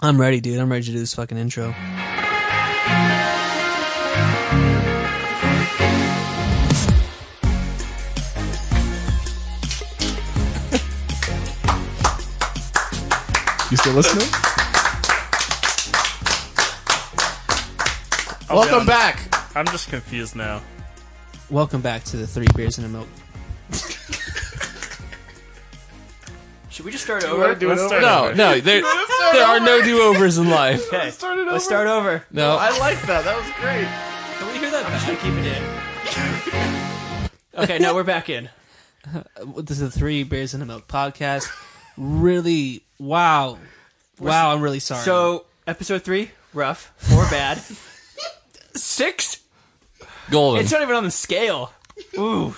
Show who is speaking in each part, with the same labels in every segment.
Speaker 1: I'm ready, dude. I'm ready to do this fucking intro.
Speaker 2: You still listening? Welcome
Speaker 3: I'm-
Speaker 2: back.
Speaker 3: I'm just confused now.
Speaker 1: Welcome back to the Three Beers and a Milk.
Speaker 4: Should we just start over?
Speaker 3: Let's start
Speaker 2: No,
Speaker 3: over.
Speaker 2: no, there, there are no do overs in life.
Speaker 4: Okay. Let's
Speaker 2: start it over.
Speaker 4: start over.
Speaker 2: No,
Speaker 4: I
Speaker 2: like that. That was great.
Speaker 4: Can we hear that? I'm just gonna keep it in. okay, now we're back in.
Speaker 1: This is the Three Beers and a Milk podcast. Really, wow, wow. I'm really sorry.
Speaker 4: So episode three, rough, four bad, six.
Speaker 2: Golden.
Speaker 4: It's not even on the scale. Ooh,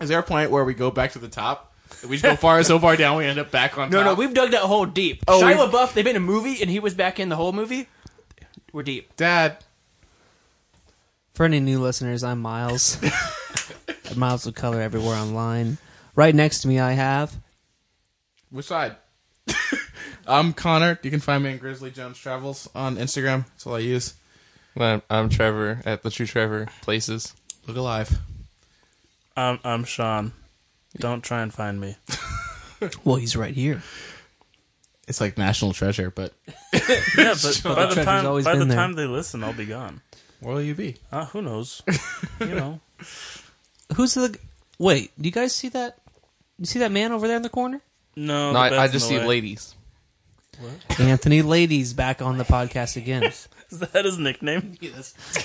Speaker 2: Is there a point where we go back to the top? We just go far so far down, we end up back on
Speaker 4: no,
Speaker 2: top.
Speaker 4: no, we've dug that hole deep.
Speaker 2: Oh,
Speaker 4: Shia
Speaker 2: we've-
Speaker 4: LaBeouf, they made a movie and he was back in the whole movie. We're deep.
Speaker 2: Dad.
Speaker 1: For any new listeners, I'm Miles. At Miles of Color everywhere online. Right next to me, I have.
Speaker 2: Which side? I'm Connor. You can find me in Grizzly Jones Travels on Instagram. That's all I use.
Speaker 5: I'm, I'm Trevor at the True Trevor Places.
Speaker 2: Look alive.
Speaker 3: I'm, I'm Sean. Don't try and find me.
Speaker 1: Well, he's right here.
Speaker 2: It's like National Treasure, but
Speaker 3: Yeah, but by the
Speaker 1: Trevor's
Speaker 3: time
Speaker 1: always
Speaker 3: by the
Speaker 1: been there.
Speaker 3: time they listen, I'll be gone.
Speaker 2: where will you be?
Speaker 3: Uh, who knows? You know,
Speaker 1: Who's the? Wait, do you guys see that? You see that man over there in the corner?
Speaker 3: no.
Speaker 5: no,
Speaker 3: the
Speaker 5: I, I
Speaker 3: bed's
Speaker 5: just
Speaker 3: in
Speaker 5: see
Speaker 3: the way.
Speaker 5: ladies.
Speaker 1: Anthony Lady's back on the podcast again.
Speaker 3: Is that his nickname?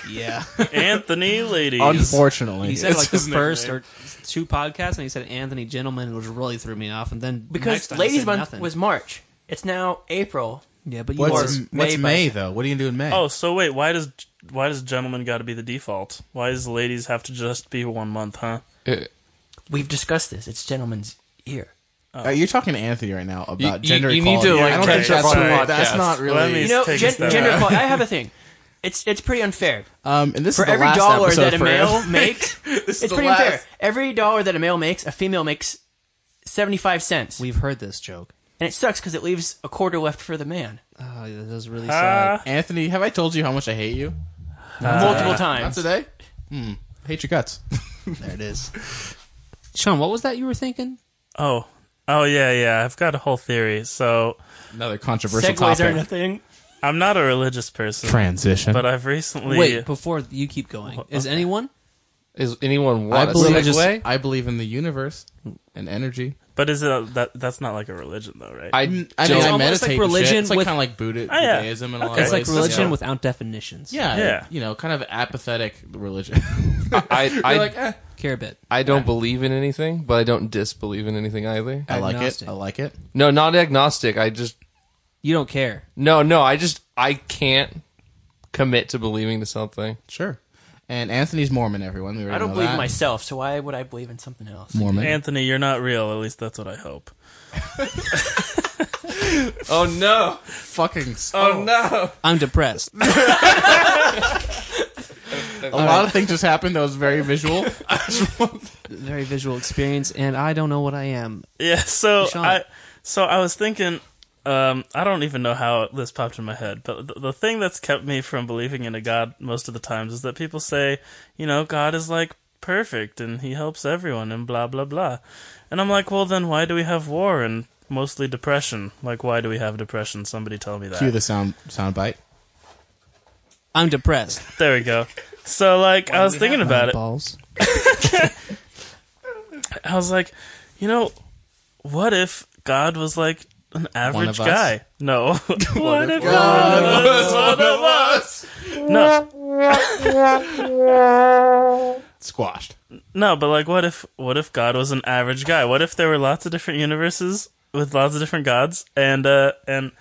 Speaker 1: yeah.
Speaker 3: Anthony Ladies.
Speaker 2: Unfortunately,
Speaker 1: He said
Speaker 2: It's
Speaker 1: like the
Speaker 2: his
Speaker 1: first
Speaker 2: nickname.
Speaker 1: or two podcasts, and he said Anthony Gentleman, which really threw me off. And then next
Speaker 4: Because
Speaker 1: time he
Speaker 4: Ladies
Speaker 1: said
Speaker 4: Month
Speaker 1: nothing.
Speaker 4: was March. It's now April.
Speaker 1: yeah, but you
Speaker 2: What's,
Speaker 1: are-
Speaker 2: what's
Speaker 4: May
Speaker 2: May,
Speaker 4: by-
Speaker 2: though? What are you gonna do in May?
Speaker 3: oh, so wait, why does why does gentlemen got to be the default? Why does ladies have to just be one month? Huh?
Speaker 5: It-
Speaker 4: We've discussed this. It's gentleman's ear.
Speaker 2: Uh, you're talking to Anthony right now about
Speaker 5: You- you-
Speaker 2: gender
Speaker 5: you need
Speaker 2: equality.
Speaker 5: to, like,
Speaker 2: I don't think
Speaker 3: catch up
Speaker 2: that's,
Speaker 3: on
Speaker 2: really-
Speaker 3: the podcast.
Speaker 2: that's not
Speaker 3: Well, that
Speaker 2: really.
Speaker 3: means-
Speaker 4: You know,
Speaker 3: take
Speaker 4: gen-
Speaker 3: us there.
Speaker 4: gender equality. I have a thing. It's it's pretty unfair.
Speaker 2: um, and this
Speaker 4: for
Speaker 2: is the
Speaker 4: every
Speaker 2: last
Speaker 4: dollar
Speaker 2: episode
Speaker 4: that a
Speaker 2: for-
Speaker 4: male makes, it's
Speaker 2: the
Speaker 4: pretty
Speaker 2: last.
Speaker 4: unfair. Every dollar that a male makes, a female makes seventy-five cents,
Speaker 1: we've heard this joke.
Speaker 4: and it sucks because it leaves a quarter left for the man
Speaker 1: Oh, this is really sad.
Speaker 3: Ah,
Speaker 2: Anthony, have I told you how much I hate you? Uh,
Speaker 4: multiple
Speaker 2: Not
Speaker 4: times.
Speaker 2: today. Hmm. I hate your guts.
Speaker 1: There it is. Sean, what was that you were thinking?
Speaker 3: oh, oh yeah, yeah. I've got a whole theory. So
Speaker 2: Another controversial
Speaker 4: Segways are
Speaker 2: topic.
Speaker 4: nothing.
Speaker 3: I'm not a religious person,
Speaker 2: Transition.
Speaker 3: but I've recently
Speaker 1: Wait, before you keep going, is anyone?
Speaker 5: Is anyone
Speaker 2: I
Speaker 5: want a
Speaker 2: believe,
Speaker 5: segue?
Speaker 2: I believe in the universe and energy.
Speaker 3: But is it a, that? That's not like a religion, though, right?
Speaker 2: I, I mean, I
Speaker 1: almost
Speaker 2: meditate.
Speaker 1: like
Speaker 2: and
Speaker 1: religion
Speaker 2: shit. It's like
Speaker 1: with-
Speaker 2: kind of like Buddha,
Speaker 3: Oh, yeah.
Speaker 2: Buddhism, and all
Speaker 3: Okay.
Speaker 2: that.
Speaker 1: It's like
Speaker 2: stuff.
Speaker 1: religion
Speaker 2: So-
Speaker 1: without definitions.
Speaker 2: yeah,
Speaker 3: Yeah.
Speaker 2: you know, kind of apathetic religion.
Speaker 5: I, I,
Speaker 2: You're like, eh,
Speaker 1: care a bit.
Speaker 5: I don't believe in anything, but I don't disbelieve in anything either.
Speaker 2: I like it.
Speaker 1: Agnostic.
Speaker 2: I like it.
Speaker 5: No, not agnostic. I just
Speaker 1: You don't care.
Speaker 5: no, no. I just I can't commit to believing to something.
Speaker 2: Sure. And Anthony's Mormon. Everyone, we already
Speaker 4: I don't
Speaker 2: know
Speaker 4: believe
Speaker 2: that.
Speaker 4: in myself, so why would I believe in something else?
Speaker 2: Mormon.
Speaker 3: Anthony, you're not real. At least that's what I hope.
Speaker 5: Oh no!
Speaker 2: fucking.
Speaker 5: Oh no!
Speaker 1: I'm depressed.
Speaker 2: a lot of things just happened that was very visual.
Speaker 1: Very visual experience, and I don't know what I am.
Speaker 3: Yeah, so
Speaker 1: Sean.
Speaker 3: I so I was thinking um I don't even know how this popped in my head, but the, the thing that's kept me from believing in a god most of the times is that people say, you know, God is like perfect and he helps everyone and blah blah blah. And I'm like, well then why do we have war and mostly depression? Like why do we have depression? Somebody tell me that.
Speaker 2: Cue the sound sound bite.
Speaker 1: I'm depressed.
Speaker 3: There we go. So like I was thinking about it.
Speaker 1: Balls.
Speaker 3: I was like, you know, what if God was like an average
Speaker 2: of us?
Speaker 3: guy? No. what if
Speaker 2: Squashed.
Speaker 3: No, but like, what if what if God was an average guy? What if there were lots of different universes with lots of different gods, and uh, and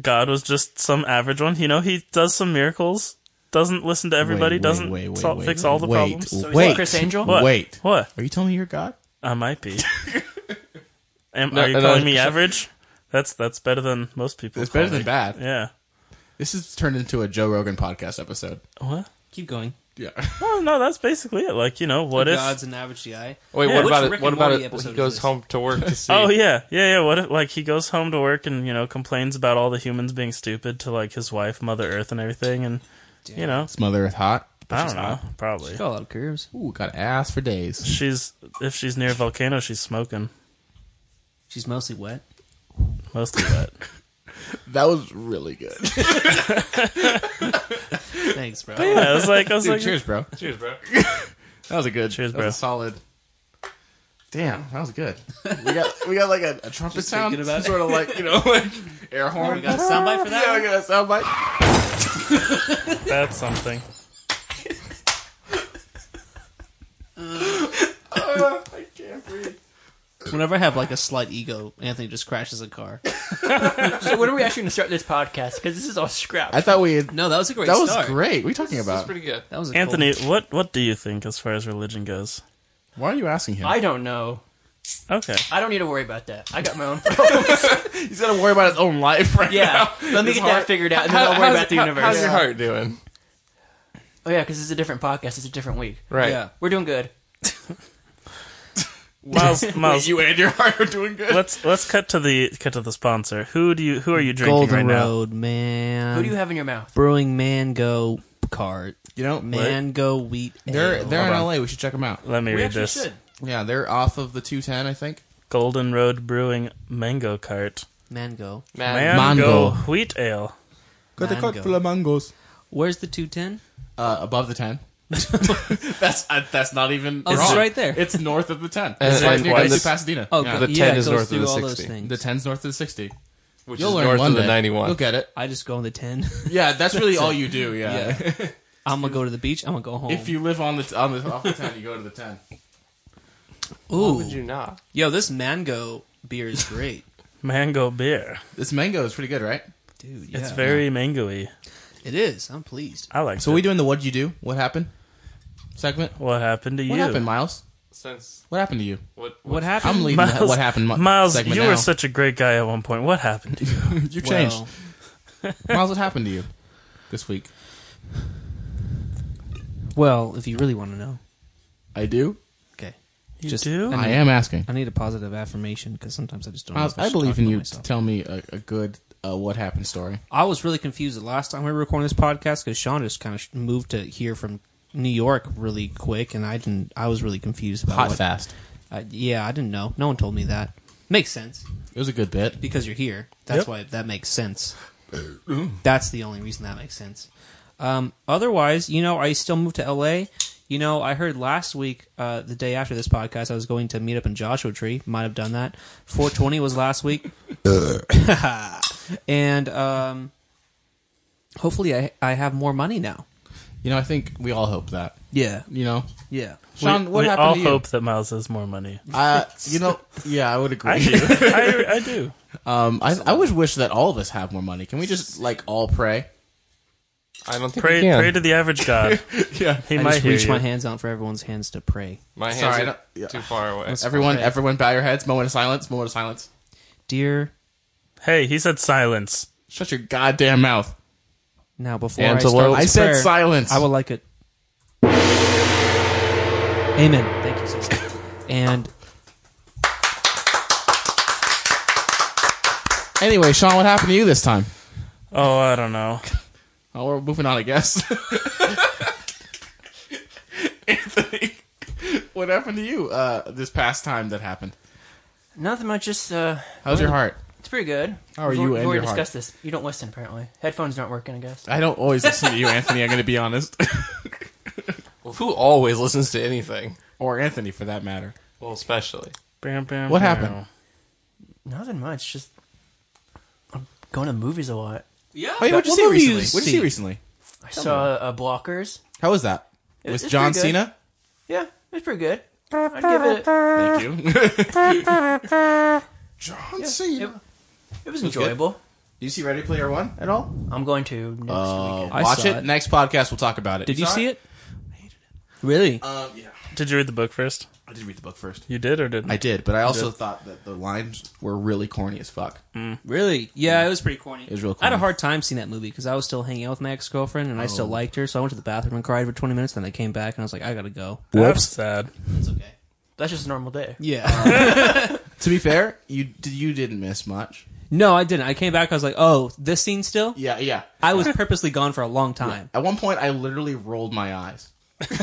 Speaker 3: God was just some average one? You know, he does some miracles, doesn't listen to everybody,
Speaker 2: Wait, wait,
Speaker 3: doesn't
Speaker 2: wait, wait,
Speaker 3: sol-
Speaker 2: wait,
Speaker 3: fix all the
Speaker 2: wait,
Speaker 3: problems.
Speaker 2: Wait,
Speaker 4: he's like Chris Angel?
Speaker 3: What?
Speaker 2: Wait,
Speaker 3: What?
Speaker 2: are you telling me you're God?
Speaker 3: I might be. Am,
Speaker 5: No,
Speaker 3: are you
Speaker 5: no,
Speaker 3: calling me
Speaker 5: so-
Speaker 3: average? That's that's better than most people.
Speaker 2: It's
Speaker 3: call
Speaker 2: better than
Speaker 3: me.
Speaker 2: bad.
Speaker 3: Yeah.
Speaker 2: This has turned into a Joe Rogan podcast episode.
Speaker 3: What?
Speaker 1: Keep going.
Speaker 2: Yeah.
Speaker 3: Oh no, that's basically it. Like you know, what if?
Speaker 1: God's an average guy.
Speaker 5: Wait,
Speaker 1: Yeah,
Speaker 5: what
Speaker 1: which
Speaker 5: about
Speaker 1: Rick
Speaker 5: it? What
Speaker 1: and
Speaker 5: about
Speaker 1: Morty
Speaker 5: it?
Speaker 1: episode
Speaker 5: He
Speaker 1: is
Speaker 5: goes
Speaker 1: this?
Speaker 5: home to work to see.
Speaker 3: Oh yeah, yeah, yeah. What if like he goes home to work and you know complains about all the humans being stupid to like his wife, Mother Earth, and everything, and you know,
Speaker 2: Is Mother Earth hot?
Speaker 3: I don't know, probably.
Speaker 1: Got a lot of curves.
Speaker 2: Ooh, got ass for days.
Speaker 3: She's if she's near a volcano, she's smoking
Speaker 1: She's mostly wet.
Speaker 3: mostly wet.
Speaker 2: That was really good.
Speaker 1: Thanks, bro.
Speaker 3: yeah, I was like, I was
Speaker 2: Dude,
Speaker 3: like,
Speaker 2: cheers, bro.
Speaker 5: Cheers, bro.
Speaker 2: That was a good.
Speaker 3: Cheers,
Speaker 2: that was
Speaker 3: bro.
Speaker 2: a solid. Damn, that was good. We got we got like a, a trumpet
Speaker 1: Just
Speaker 2: sound,
Speaker 1: thinking about it.
Speaker 2: sort of like you know like air horn.
Speaker 1: We got a soundbite for that.
Speaker 2: yeah,
Speaker 1: one?
Speaker 2: we got a soundbite.
Speaker 3: that's something.
Speaker 2: I can't breathe.
Speaker 1: Whenever I have like a slight ego, Anthony just crashes a car.
Speaker 4: So when are we actually going to start this podcast? Because this is all scrap.
Speaker 2: I thought we had,
Speaker 1: No, that was a great
Speaker 2: that was
Speaker 1: start.
Speaker 2: great. What are you talking about?
Speaker 5: pretty good.
Speaker 1: That was a
Speaker 3: Anthony,
Speaker 1: cool-
Speaker 3: what what do you think as far as religion goes?
Speaker 2: Why are you asking him?
Speaker 4: I don't know.
Speaker 3: Okay,
Speaker 4: I don't need to worry about that. I got my own problems.
Speaker 2: He's got to worry about his own life right
Speaker 4: yeah, let me
Speaker 2: His
Speaker 4: get
Speaker 2: heart-
Speaker 4: that figured out, and then I'll worry about the universe.
Speaker 5: How's your heart doing?
Speaker 4: Oh yeah, because it's a different podcast. It's a different week.
Speaker 5: Right.
Speaker 1: Yeah.
Speaker 4: We're doing good.
Speaker 3: Miles,
Speaker 2: now.
Speaker 3: Miles,
Speaker 2: You and your heart are doing good.
Speaker 3: let's let's cut to the cut to the sponsor. Who do you who are you drinking
Speaker 1: Golden
Speaker 3: right now?
Speaker 1: Road, man.
Speaker 4: Who do you have in your mouth?
Speaker 1: Brewing mango cart.
Speaker 2: You know,
Speaker 1: Mango wheat.
Speaker 2: they're
Speaker 1: ale.
Speaker 2: they're in LA. We should check them out.
Speaker 3: Let me
Speaker 4: we
Speaker 3: read
Speaker 4: actually
Speaker 3: this.
Speaker 4: should.
Speaker 2: Yeah, they're off of the 210, I think.
Speaker 3: Golden Road Brewing Mango Cart.
Speaker 1: mango.
Speaker 5: Man.
Speaker 3: Mango
Speaker 2: Uh, Mango.
Speaker 3: Wheat Ale.
Speaker 1: Got a cart full
Speaker 2: of mangoes.
Speaker 1: Where's the two ten?
Speaker 2: Uh, above the 10. that's uh, that's not even.
Speaker 1: Oh, it's
Speaker 2: wrong.
Speaker 1: right there.
Speaker 2: It's north of the 10.
Speaker 5: And-
Speaker 2: It's right
Speaker 5: and-
Speaker 2: near
Speaker 5: and
Speaker 2: to
Speaker 5: the-
Speaker 2: Pasadena.
Speaker 1: Oh,
Speaker 2: yeah.
Speaker 1: yeah.
Speaker 5: The
Speaker 2: the,
Speaker 1: yeah,
Speaker 5: 10
Speaker 1: it
Speaker 5: is
Speaker 1: goes
Speaker 5: north of
Speaker 1: through
Speaker 5: the
Speaker 1: all those
Speaker 5: 60.
Speaker 1: things.
Speaker 2: 10's north of the 60.
Speaker 5: Which
Speaker 2: You'll
Speaker 5: is
Speaker 2: learn
Speaker 5: north
Speaker 2: one
Speaker 5: of the
Speaker 2: day.
Speaker 5: 91.
Speaker 2: You'll get it.
Speaker 1: I just go on the ten.
Speaker 2: Yeah, that's really all you do. Yeah.
Speaker 1: I'm gonna go to the beach. I'm gonna go home.
Speaker 2: if you live on the on the off the 10, you go to the 10.
Speaker 1: Ooh,
Speaker 5: Would you not?
Speaker 1: yo, this mango beer is great,
Speaker 3: Mango beer.
Speaker 2: This mango is pretty good, right?
Speaker 1: dude.
Speaker 3: It's
Speaker 1: yeah.
Speaker 3: very mangoey.
Speaker 1: It is. I'm pleased.
Speaker 3: I like
Speaker 2: So
Speaker 3: it.
Speaker 2: we doing the what'd you do? What happened? Segment.
Speaker 3: what happened to
Speaker 2: What
Speaker 3: you?
Speaker 2: happened, Miles?
Speaker 5: Since
Speaker 2: What happened to you?
Speaker 5: what?
Speaker 1: What
Speaker 2: I'm
Speaker 1: happened?
Speaker 2: leaving
Speaker 3: Miles,
Speaker 2: the what happened Mi-
Speaker 3: Miles,
Speaker 2: segment
Speaker 3: you
Speaker 2: now.
Speaker 3: were such a great guy at one point. What happened to you?
Speaker 2: you
Speaker 1: Well,
Speaker 2: changed. Miles, what happened to you this week?
Speaker 1: Well, if you really want to know,
Speaker 2: I do.
Speaker 1: okay.
Speaker 3: You
Speaker 1: Just-
Speaker 3: do?
Speaker 1: I-
Speaker 2: I am asking.
Speaker 1: I need a positive affirmation because sometimes I just don't. know
Speaker 2: Miles,
Speaker 1: if I,
Speaker 2: I
Speaker 1: should
Speaker 2: believe
Speaker 1: talk
Speaker 2: in
Speaker 1: about
Speaker 2: you. to
Speaker 1: myself.
Speaker 2: Tell me a, a good uh, what happened story.
Speaker 1: I was really confused the last time we were recording this podcast because Sean just kind of moved to here from New York really quick, and I didn't. I was really confused about what.
Speaker 2: fast.
Speaker 1: I, yeah, I didn't know. No one told me that. Makes sense
Speaker 2: It was a good bit.
Speaker 1: because you're here. That's
Speaker 3: Yep.
Speaker 1: why that makes sense. That's the only reason that makes sense. Um, otherwise, you know, I still moved to LA. You know, I heard last week, uh, the day after this podcast, I was going to meet up in Joshua Tree. Might have done that. 420 was last week. and um, hopefully I, I have more money now.
Speaker 2: You know, I think we all hope that.
Speaker 1: Yeah.
Speaker 2: You know,
Speaker 1: Yeah.
Speaker 2: Sean,
Speaker 3: we,
Speaker 2: what
Speaker 3: we
Speaker 2: happened
Speaker 3: all
Speaker 2: to you?
Speaker 3: hope that Miles has more money.
Speaker 2: Uh, you know, yeah, I would
Speaker 3: I
Speaker 2: agree.
Speaker 3: do. I, I do.
Speaker 2: um, I, I would wish that all of us have more money. Can we just like all pray?
Speaker 5: I don't think
Speaker 3: Pray,
Speaker 5: we can.
Speaker 3: pray to the average God.
Speaker 2: Yeah.
Speaker 3: He
Speaker 1: I
Speaker 3: might
Speaker 1: just
Speaker 3: hear
Speaker 1: reach
Speaker 3: you.
Speaker 1: my hands out for everyone's hands to pray.
Speaker 5: My hands
Speaker 2: Sorry, I
Speaker 5: are
Speaker 2: don't- yeah.
Speaker 5: too far away.
Speaker 2: Everyone,
Speaker 1: pray.
Speaker 2: everyone, bow your heads. Moment of silence. Moment of silence.
Speaker 1: Dear,
Speaker 3: Hey, he said silence.
Speaker 2: Shut your goddamn mouth.
Speaker 1: now before I start
Speaker 5: Antelope.
Speaker 1: this
Speaker 2: I said
Speaker 1: prayer,
Speaker 2: silence.
Speaker 1: I would like it. Amen. Thank you, sister. And
Speaker 2: Anyway, Sean, what happened to you this time?
Speaker 3: Oh, I don't know.
Speaker 2: Oh, we're moving on, I guess. Anthony, what happened to you uh, this past time that happened?
Speaker 4: Nothing much. Just uh,
Speaker 2: How's your heart?
Speaker 4: it's pretty good.
Speaker 2: How are
Speaker 4: We've
Speaker 2: you and
Speaker 4: al- We've already
Speaker 2: your heart?
Speaker 4: discussed this. You don't listen apparently. Headphones aren't working. I guess.
Speaker 2: I don't always listen to you, Anthony. I'm going to be honest,
Speaker 5: Well, who always listens to anything?
Speaker 2: or Anthony for that matter.
Speaker 5: Well, especially.
Speaker 3: Bam, bam,
Speaker 2: What
Speaker 3: bam.
Speaker 2: happened?
Speaker 4: Nothing much. Just I'm going to movies a lot.
Speaker 1: yeah,
Speaker 2: Oh, yeah, what'd you see recently? What'd you see
Speaker 1: recently?
Speaker 2: recently?
Speaker 4: I saw uh, Blockers.
Speaker 2: How was that?
Speaker 4: It-
Speaker 2: With
Speaker 4: it's
Speaker 2: John
Speaker 4: pretty good.
Speaker 2: Cena?
Speaker 4: Yeah, it was pretty good. I'd give it.
Speaker 2: Thank you. John Cena.
Speaker 4: It, it was
Speaker 2: good.
Speaker 4: enjoyable.
Speaker 2: Do you see Ready Player One at all?
Speaker 4: I'm going to next weekend.
Speaker 1: I
Speaker 2: Uh, Watch
Speaker 1: saw
Speaker 2: it.
Speaker 1: it.
Speaker 2: Next podcast, we'll talk about it.
Speaker 1: Did you see it? Uh, Really?
Speaker 2: Um, yeah.
Speaker 3: Did you read the book first?
Speaker 2: I did read the book first.
Speaker 3: You did or didn't?
Speaker 2: I did, but I also thought that the lines were really corny as fuck.
Speaker 1: Really? Yeah, it was pretty corny. It
Speaker 2: was real
Speaker 1: I had a
Speaker 2: corny.
Speaker 1: hard time seeing that movie because I was still hanging out with my ex girlfriend and I still liked her, so I went to the bathroom and cried for twenty minutes. Then I came back and I was like, I gotta go.
Speaker 3: That's sad.
Speaker 1: It's okay.
Speaker 4: That's just a normal day.
Speaker 1: Yeah.
Speaker 2: To be fair, you d- you didn't miss much.
Speaker 1: no, I didn't. I came back. I was like, oh, this scene still.
Speaker 2: Yeah, yeah.
Speaker 1: I was purposely gone for a long time.
Speaker 2: At one point, I literally rolled my eyes,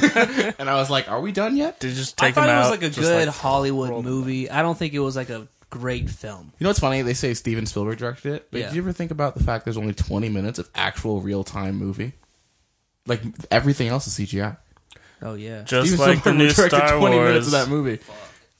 Speaker 2: and I was like, "Are we done yet?"
Speaker 3: Did you just
Speaker 1: I
Speaker 3: take
Speaker 1: thought
Speaker 3: him
Speaker 1: it was
Speaker 3: out?
Speaker 1: like a
Speaker 3: just
Speaker 1: good
Speaker 3: like-
Speaker 1: Hollywood movie. I don't think it was like a great film.
Speaker 2: You know what's funny? They say Steven Spielberg directed it, but
Speaker 1: Yeah.
Speaker 2: did you ever think about the fact there's only 20 minutes of actual real time movie? Like everything else is CGI.
Speaker 1: Oh yeah.
Speaker 3: just like the new Star
Speaker 2: minutes
Speaker 3: Wars.
Speaker 2: of that movie.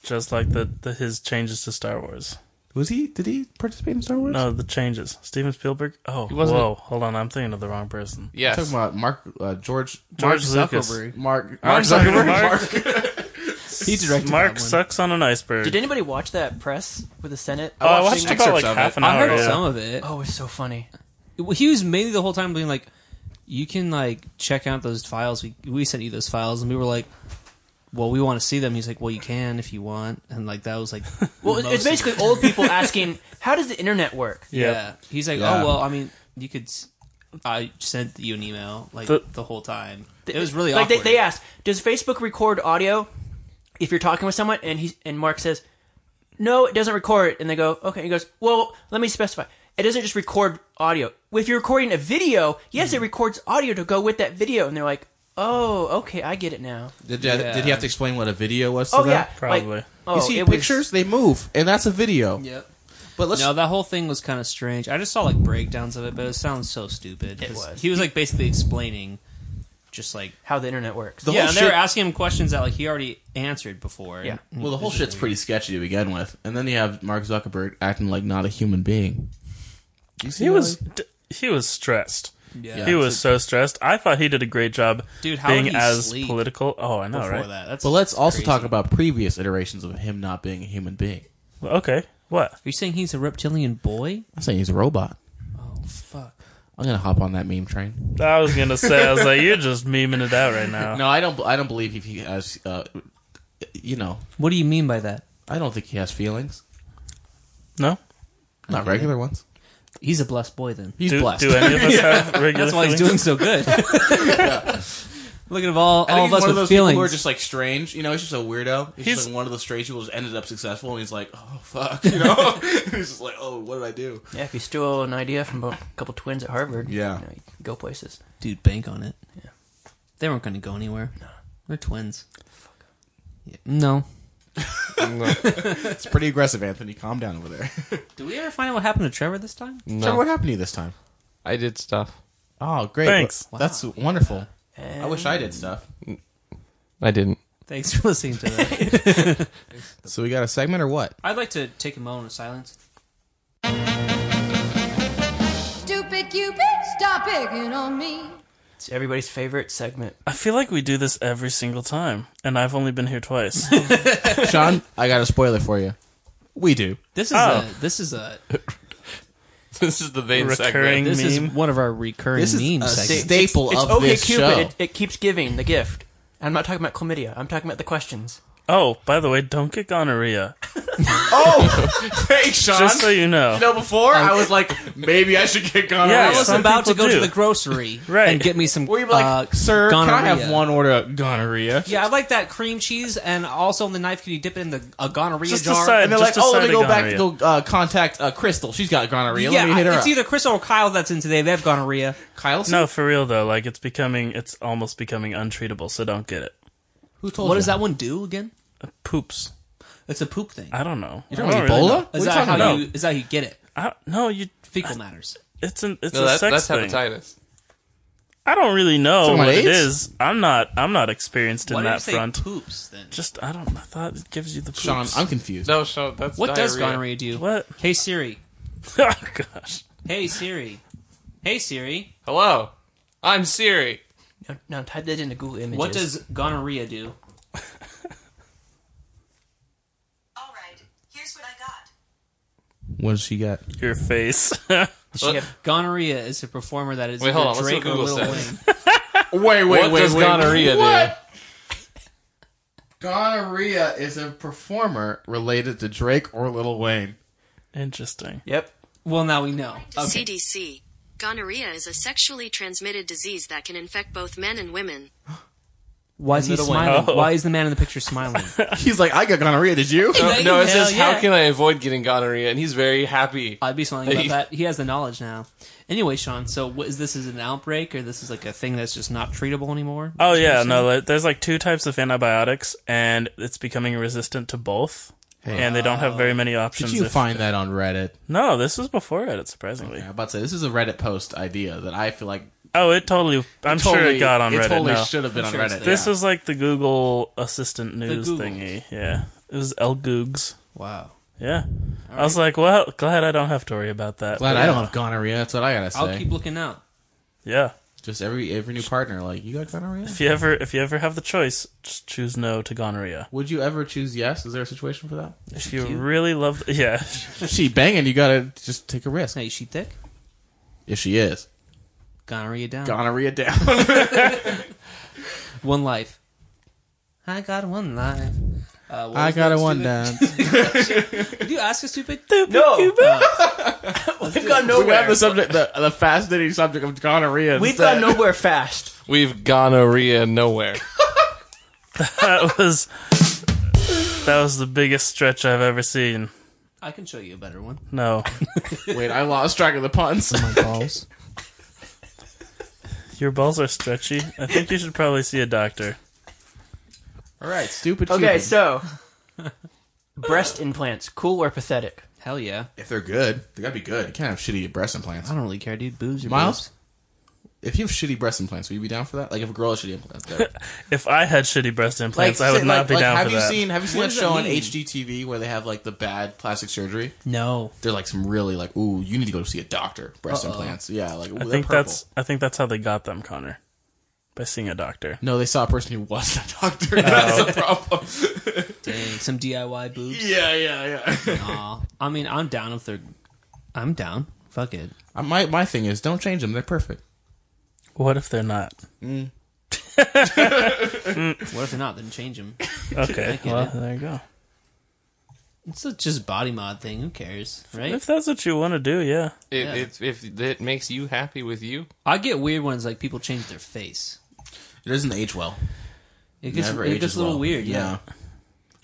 Speaker 3: Just like the, the his changes to Star Wars.
Speaker 2: Was he? Did he participate in Star Wars?
Speaker 3: No, the changes. Steven Spielberg. Oh,
Speaker 5: wasn't-
Speaker 3: whoa! Hold on, I'm thinking of the wrong person.
Speaker 5: Yes.
Speaker 2: talking about Mark uh, George
Speaker 3: George
Speaker 2: Mark
Speaker 3: Lucas.
Speaker 2: Zuckerberg. Mark
Speaker 3: I'm
Speaker 2: Mark
Speaker 3: talking
Speaker 2: Zuckerberg.
Speaker 3: about Mark-
Speaker 2: Mark. he directed
Speaker 3: Mark
Speaker 2: that one.
Speaker 3: sucks on an iceberg.
Speaker 4: Did anybody watch that press with the Senate?
Speaker 3: oh, I
Speaker 2: watched
Speaker 3: watched about like
Speaker 2: excerpts of
Speaker 3: half
Speaker 2: it.
Speaker 3: an
Speaker 1: I
Speaker 3: hour.
Speaker 1: heard
Speaker 3: yeah.
Speaker 1: some of it.
Speaker 4: Oh, it's so funny. Oh.
Speaker 1: He was mainly the whole time being like, "You can like check out those files. We we sent you those files," and we were like, "Well, we want to see them." He's like, "Well, you can if you want," and like that was like,
Speaker 4: Well, it's- it's basically old people asking, "How does the internet work?"
Speaker 1: yeah. He's like,
Speaker 2: Yeah.
Speaker 1: "Oh well, I mean, you could." s- I sent you an email like the,
Speaker 3: The-
Speaker 1: whole time. It was really
Speaker 4: like they,
Speaker 1: awkward.
Speaker 4: they asked, "Does Facebook record audio if you're talking with someone?" And he and Mark says, "No, it doesn't record." And they go, "Okay." He goes, "Well, let me specify. It doesn't just record audio. If you're recording a video, yes,
Speaker 2: Mm-hmm.
Speaker 4: it records audio to go with that video." And they're like, "Oh, okay, I get it now."
Speaker 2: Did, yeah.
Speaker 1: Yeah.
Speaker 2: did he have to explain what a video was to
Speaker 4: oh
Speaker 2: them?
Speaker 4: yeah,
Speaker 3: Probably.
Speaker 2: You
Speaker 4: Like, oh,
Speaker 2: see
Speaker 4: it was-
Speaker 2: pictures, they move, and that's a video.
Speaker 1: Yep.
Speaker 2: But let's
Speaker 1: No, that whole thing was kind of strange. I just saw like breakdowns of it, but it sounds so stupid.
Speaker 4: It
Speaker 1: 'Cause
Speaker 4: was.
Speaker 1: He was like basically explaining, just like
Speaker 4: how the internet works.
Speaker 2: The
Speaker 1: yeah,
Speaker 2: whole
Speaker 1: and they were
Speaker 2: shit-
Speaker 1: asking him questions that like he already answered before.
Speaker 4: Yeah.
Speaker 2: Well, the whole shit's pretty sketchy to begin with, and then you have Mark Zuckerberg acting like not a human being. You see
Speaker 3: He
Speaker 2: how
Speaker 3: was d- he was stressed.
Speaker 1: Yeah.
Speaker 3: he was so stressed. I thought he did a great job
Speaker 1: Dude, how
Speaker 3: being
Speaker 1: did he
Speaker 3: as
Speaker 1: sleep
Speaker 3: political. Oh, I know,
Speaker 1: before
Speaker 3: right?
Speaker 1: that. That's
Speaker 2: But let's also
Speaker 1: crazy.
Speaker 2: talk about previous iterations of him not being a human being.
Speaker 3: Well, Okay, what?
Speaker 1: Are you saying he's a reptilian boy?
Speaker 2: I'm saying he's a robot.
Speaker 1: Oh fuck!
Speaker 2: I'm gonna hop on that meme train.
Speaker 3: I was gonna say, I was like, you're just memeing it out right now.
Speaker 2: No, I don't. I don't believe if he has. Uh, you know,
Speaker 1: What do you mean by that?
Speaker 2: I don't think he has feelings.
Speaker 3: No,
Speaker 2: Not regular ones.
Speaker 1: He's a blessed boy then.
Speaker 2: He's
Speaker 3: do,
Speaker 2: blessed.
Speaker 3: do any of us have regular?
Speaker 1: That's why he's
Speaker 3: feelings?
Speaker 1: doing so good. Looking at all,
Speaker 2: I
Speaker 1: all of us
Speaker 2: think he's one of
Speaker 1: with
Speaker 2: those
Speaker 1: feelings.
Speaker 2: people who are just like strange. You know, he's just a weirdo. He's,
Speaker 3: He's-
Speaker 2: just like one of those strange people who just ended up successful, and he's like, oh fuck, you know. he's just like, oh, what did I do?
Speaker 4: Yeah, if you steal an idea from a couple twins at Harvard,
Speaker 2: Yeah.
Speaker 4: you know, you can go places.
Speaker 1: Dude, bank on it. They weren't going to go anywhere. They're twins. Yeah. No.
Speaker 2: It's pretty aggressive, Anthony. Calm down over there.
Speaker 1: Did we ever find out what happened to Trevor this time?
Speaker 2: So what
Speaker 5: no.
Speaker 2: happened to you this time?
Speaker 5: I did stuff.
Speaker 2: Oh, great.
Speaker 3: Thanks.
Speaker 2: Well, That's wonderful. I wish I did stuff.
Speaker 5: I didn't.
Speaker 1: Thanks for listening to that.
Speaker 2: So we got a segment or what?
Speaker 1: I'd like to take a moment of silence.
Speaker 6: Stupid Cupid, stop picking on me.
Speaker 4: It's everybody's favorite segment.
Speaker 3: I feel like we do this every single time, and I've only been here twice.
Speaker 2: Sean, I got a spoiler for you. We do.
Speaker 1: This is
Speaker 3: Oh.
Speaker 1: a this is a
Speaker 5: This is the vein
Speaker 3: Recurring
Speaker 5: segment.
Speaker 1: this is
Speaker 3: Meme.
Speaker 1: one of our recurring
Speaker 2: This is
Speaker 1: meme
Speaker 2: a
Speaker 1: segments.
Speaker 2: sta- Staple
Speaker 4: it's, it's
Speaker 2: of
Speaker 4: okay,
Speaker 2: this
Speaker 4: Cupid.
Speaker 2: show.
Speaker 4: It, it keeps giving the gift. I'm not talking about chlamydia. I'm talking about the questions.
Speaker 3: Oh, by the way, don't get gonorrhea.
Speaker 2: Oh! Thanks, Sean.
Speaker 3: Just so you know.
Speaker 2: know, before I was like, maybe I should get gone.
Speaker 3: Yeah,
Speaker 1: I was
Speaker 3: some
Speaker 1: about to
Speaker 3: people
Speaker 1: go to
Speaker 3: do.
Speaker 1: the grocery
Speaker 3: Right.
Speaker 1: and get me some.
Speaker 2: Were you like,
Speaker 1: uh,
Speaker 2: sir? Can I have
Speaker 1: gonorrhea."
Speaker 2: one order of gonorrhea?
Speaker 1: Yeah, I like that cream cheese, and also on the knife, can you dip it in the a gonorrhea
Speaker 3: Just
Speaker 1: jar?
Speaker 3: decide-
Speaker 2: And they're
Speaker 3: Just
Speaker 2: like, oh,
Speaker 3: a
Speaker 2: let me
Speaker 3: side
Speaker 2: go
Speaker 3: of
Speaker 2: back to go uh, contact uh, Crystal. She's got gonorrhea.
Speaker 1: yeah,
Speaker 2: let me hit her
Speaker 1: it's
Speaker 2: up.
Speaker 1: either Chris or Kyle that's in today. They have gonorrhea.
Speaker 2: Kyle.
Speaker 3: No, for real though, like it's becoming, it's almost becoming untreatable. So don't get it. Uh,
Speaker 2: who told
Speaker 1: What
Speaker 2: you?
Speaker 1: does that one do again?
Speaker 3: Poops.
Speaker 1: It's a poop thing.
Speaker 3: I don't know. You
Speaker 2: You're talking about Ebola?
Speaker 1: Is
Speaker 2: What are
Speaker 1: that
Speaker 2: you
Speaker 1: how
Speaker 2: talking about?
Speaker 1: you? Is that how you get it?
Speaker 3: I don't, no, you.
Speaker 1: Fecal matters.
Speaker 3: It's an. It's
Speaker 5: No,
Speaker 3: a
Speaker 5: that,
Speaker 3: sex
Speaker 5: that's
Speaker 3: thing.
Speaker 5: hepatitis.
Speaker 3: I don't really know
Speaker 2: Talking
Speaker 3: what
Speaker 2: about
Speaker 3: it
Speaker 2: AIDS?
Speaker 3: is. I'm not. I'm not experienced in
Speaker 1: Why
Speaker 3: that
Speaker 1: did you say
Speaker 3: front.
Speaker 1: poops then?
Speaker 3: Just I don't. I thought it gives you the poops.
Speaker 2: Sean, I'm confused.
Speaker 5: No, Sean, that's
Speaker 1: what does
Speaker 5: diarrhea.
Speaker 1: gonorrhea do?
Speaker 3: What?
Speaker 1: Hey Siri.
Speaker 3: oh gosh.
Speaker 1: Hey Siri. Hey Siri.
Speaker 5: Hello, I'm Siri.
Speaker 4: Now, now type that into Google Images.
Speaker 1: What does gonorrhea do?
Speaker 7: All right, here's what I got.
Speaker 2: What does she got?
Speaker 3: Your face.
Speaker 4: Does she have?
Speaker 1: Gonorrhea is a performer that is
Speaker 5: Wait,
Speaker 1: either
Speaker 5: hold on, let's see
Speaker 1: Drake
Speaker 5: what
Speaker 1: or
Speaker 5: Google
Speaker 1: Lil
Speaker 5: says.
Speaker 1: Wayne.
Speaker 2: Wait, wait,
Speaker 5: What does gonorrhea do?
Speaker 2: What? Gonorrhea is a performer related to Drake or Lil Wayne.
Speaker 3: Interesting.
Speaker 4: Yep.
Speaker 1: Well, now we know.
Speaker 8: CDC. Gonorrhea is a sexually transmitted disease that can infect both men and women.
Speaker 1: Why is he
Speaker 4: Another one.
Speaker 1: smiling?
Speaker 3: Oh.
Speaker 1: Why is the man in the picture smiling?
Speaker 2: He's like, I got gonorrhea. Did you?
Speaker 5: No, no, it says,
Speaker 1: Hell, yeah.
Speaker 5: how can I avoid getting gonorrhea? And he's very happy.
Speaker 1: I'd be smiling about that. He has the knowledge now. Anyway, Sean. So, what is this? Is it an outbreak, or this is like a thing that's just not treatable anymore?
Speaker 3: Oh yeah, no. like, There's like two types of antibiotics, and it's becoming resistant to both, and they don't have very many options.
Speaker 2: Did you
Speaker 3: if-
Speaker 2: find that on Reddit?
Speaker 3: No, this was before Reddit, surprisingly.
Speaker 2: I'm about to say this is a Reddit post idea that I feel like
Speaker 3: Oh, it totally. I'm sure
Speaker 2: totally-
Speaker 3: it got on
Speaker 2: It
Speaker 3: Reddit.
Speaker 2: totally
Speaker 3: no.
Speaker 2: should have been on
Speaker 1: sure it's
Speaker 2: Reddit.
Speaker 1: there.
Speaker 3: This was like the Google Assistant News
Speaker 1: Google.
Speaker 3: thingy. Yeah, it was El Googs.
Speaker 1: Wow.
Speaker 3: Yeah, I was like, well, glad I don't have to worry about that.
Speaker 2: Glad
Speaker 3: But
Speaker 2: I don't have gonorrhea. That's what I gotta say.
Speaker 1: I'll keep looking out.
Speaker 3: Yeah,
Speaker 2: Just every every new partner, like you got gonorrhea.
Speaker 3: if you ever if you ever have the choice, just choose no to gonorrhea.
Speaker 2: Would you ever choose yes? Is there a situation for that?
Speaker 3: If you really love, yeah,
Speaker 2: If she banging, you gotta just take a risk.
Speaker 1: Hey, is she thick?
Speaker 2: If she is
Speaker 1: Gonorrhea down.
Speaker 2: gonorrhea down.
Speaker 1: One life. I got one life. Uh, what
Speaker 2: I
Speaker 1: was
Speaker 2: got
Speaker 1: that,
Speaker 2: a one
Speaker 1: stupid?
Speaker 2: down.
Speaker 1: Did you ask a stupid?
Speaker 4: No. Uh, We've gone
Speaker 2: we
Speaker 4: nowhere.
Speaker 2: have the subject, the, the fascinating subject of gonorrhea.
Speaker 4: We've
Speaker 2: instead.
Speaker 4: gone nowhere fast.
Speaker 5: We've gonorrhea nowhere.
Speaker 3: that was that was the biggest stretch I've ever seen.
Speaker 1: I can show you a better one.
Speaker 3: No,
Speaker 2: Wait, I lost track of the puns.
Speaker 1: Balls.
Speaker 3: your balls are stretchy. I think you should probably see a doctor.
Speaker 2: All right, stupid.
Speaker 4: Okay,
Speaker 2: Cupid.
Speaker 4: so breast implants, cool or pathetic?
Speaker 1: Hell yeah.
Speaker 2: if they're good, they gotta be good. You can't have shitty breast implants.
Speaker 1: I don't really care, dude. Boobs or
Speaker 2: Miles?
Speaker 1: boobs.
Speaker 2: If you have shitty breast implants, will you be down for that? Like if a girl has shitty implants, there.
Speaker 3: If I had shitty breast implants, I would
Speaker 2: say-
Speaker 3: not
Speaker 2: like-
Speaker 3: be
Speaker 2: like,
Speaker 3: down
Speaker 2: have
Speaker 3: for
Speaker 2: you
Speaker 3: that.
Speaker 2: Seen, have you seen
Speaker 1: What does
Speaker 2: that
Speaker 1: that
Speaker 2: show on
Speaker 1: mean?
Speaker 2: HGTV where they have like the bad plastic surgery?
Speaker 1: No.
Speaker 2: They're like some really like, ooh, you need to go see a doctor. Breast implants, yeah. Like ooh,
Speaker 3: I
Speaker 2: they're
Speaker 3: think
Speaker 2: purple.
Speaker 3: that's I think that's how they got them, Connor, by seeing a doctor.
Speaker 2: no. They saw a person who was a
Speaker 1: Oh.
Speaker 2: doctor. That's a problem.
Speaker 1: Dang, some DIY boobs.
Speaker 2: yeah, yeah, yeah.
Speaker 1: Aw. I mean, I'm down if they're. I'm down. Fuck it.
Speaker 2: Uh, my my thing is, don't change them. They're perfect.
Speaker 3: What if they're not?
Speaker 1: What if they're not? Then change them.
Speaker 3: Okay,
Speaker 1: get
Speaker 3: well
Speaker 1: it.
Speaker 3: there you go.
Speaker 1: It's a just body mod thing. Who cares, right?
Speaker 3: If that's what you want to do, yeah.
Speaker 5: It,
Speaker 1: Yeah.
Speaker 5: it's if it makes you happy with you,
Speaker 1: I get weird ones like people change their face.
Speaker 2: It doesn't age well.
Speaker 1: It gets
Speaker 2: Never
Speaker 1: it
Speaker 2: ages
Speaker 1: gets a little
Speaker 2: well.
Speaker 1: weird. Yeah.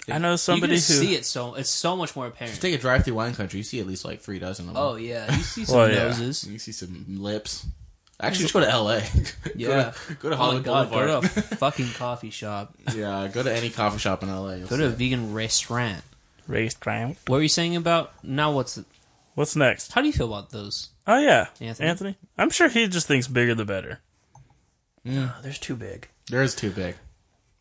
Speaker 3: I know somebody
Speaker 1: you can
Speaker 3: who
Speaker 1: just see it so it's so much more apparent.
Speaker 2: Take a drive through wine country. You see at least like three dozen of them.
Speaker 1: Oh yeah, you see some
Speaker 3: Well, yeah.
Speaker 1: noses.
Speaker 2: You see some lips. Actually, just go to L.A.
Speaker 1: Yeah.
Speaker 2: go to, go to
Speaker 1: Oh my
Speaker 2: Hollywood
Speaker 1: god, go
Speaker 2: Boulevard.
Speaker 1: to a fucking coffee shop.
Speaker 2: yeah, go to any coffee shop in L.A.
Speaker 1: Go to a vegan restaurant.
Speaker 3: raised round.
Speaker 1: What were you saying about now? What's the,
Speaker 3: What's next?
Speaker 1: how do you feel about those?
Speaker 3: Oh yeah,
Speaker 1: Anthony?
Speaker 3: Anthony. I'm sure he just thinks bigger the better.
Speaker 2: Hmm.
Speaker 4: Oh, there's too big.
Speaker 2: There's too big.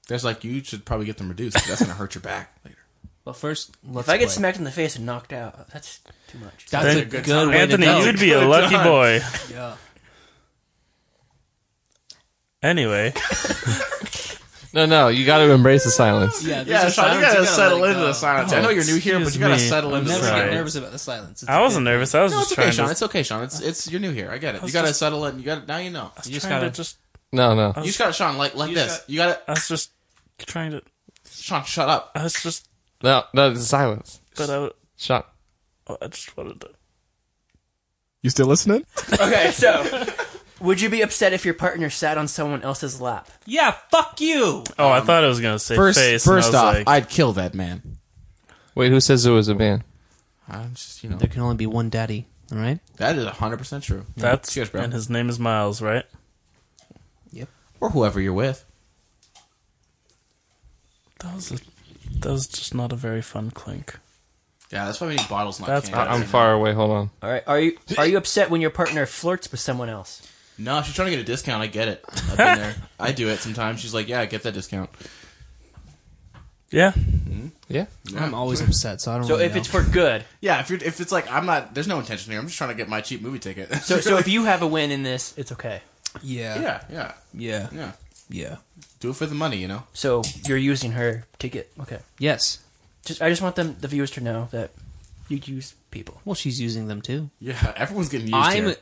Speaker 2: There's like you should probably get them reduced. 'cause That's gonna hurt your back later.
Speaker 1: But first, let's
Speaker 4: If I get
Speaker 1: play.
Speaker 4: smacked in the face and knocked out, that's too much.
Speaker 1: that's
Speaker 3: Then-
Speaker 1: a good, way
Speaker 3: Anthony,
Speaker 1: to go.
Speaker 3: you'd be a lucky boy.
Speaker 1: Yeah.
Speaker 3: Anyway,
Speaker 5: no, no, you got to embrace the silence.
Speaker 1: Yeah, there's a
Speaker 2: Yeah, Sean,
Speaker 1: silence,
Speaker 2: you gotta
Speaker 1: let
Speaker 2: settle
Speaker 1: it
Speaker 2: into
Speaker 1: go.
Speaker 2: the silence. I know you're new here, but you
Speaker 3: Excuse
Speaker 2: gotta
Speaker 3: me.
Speaker 2: settle into the
Speaker 1: Never get
Speaker 3: Sorry.
Speaker 2: silence.
Speaker 1: nervous about the silence. It's
Speaker 3: I
Speaker 1: okay.
Speaker 3: wasn't nervous. I was
Speaker 2: No,
Speaker 3: just
Speaker 2: it's okay,
Speaker 3: trying
Speaker 2: Sean.
Speaker 3: to.
Speaker 2: It's okay, Sean. It's it's you're new here. I get it. You
Speaker 3: was
Speaker 2: gotta
Speaker 3: just-
Speaker 2: settle it. and You gotta now. You know.
Speaker 3: I was
Speaker 1: You just
Speaker 3: trying
Speaker 1: gotta-
Speaker 3: to just.
Speaker 5: No, no.
Speaker 2: You just gotta Sean like like this. you gotta
Speaker 3: I was just trying to.
Speaker 2: Sean. Shut up.
Speaker 3: I was just.
Speaker 5: No, no, it's silence.
Speaker 3: But I,
Speaker 5: Shot.
Speaker 3: I just wanted to.
Speaker 2: You still listening?
Speaker 4: Okay, so would you be upset if your partner sat on someone else's lap?
Speaker 1: Yeah, fuck you. Um,
Speaker 3: Oh, I thought I was gonna say
Speaker 2: First,
Speaker 3: face. and I
Speaker 2: first
Speaker 3: was
Speaker 2: off,
Speaker 3: like,
Speaker 2: I'd kill that man.
Speaker 5: Wait, who says it was a man?
Speaker 2: I'm just you know
Speaker 1: There can only be one daddy. All right.
Speaker 2: that is hundred percent true. Yeah,
Speaker 3: that's
Speaker 2: cheers, bro.
Speaker 3: and his name is Miles, right?
Speaker 2: or whoever you're with.
Speaker 3: That was a, that was just not a very fun clink.
Speaker 2: Yeah, that's why we need bottles. Not
Speaker 3: That's
Speaker 2: cans.
Speaker 3: better.
Speaker 5: I'm far away. Hold on.
Speaker 4: All right, are you are you upset when your partner flirts with someone else?
Speaker 2: No, she's trying to get a discount. I get it. I've been there. I do it sometimes. She's like, yeah, get that discount.
Speaker 3: Yeah,
Speaker 5: Yeah.
Speaker 1: I'm always upset, so I don't.
Speaker 2: Oh,
Speaker 4: So
Speaker 1: really
Speaker 4: if
Speaker 1: know.
Speaker 4: it's for good,
Speaker 2: Yeah, if you're, if it's like I'm not, there's no intention here. I'm just trying to get my cheap movie ticket.
Speaker 4: so so if you have a win in this, it's okay.
Speaker 1: yeah,
Speaker 2: yeah, yeah,
Speaker 1: yeah,
Speaker 2: yeah,
Speaker 1: yeah.
Speaker 2: do it for the money, you know.
Speaker 4: So you're using her to get okay.
Speaker 1: Yes.
Speaker 4: Just I just want them the viewers to know that you use people.
Speaker 1: Well, she's using them too.
Speaker 2: Yeah, everyone's getting used
Speaker 1: I'm,
Speaker 2: here.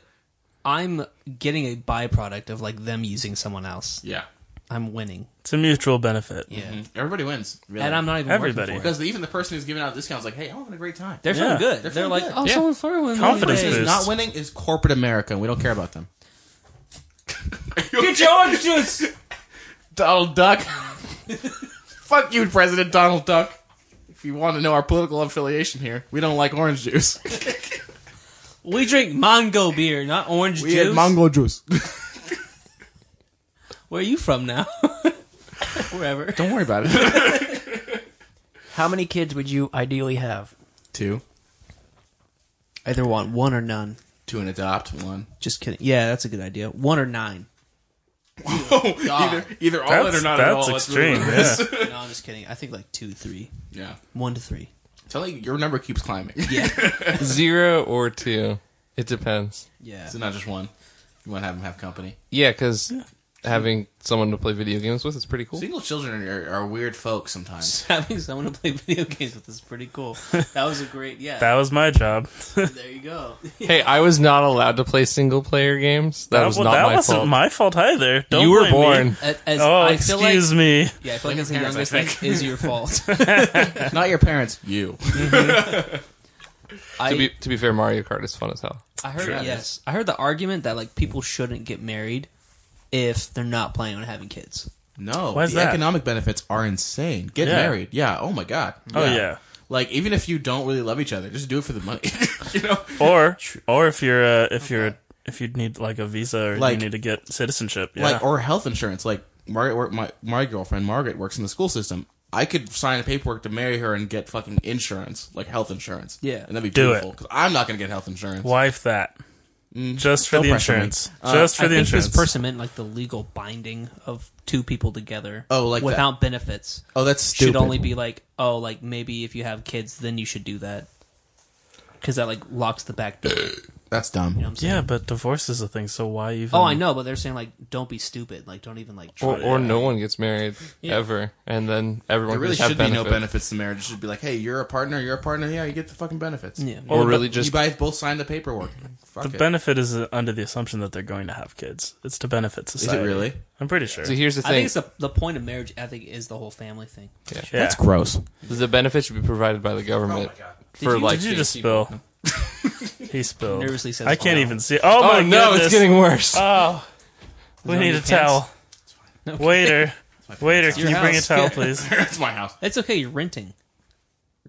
Speaker 1: I'm getting a byproduct of like them using someone else.
Speaker 2: Yeah,
Speaker 1: I'm winning.
Speaker 3: It's a mutual benefit.
Speaker 1: Yeah,
Speaker 2: Everybody wins. Really.
Speaker 1: and I'm not even
Speaker 3: Everybody.
Speaker 1: Working for it.
Speaker 2: because even the person who's giving out discounts, like, hey, I'm having a great time.
Speaker 1: They're feeling
Speaker 3: Yeah.
Speaker 1: good. They're,
Speaker 2: They're feeling
Speaker 1: like,
Speaker 2: good.
Speaker 1: oh,
Speaker 5: Yeah.
Speaker 1: someone flirted with me.
Speaker 3: Confidence
Speaker 1: Yay.
Speaker 3: boost.
Speaker 2: Not winning is corporate America, and we don't care about them.
Speaker 4: Get your orange juice.
Speaker 2: Donald Duck. Fuck you, President Donald Duck. If you want to know our political affiliation here, we don't like orange juice.
Speaker 1: We drink mango beer, not orange
Speaker 2: We
Speaker 1: juice.
Speaker 2: had mango juice.
Speaker 1: Where are you from now? Wherever.
Speaker 2: don't worry about it.
Speaker 4: How many kids would you ideally have?
Speaker 2: two.
Speaker 1: Either one, one or none.
Speaker 2: Two and adopt one.
Speaker 1: Just kidding. Yeah, that's a good idea. One or nine.
Speaker 2: either either all
Speaker 3: That's,
Speaker 2: in or not at all.
Speaker 3: that's
Speaker 2: really
Speaker 3: extreme.
Speaker 2: what it
Speaker 3: yeah.
Speaker 2: is.
Speaker 1: no, I'm just kidding. I think like two, three,
Speaker 2: yeah.
Speaker 1: one to three.
Speaker 2: Tell me your number keeps climbing.
Speaker 5: Zero or two. It depends.
Speaker 1: Yeah.
Speaker 2: So not just one. You want to have them have company.
Speaker 5: Yeah, because having someone to play video games with is pretty cool.
Speaker 2: Single children are, are weird folks sometimes.
Speaker 1: Having someone to play video games with is pretty cool. That was a great, yeah.
Speaker 3: That was my job.
Speaker 1: there you go.
Speaker 5: Hey, I was not allowed to play single player games. That, was
Speaker 3: well,
Speaker 5: not
Speaker 3: that
Speaker 5: my
Speaker 3: wasn't
Speaker 5: fault.
Speaker 3: my fault either. Don't
Speaker 5: you were
Speaker 3: blame me.
Speaker 5: born.
Speaker 1: As, as
Speaker 3: Oh,
Speaker 1: I feel like,
Speaker 3: excuse me.
Speaker 1: yeah, I feel like
Speaker 2: Blame
Speaker 1: as a
Speaker 2: your parents,
Speaker 1: youngest,
Speaker 2: I
Speaker 1: that
Speaker 2: think.
Speaker 1: is your fault.
Speaker 2: not your parents. You.
Speaker 1: I,
Speaker 5: To be, to be fair, Mario Kart is fun as hell.
Speaker 1: I heard
Speaker 2: Sure.
Speaker 1: yes, I heard the argument that like people shouldn't get married if they're not planning on having kids.
Speaker 2: No.
Speaker 3: Why is
Speaker 2: the
Speaker 3: that?
Speaker 2: economic benefits are insane. Get
Speaker 3: Yeah.
Speaker 2: married. Yeah. Oh my god.
Speaker 3: Oh yeah.
Speaker 2: Like even if you don't really love each other, just do it for the money. you know.
Speaker 3: Or or if you're uh, if you're if you need like a visa or
Speaker 2: Like-
Speaker 3: you need to get citizenship. Yeah.
Speaker 2: Like or health insurance. Like Margaret, wor- my my girlfriend Margaret works in the school system. I could sign paperwork to marry her and get fucking insurance, like health insurance.
Speaker 1: Yeah.
Speaker 2: and that'd be
Speaker 3: Do it.
Speaker 2: beautiful. Because I'm not gonna get health insurance.
Speaker 3: Wife that. Just for
Speaker 2: don't
Speaker 3: the
Speaker 2: pressure me.
Speaker 3: insurance.
Speaker 2: Uh,
Speaker 3: Just for
Speaker 1: I
Speaker 3: the
Speaker 1: think
Speaker 3: insurance.
Speaker 1: this person meant like the legal binding of two people together.
Speaker 2: Oh, like that.
Speaker 1: without benefits
Speaker 2: Oh, that's stupid.
Speaker 1: should only be like oh like maybe if you have kids then you should do that because that like locks the back door. You know
Speaker 2: that's dumb.
Speaker 1: what I'm saying?
Speaker 3: yeah, but divorce is a thing, so why even
Speaker 1: Oh, I know, but they're saying like don't be stupid, like don't even like try.
Speaker 3: Oh,
Speaker 5: Or, or no one gets married ever, and then everyone
Speaker 2: There
Speaker 5: can
Speaker 2: really
Speaker 5: just have
Speaker 2: should be
Speaker 5: benefits.
Speaker 2: no benefits to marriage. It should be like, hey, you're a partner, you're a partner. Yeah, you get the fucking benefits.
Speaker 1: Yeah.
Speaker 5: Or
Speaker 3: Well,
Speaker 5: really
Speaker 2: You
Speaker 5: just
Speaker 2: guys both signed the paperwork. Fuck
Speaker 3: The
Speaker 2: it.
Speaker 3: benefit is uh, under the assumption that they're going to have kids. It's to benefit
Speaker 2: Is it
Speaker 3: society.
Speaker 2: really?
Speaker 3: I'm pretty sure.
Speaker 5: So here's the
Speaker 1: I
Speaker 5: thing:
Speaker 1: think it's the, the point of marriage. I think is the whole family thing.
Speaker 3: yeah.
Speaker 2: gross.
Speaker 5: the benefit should be provided by the
Speaker 2: Oh
Speaker 5: government for
Speaker 1: you-
Speaker 5: like.
Speaker 3: Did you just
Speaker 5: people.
Speaker 3: spill? he spilled.
Speaker 1: Nervously says,
Speaker 3: I can't
Speaker 1: "Wow."
Speaker 3: even see. Oh,
Speaker 5: Oh
Speaker 3: my
Speaker 5: no,
Speaker 3: goodness.
Speaker 5: it's getting worse.
Speaker 3: Oh, we
Speaker 1: that
Speaker 3: need
Speaker 1: your
Speaker 3: a towel. Waiter, waiter, can
Speaker 1: Your
Speaker 3: you bring a
Speaker 1: house.
Speaker 3: towel, please?
Speaker 2: That's my house.
Speaker 1: It's okay. You're renting.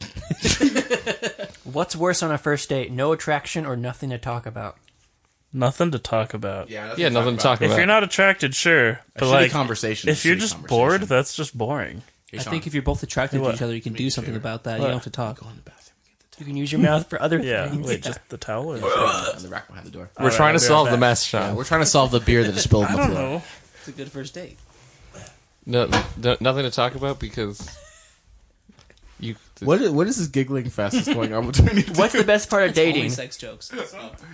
Speaker 4: What's worse on a first date? No attraction or nothing to talk about.
Speaker 3: Nothing to talk about.
Speaker 2: Yeah.
Speaker 5: yeah, nothing to talk about.
Speaker 3: If you're not attracted, sure, but
Speaker 2: shitty
Speaker 3: like
Speaker 2: conversation,
Speaker 3: If
Speaker 2: a
Speaker 3: you're
Speaker 2: shitty
Speaker 3: just
Speaker 2: conversation.
Speaker 3: bored, that's just boring.
Speaker 1: I think if you're both attracted to
Speaker 3: What?
Speaker 1: each other, you can do something about that. You
Speaker 3: What?
Speaker 1: don't have to talk.
Speaker 4: You can use your mouth for other
Speaker 3: Yeah.
Speaker 4: things.
Speaker 3: Wait, just the towel. Or
Speaker 2: on the rack behind the door.
Speaker 5: We're trying to
Speaker 3: I'll be right
Speaker 5: solve the
Speaker 3: back.
Speaker 5: mess,
Speaker 2: Yeah,
Speaker 5: Sean.
Speaker 2: we're trying to solve the beer that is spilled on
Speaker 3: I
Speaker 2: the
Speaker 3: don't
Speaker 2: floor.
Speaker 3: know.
Speaker 1: It's a good first date.
Speaker 5: no, no- nothing to talk about because you.
Speaker 2: What is, what is this giggling fest that's going on between you?
Speaker 4: What's the best part of
Speaker 1: Only
Speaker 4: dating?
Speaker 1: sex jokes.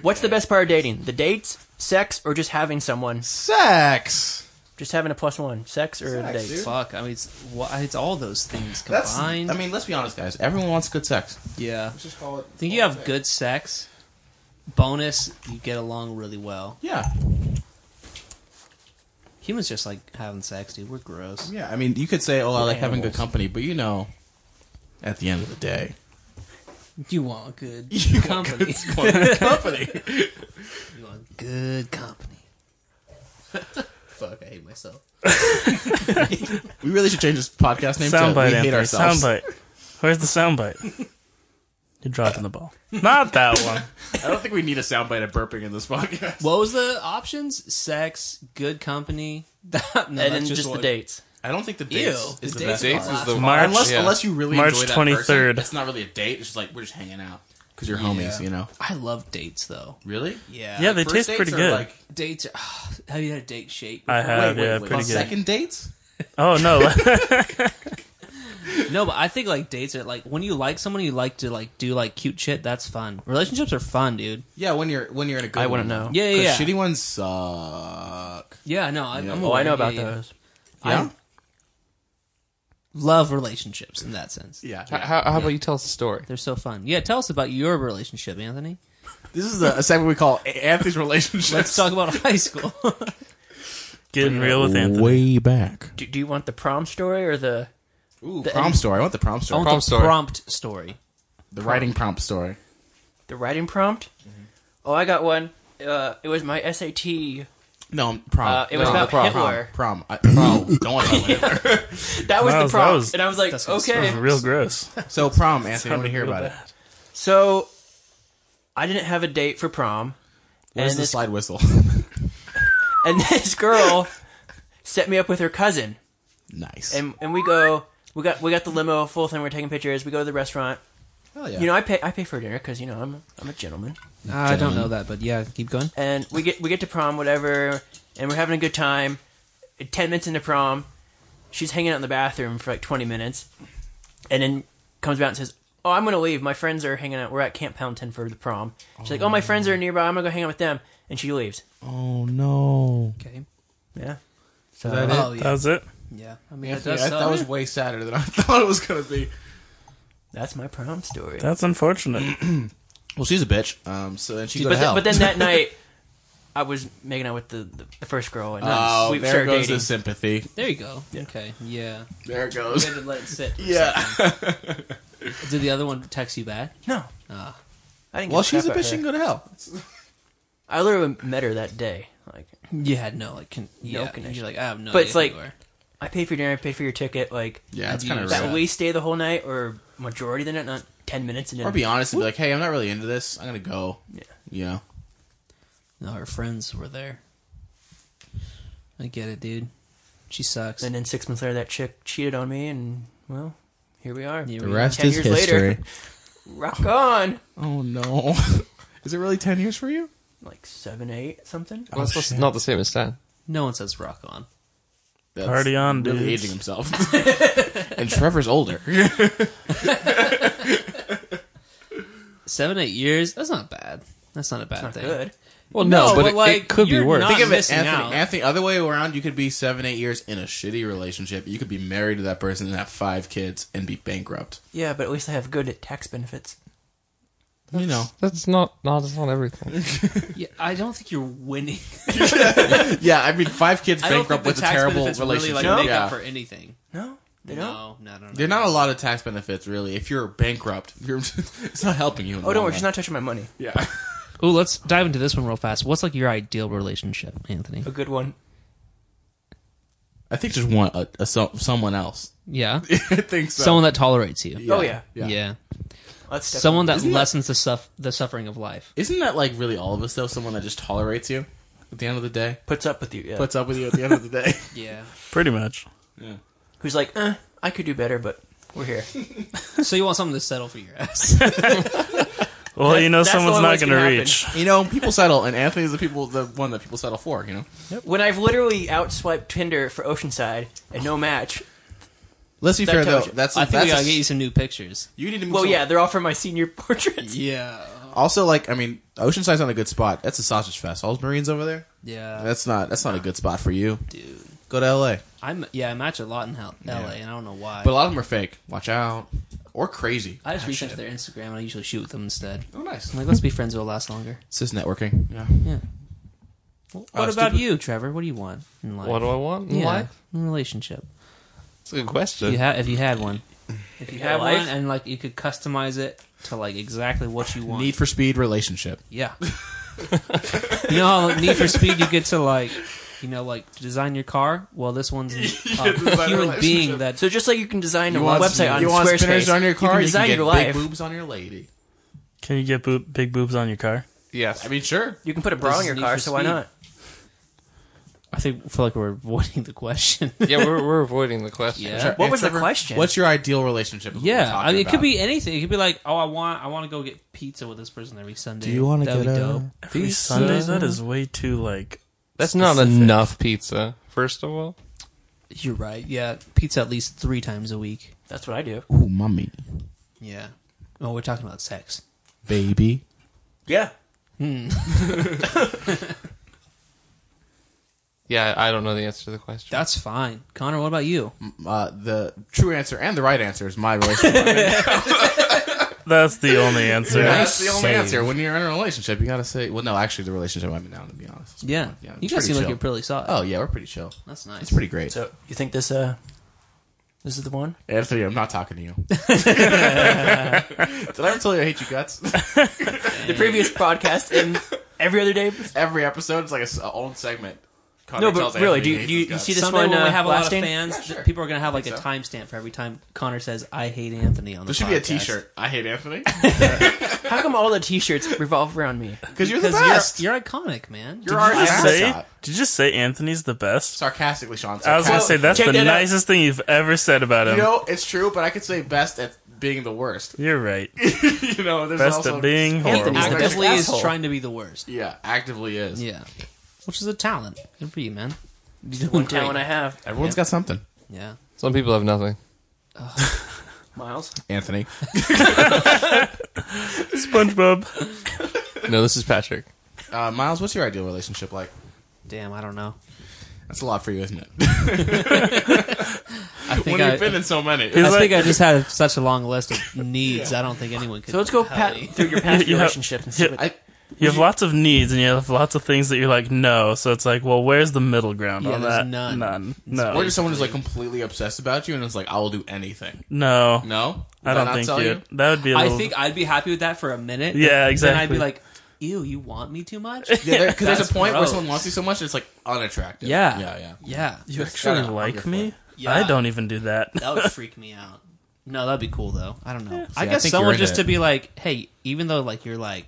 Speaker 4: What's the best part of dating? The dates, sex, or just having someone?
Speaker 2: sex?
Speaker 4: Just having a plus one. Sex or the
Speaker 2: Sex,
Speaker 4: dates?
Speaker 2: dude.
Speaker 1: Fuck. I mean, it's wha- it's all those things
Speaker 2: That's.
Speaker 1: combined.
Speaker 2: I mean, let's be honest, guys. Everyone wants good sex.
Speaker 1: yeah. I
Speaker 2: Just call it.
Speaker 1: think you have good sex. Bonus, you get along really well.
Speaker 2: Yeah,
Speaker 1: Humans just like having sex, dude. We're gross.
Speaker 2: yeah. I mean, you could say, "Oh, I like having good
Speaker 4: animals.
Speaker 2: company," but you know, at the end of the day,
Speaker 1: You want good
Speaker 2: You want
Speaker 1: company.
Speaker 2: company.
Speaker 1: you want good company. Fuck, I hate myself.
Speaker 2: We really should change this podcast name to
Speaker 3: Soundbite,
Speaker 2: "We Hate
Speaker 3: Anthony.
Speaker 2: Ourselves."
Speaker 3: Soundbite. Where's the soundbite? You're dropping the ball. Not that one.
Speaker 2: I don't think we need a soundbite of burping in this podcast.
Speaker 1: What was the options? Sex, good company. no, and
Speaker 4: and then just, the dates.
Speaker 2: I don't think the
Speaker 1: Ew.
Speaker 2: dates is
Speaker 1: the
Speaker 2: the,
Speaker 1: dates
Speaker 2: best
Speaker 1: is
Speaker 5: dates
Speaker 2: part.
Speaker 5: is the
Speaker 3: March-
Speaker 2: Unless,
Speaker 5: yeah.
Speaker 2: unless you really
Speaker 3: March
Speaker 2: enjoy that
Speaker 3: 23rd.
Speaker 2: person, it's not really a date. It's just like we're just hanging out because you're homies, you know.
Speaker 1: I love dates though.
Speaker 2: Really?
Speaker 1: Yeah.
Speaker 3: Yeah, they
Speaker 2: First
Speaker 3: taste
Speaker 2: dates
Speaker 3: pretty
Speaker 2: are
Speaker 3: good.
Speaker 2: Like,
Speaker 1: Dates. Are, have you had a date shake?
Speaker 3: I have,
Speaker 2: wait, wait,
Speaker 3: yeah,
Speaker 2: wait.
Speaker 3: pretty good.
Speaker 2: Second dates?
Speaker 3: Oh no,
Speaker 1: No, but I think like dates are like when you like someone, you like to like do like cute shit. That's fun. Relationships are fun, dude.
Speaker 2: Yeah, when you're when you're in a good.
Speaker 4: I wouldn't
Speaker 2: one.
Speaker 4: know.
Speaker 1: Yeah, yeah,
Speaker 2: 'Cause
Speaker 1: yeah.
Speaker 2: Shitty ones suck.
Speaker 1: yeah, no, I, I'm
Speaker 2: Oh,
Speaker 4: Oh, I
Speaker 1: aware.
Speaker 4: know about
Speaker 1: Yeah, yeah, yeah.
Speaker 4: those.
Speaker 1: I love relationships in that sense.
Speaker 2: Yeah.
Speaker 5: How, how about you tell us a story?
Speaker 1: They're so fun. Yeah, tell us about your relationship, Anthony.
Speaker 2: This is a, a segment we call Anthony's relationships.
Speaker 1: Let's talk about high school.
Speaker 3: Getting real with Anthony.
Speaker 2: way back.
Speaker 4: Do, do you want the prom story or the?
Speaker 2: Ooh,
Speaker 4: The-
Speaker 2: prom story. I want the prom
Speaker 1: I
Speaker 2: story.
Speaker 1: want
Speaker 5: Prom
Speaker 1: the
Speaker 5: story.
Speaker 1: prompt story.
Speaker 2: the writing prompt story.
Speaker 4: the writing prompt. Oh, I got one. Uh, it was my SAT.
Speaker 2: No, prom.
Speaker 4: Uh, it was
Speaker 2: No,
Speaker 4: about
Speaker 2: prom.
Speaker 4: Hitler.
Speaker 2: Prom. I, prom. Don't want about Hitler.
Speaker 4: That was
Speaker 3: Wow,
Speaker 4: the prompt,
Speaker 3: that was-
Speaker 4: and I was like,
Speaker 3: That was
Speaker 4: okay.
Speaker 3: real gross.
Speaker 2: So prom, Anthony. I want to hear about it.
Speaker 4: So, I didn't have a date for prom,
Speaker 2: Where's
Speaker 4: and
Speaker 2: the
Speaker 4: this
Speaker 2: slide whistle?
Speaker 4: and this girl set me up with her cousin,
Speaker 2: nice.
Speaker 4: and and we go. We got we got the limo full thing. We're taking pictures. We go to the restaurant.
Speaker 2: Hell yeah.
Speaker 4: You know, I pay I pay for dinner because you know I'm I'm a gentleman.
Speaker 1: I don't know that, but yeah, keep going.
Speaker 4: and we get we get to prom, whatever, and we're having a good time. Ten minutes into prom, she's hanging out in the bathroom for like twenty minutes, and then comes out and says, "Oh, I'm gonna leave. My friends are hanging out. We're at Camp Pendleton for the prom." She's like, "Oh, my friends are nearby. I'm gonna go hang out with them," and she leaves.
Speaker 2: oh no.
Speaker 1: Okay.
Speaker 4: Yeah. So
Speaker 1: Oh
Speaker 3: That
Speaker 1: yeah,
Speaker 3: was it.
Speaker 1: yeah. I mean,
Speaker 2: Yeah,
Speaker 1: that does
Speaker 2: that,
Speaker 1: suck.
Speaker 2: was way sadder than I thought it was gonna be.
Speaker 4: that's my prom story.
Speaker 3: That's unfortunate.
Speaker 2: Well, she's a bitch. Um, so then she
Speaker 4: but,
Speaker 2: go to
Speaker 4: th-
Speaker 2: hell.
Speaker 4: but then that night, I was making out with the, the, the first girl, and um,
Speaker 2: oh,
Speaker 4: we
Speaker 2: there
Speaker 4: started
Speaker 2: goes
Speaker 4: dating.
Speaker 2: the sympathy.
Speaker 1: There you go. Okay. Yeah.
Speaker 2: There it goes.
Speaker 1: Had to let it sit.
Speaker 2: Yeah.
Speaker 1: Did the other one text you back?
Speaker 4: No. I didn't
Speaker 2: Ah. Well,
Speaker 4: give
Speaker 2: she's a
Speaker 4: crap
Speaker 2: bitch.
Speaker 4: about
Speaker 2: She
Speaker 4: her.
Speaker 2: can go to hell.
Speaker 4: I literally met her that day. Like,
Speaker 1: You had no like. Con- yeah.
Speaker 4: connection.
Speaker 1: You're like I have no.
Speaker 4: But
Speaker 1: idea
Speaker 4: it's
Speaker 1: who
Speaker 4: like-
Speaker 1: you are.
Speaker 4: I paid for dinner. I paid for your ticket. Like,
Speaker 2: Yeah, that's
Speaker 1: do
Speaker 2: kind of
Speaker 1: use
Speaker 4: that
Speaker 2: sad.
Speaker 4: we stay the whole night or majority of the night, not ten minutes, and then
Speaker 2: Or be honest and be like, hey, I'm not really into this. I'm gonna go.
Speaker 4: Yeah.
Speaker 2: You know.
Speaker 1: no, her friends were there. I get it, dude. She sucks.
Speaker 4: and then six months later, that chick cheated on me, and well, here we are.
Speaker 1: Here
Speaker 2: The
Speaker 1: we
Speaker 2: rest
Speaker 4: Ten
Speaker 2: is
Speaker 4: years
Speaker 2: history.
Speaker 4: later. Rock on,
Speaker 2: Oh no. Is it really ten years for you?
Speaker 4: like seven, eight, something.
Speaker 5: Well, it's Oh, not the same as that.
Speaker 1: No one says rock on.
Speaker 2: That's
Speaker 3: Party on,
Speaker 2: really
Speaker 3: dudes.
Speaker 2: aging himself. and Trevor's older.
Speaker 1: Seven, eight years. That's not bad. That's not a bad
Speaker 4: Not
Speaker 1: thing.
Speaker 4: good.
Speaker 5: Well, no, but, it- it, could be
Speaker 1: you're
Speaker 5: worse.
Speaker 1: not
Speaker 2: Think of it,
Speaker 1: missing
Speaker 2: Anthony.
Speaker 1: out.
Speaker 2: Anthony, other way around, you could be seven, eight years in a shitty relationship. You could be married to that person and have five kids and be bankrupt.
Speaker 4: Yeah, but at least I have good tax benefits.
Speaker 2: You know.
Speaker 5: That's not. No, that's not everything.
Speaker 1: Yeah, I don't think you're winning.
Speaker 2: Yeah, I mean, five kids
Speaker 1: I don't think
Speaker 2: bankrupt
Speaker 1: the
Speaker 2: with a
Speaker 1: tax
Speaker 2: terrible
Speaker 1: benefits really
Speaker 2: relationship.
Speaker 1: like make
Speaker 2: yeah.
Speaker 1: up for anything.
Speaker 4: No, they don't.
Speaker 1: No, no, no, no.
Speaker 2: There are not a lot of tax benefits, really. If you're bankrupt, you're, it's not helping you. in the
Speaker 4: Oh, don't
Speaker 2: long
Speaker 4: worry,
Speaker 2: run.
Speaker 4: she's not touching my money.
Speaker 2: Yeah.
Speaker 1: Ooh, let's dive into this one real fast. What's like your ideal relationship, Anthony?
Speaker 4: A good one.
Speaker 2: I think just want a, a so, someone else.
Speaker 1: Yeah,
Speaker 2: I think so.
Speaker 1: someone that tolerates you.
Speaker 4: Oh, yeah.
Speaker 1: Yeah,
Speaker 4: Let's step
Speaker 1: someone that
Speaker 2: Isn't that-
Speaker 1: lessens the suff- the suffering of life.
Speaker 2: Isn't that like really all of us though? Someone that just tolerates you at the end of the day,
Speaker 4: in. puts up with you. Yeah,
Speaker 2: puts up with you at the end of the day.
Speaker 1: Yeah.
Speaker 3: Pretty much.
Speaker 4: who's like, eh, I could do better, but we're here.
Speaker 1: so you want someone to settle for your ass?
Speaker 3: Well, you know
Speaker 4: that's the
Speaker 3: someone's
Speaker 4: only way
Speaker 3: not
Speaker 4: it's
Speaker 3: going to
Speaker 4: gonna happen.
Speaker 3: reach.
Speaker 2: you know, people settle, and Anthony's the people the one that people settle for. You know,
Speaker 4: when I've literally outswiped Tinder for Oceanside and no match.
Speaker 2: let's be
Speaker 4: That
Speaker 2: fair though.
Speaker 4: tells you.
Speaker 2: That's
Speaker 1: I think we
Speaker 2: that's
Speaker 1: gotta
Speaker 2: a-
Speaker 1: get you some new pictures.
Speaker 2: you need to. Move
Speaker 4: Well,
Speaker 2: some-
Speaker 4: yeah, they're all for my senior portraits.
Speaker 1: Yeah.
Speaker 2: Also, like I mean, Oceanside's not a good spot. That's a sausage fest. All those Marines over there.
Speaker 1: Yeah.
Speaker 2: That's not. That's not a good spot for you.
Speaker 1: dude.
Speaker 2: Go to L.A.
Speaker 1: I'm yeah. I match a lot in hell, LA, and I don't know why.
Speaker 2: But a lot of them are fake. Watch out. Or crazy.
Speaker 1: I just reach out to their Instagram and I usually shoot with them instead.
Speaker 2: Oh, nice.
Speaker 1: I'm like, let's be friends. It'll last longer.
Speaker 2: It's just networking. Yeah.
Speaker 1: Yeah. What
Speaker 2: Uh,
Speaker 1: about
Speaker 2: stupid-
Speaker 1: you, Trevor? What do you want in life?
Speaker 5: What do I want in
Speaker 1: yeah,
Speaker 5: life?
Speaker 1: in a relationship.
Speaker 5: That's a good
Speaker 1: If you
Speaker 5: question.
Speaker 1: had, if you had one, if you
Speaker 4: had
Speaker 1: had
Speaker 4: a life?
Speaker 1: one, and like you could customize it to like exactly what you want.
Speaker 2: Need for Speed relationship.
Speaker 1: yeah. you know how like, Need for Speed you get to like, you know, like design your car. Well, this one's uh, a human being that
Speaker 4: So just like you can design a
Speaker 2: You want-
Speaker 4: website on
Speaker 2: you want spinners
Speaker 4: Squarespace,
Speaker 2: on your
Speaker 4: you
Speaker 2: car.
Speaker 4: can
Speaker 2: You
Speaker 4: design
Speaker 2: can get
Speaker 4: your life.
Speaker 2: big boobs on your lady.
Speaker 3: Can you get boob- big boobs on your car?
Speaker 2: Yes, I mean sure.
Speaker 4: You can put a bra
Speaker 1: This
Speaker 4: on
Speaker 1: is
Speaker 4: your
Speaker 1: Need
Speaker 4: car,
Speaker 1: for
Speaker 4: so why
Speaker 1: Speed.
Speaker 4: not?
Speaker 1: I think feel like we're avoiding the question.
Speaker 5: yeah, we're, we're avoiding the question.
Speaker 1: Yeah.
Speaker 4: What was the
Speaker 2: Trevor,
Speaker 4: question?
Speaker 2: What's your ideal relationship? is what we're
Speaker 1: Yeah,
Speaker 2: talking
Speaker 1: I mean, it
Speaker 2: about.
Speaker 1: could be anything. It could be like, oh, I want, I want to go get pizza with this person every Sunday.
Speaker 2: Do you want to
Speaker 1: That'd
Speaker 2: get
Speaker 1: be
Speaker 2: a?
Speaker 1: dope?
Speaker 3: Every Sunday? That is way too, like,
Speaker 5: That's not enough pizza. First of all,
Speaker 1: You're right. Yeah, pizza at least three times a week.
Speaker 4: That's what I do.
Speaker 2: Ooh, mommy,
Speaker 1: Yeah. Oh, we're talking about sex.
Speaker 2: baby.
Speaker 4: Yeah.
Speaker 5: yeah, I I don't know the answer to the question.
Speaker 1: That's fine, Connor. What about you?
Speaker 2: Uh, the true answer and the right answer is my relationship.
Speaker 3: That's the only answer.
Speaker 2: Yeah, that's the
Speaker 5: Nice
Speaker 2: only
Speaker 5: save.
Speaker 2: answer. When you're in a relationship, you gotta say, well, no, actually, the relationship I'm in now, to be honest.
Speaker 1: Yeah, you
Speaker 2: Yeah, it's
Speaker 1: guys
Speaker 2: pretty
Speaker 1: seem like
Speaker 2: chill.
Speaker 1: you're pretty solid.
Speaker 2: Oh yeah, we're pretty chill.
Speaker 1: that's nice.
Speaker 2: It's pretty great.
Speaker 4: So you think this uh this is the one?
Speaker 2: Anthony, I'm not talking to you. Did I ever tell you I hate you guts?
Speaker 4: The previous podcast and every other day.
Speaker 2: Every episode is like a s- a old segment. Connor
Speaker 4: No, but
Speaker 2: tells
Speaker 4: really,
Speaker 2: Anthony he
Speaker 4: do
Speaker 2: hates
Speaker 4: you-
Speaker 2: his
Speaker 4: you
Speaker 2: guts.
Speaker 4: see this
Speaker 1: Someday
Speaker 4: one,
Speaker 1: when we
Speaker 4: uh,
Speaker 1: have a lot of
Speaker 4: Blastane?
Speaker 1: fans,
Speaker 2: Yeah, sure.
Speaker 1: people are going to have like a
Speaker 2: Think so.
Speaker 1: timestamp for every time Connor says "I hate Anthony" on the
Speaker 2: There should be a
Speaker 1: podcast.
Speaker 2: T-shirt. I hate Anthony
Speaker 4: How come all the T-shirts revolve around me?
Speaker 2: because you're the
Speaker 1: Because
Speaker 2: best.
Speaker 1: you're, you're iconic, man.
Speaker 2: You're our
Speaker 3: Did you say?
Speaker 2: mascot.
Speaker 3: Did you just say Anthony's the best?
Speaker 2: sarcastically, Sean.
Speaker 3: I was gonna
Speaker 2: sarcastically.
Speaker 3: say that's
Speaker 4: check
Speaker 3: the
Speaker 4: that out.
Speaker 3: nicest thing you've ever said about him.
Speaker 2: you know it's true, but I could say best at being the worst.
Speaker 3: You're right.
Speaker 2: you know, there's
Speaker 3: Best
Speaker 2: also
Speaker 3: at being horrible.
Speaker 1: Anthony
Speaker 2: Horrible.
Speaker 1: actively is
Speaker 4: Asshole.
Speaker 1: trying to be the worst.
Speaker 2: Yeah, actively is.
Speaker 1: Yeah, which is a talent. Good for you, man.
Speaker 4: The one talent I have,
Speaker 2: Everyone's got something.
Speaker 1: Yeah.
Speaker 5: Some people have nothing.
Speaker 4: Miles.
Speaker 2: Anthony.
Speaker 3: SpongeBob.
Speaker 5: No, this is Patrick.
Speaker 2: Uh, Miles, what's your ideal relationship like?
Speaker 1: Damn, I don't know.
Speaker 2: That's a lot for you, isn't it?
Speaker 1: I think
Speaker 2: when
Speaker 1: I,
Speaker 2: you've been in so many.
Speaker 1: I
Speaker 3: He's like,
Speaker 1: think I just had such a long list of needs. I don't think anyone could.
Speaker 4: So let's go
Speaker 1: help
Speaker 4: pat,
Speaker 1: me.
Speaker 4: through your past
Speaker 3: You have-
Speaker 4: relationships and see
Speaker 3: yeah,
Speaker 4: what.
Speaker 2: I,
Speaker 3: you have lots of needs and you have lots of things that you're like, no. So it's like, well, where's the middle ground
Speaker 1: Yeah,
Speaker 3: on
Speaker 1: there's
Speaker 3: that?
Speaker 1: none.
Speaker 3: No.
Speaker 2: or just someone who's like completely obsessed about you and is like, I will do anything.
Speaker 3: no.
Speaker 2: No, Did
Speaker 3: I don't
Speaker 2: not
Speaker 3: think
Speaker 2: tell
Speaker 3: you. That would be a
Speaker 1: I
Speaker 3: little.
Speaker 1: think I'd be happy with that for a minute.
Speaker 3: Yeah,
Speaker 1: but Then I'd
Speaker 3: exactly.
Speaker 1: be like, "Ew, you want me too much?"
Speaker 2: Yeah, because there's
Speaker 1: That's
Speaker 2: a point where
Speaker 1: gross.
Speaker 2: someone wants you so much, it's like unattractive.
Speaker 1: Yeah.
Speaker 2: yeah, yeah.
Speaker 1: yeah,
Speaker 3: you actually
Speaker 2: gotta
Speaker 3: like
Speaker 2: hunger
Speaker 3: me?
Speaker 1: Yeah.
Speaker 3: I don't even do that.
Speaker 1: that would freak me out. No, that'd be cool though. I don't know. I
Speaker 2: See, I
Speaker 1: guess
Speaker 2: think you're
Speaker 1: someone
Speaker 2: into
Speaker 1: just
Speaker 2: it.
Speaker 1: to be like, "Hey, even though like you're like,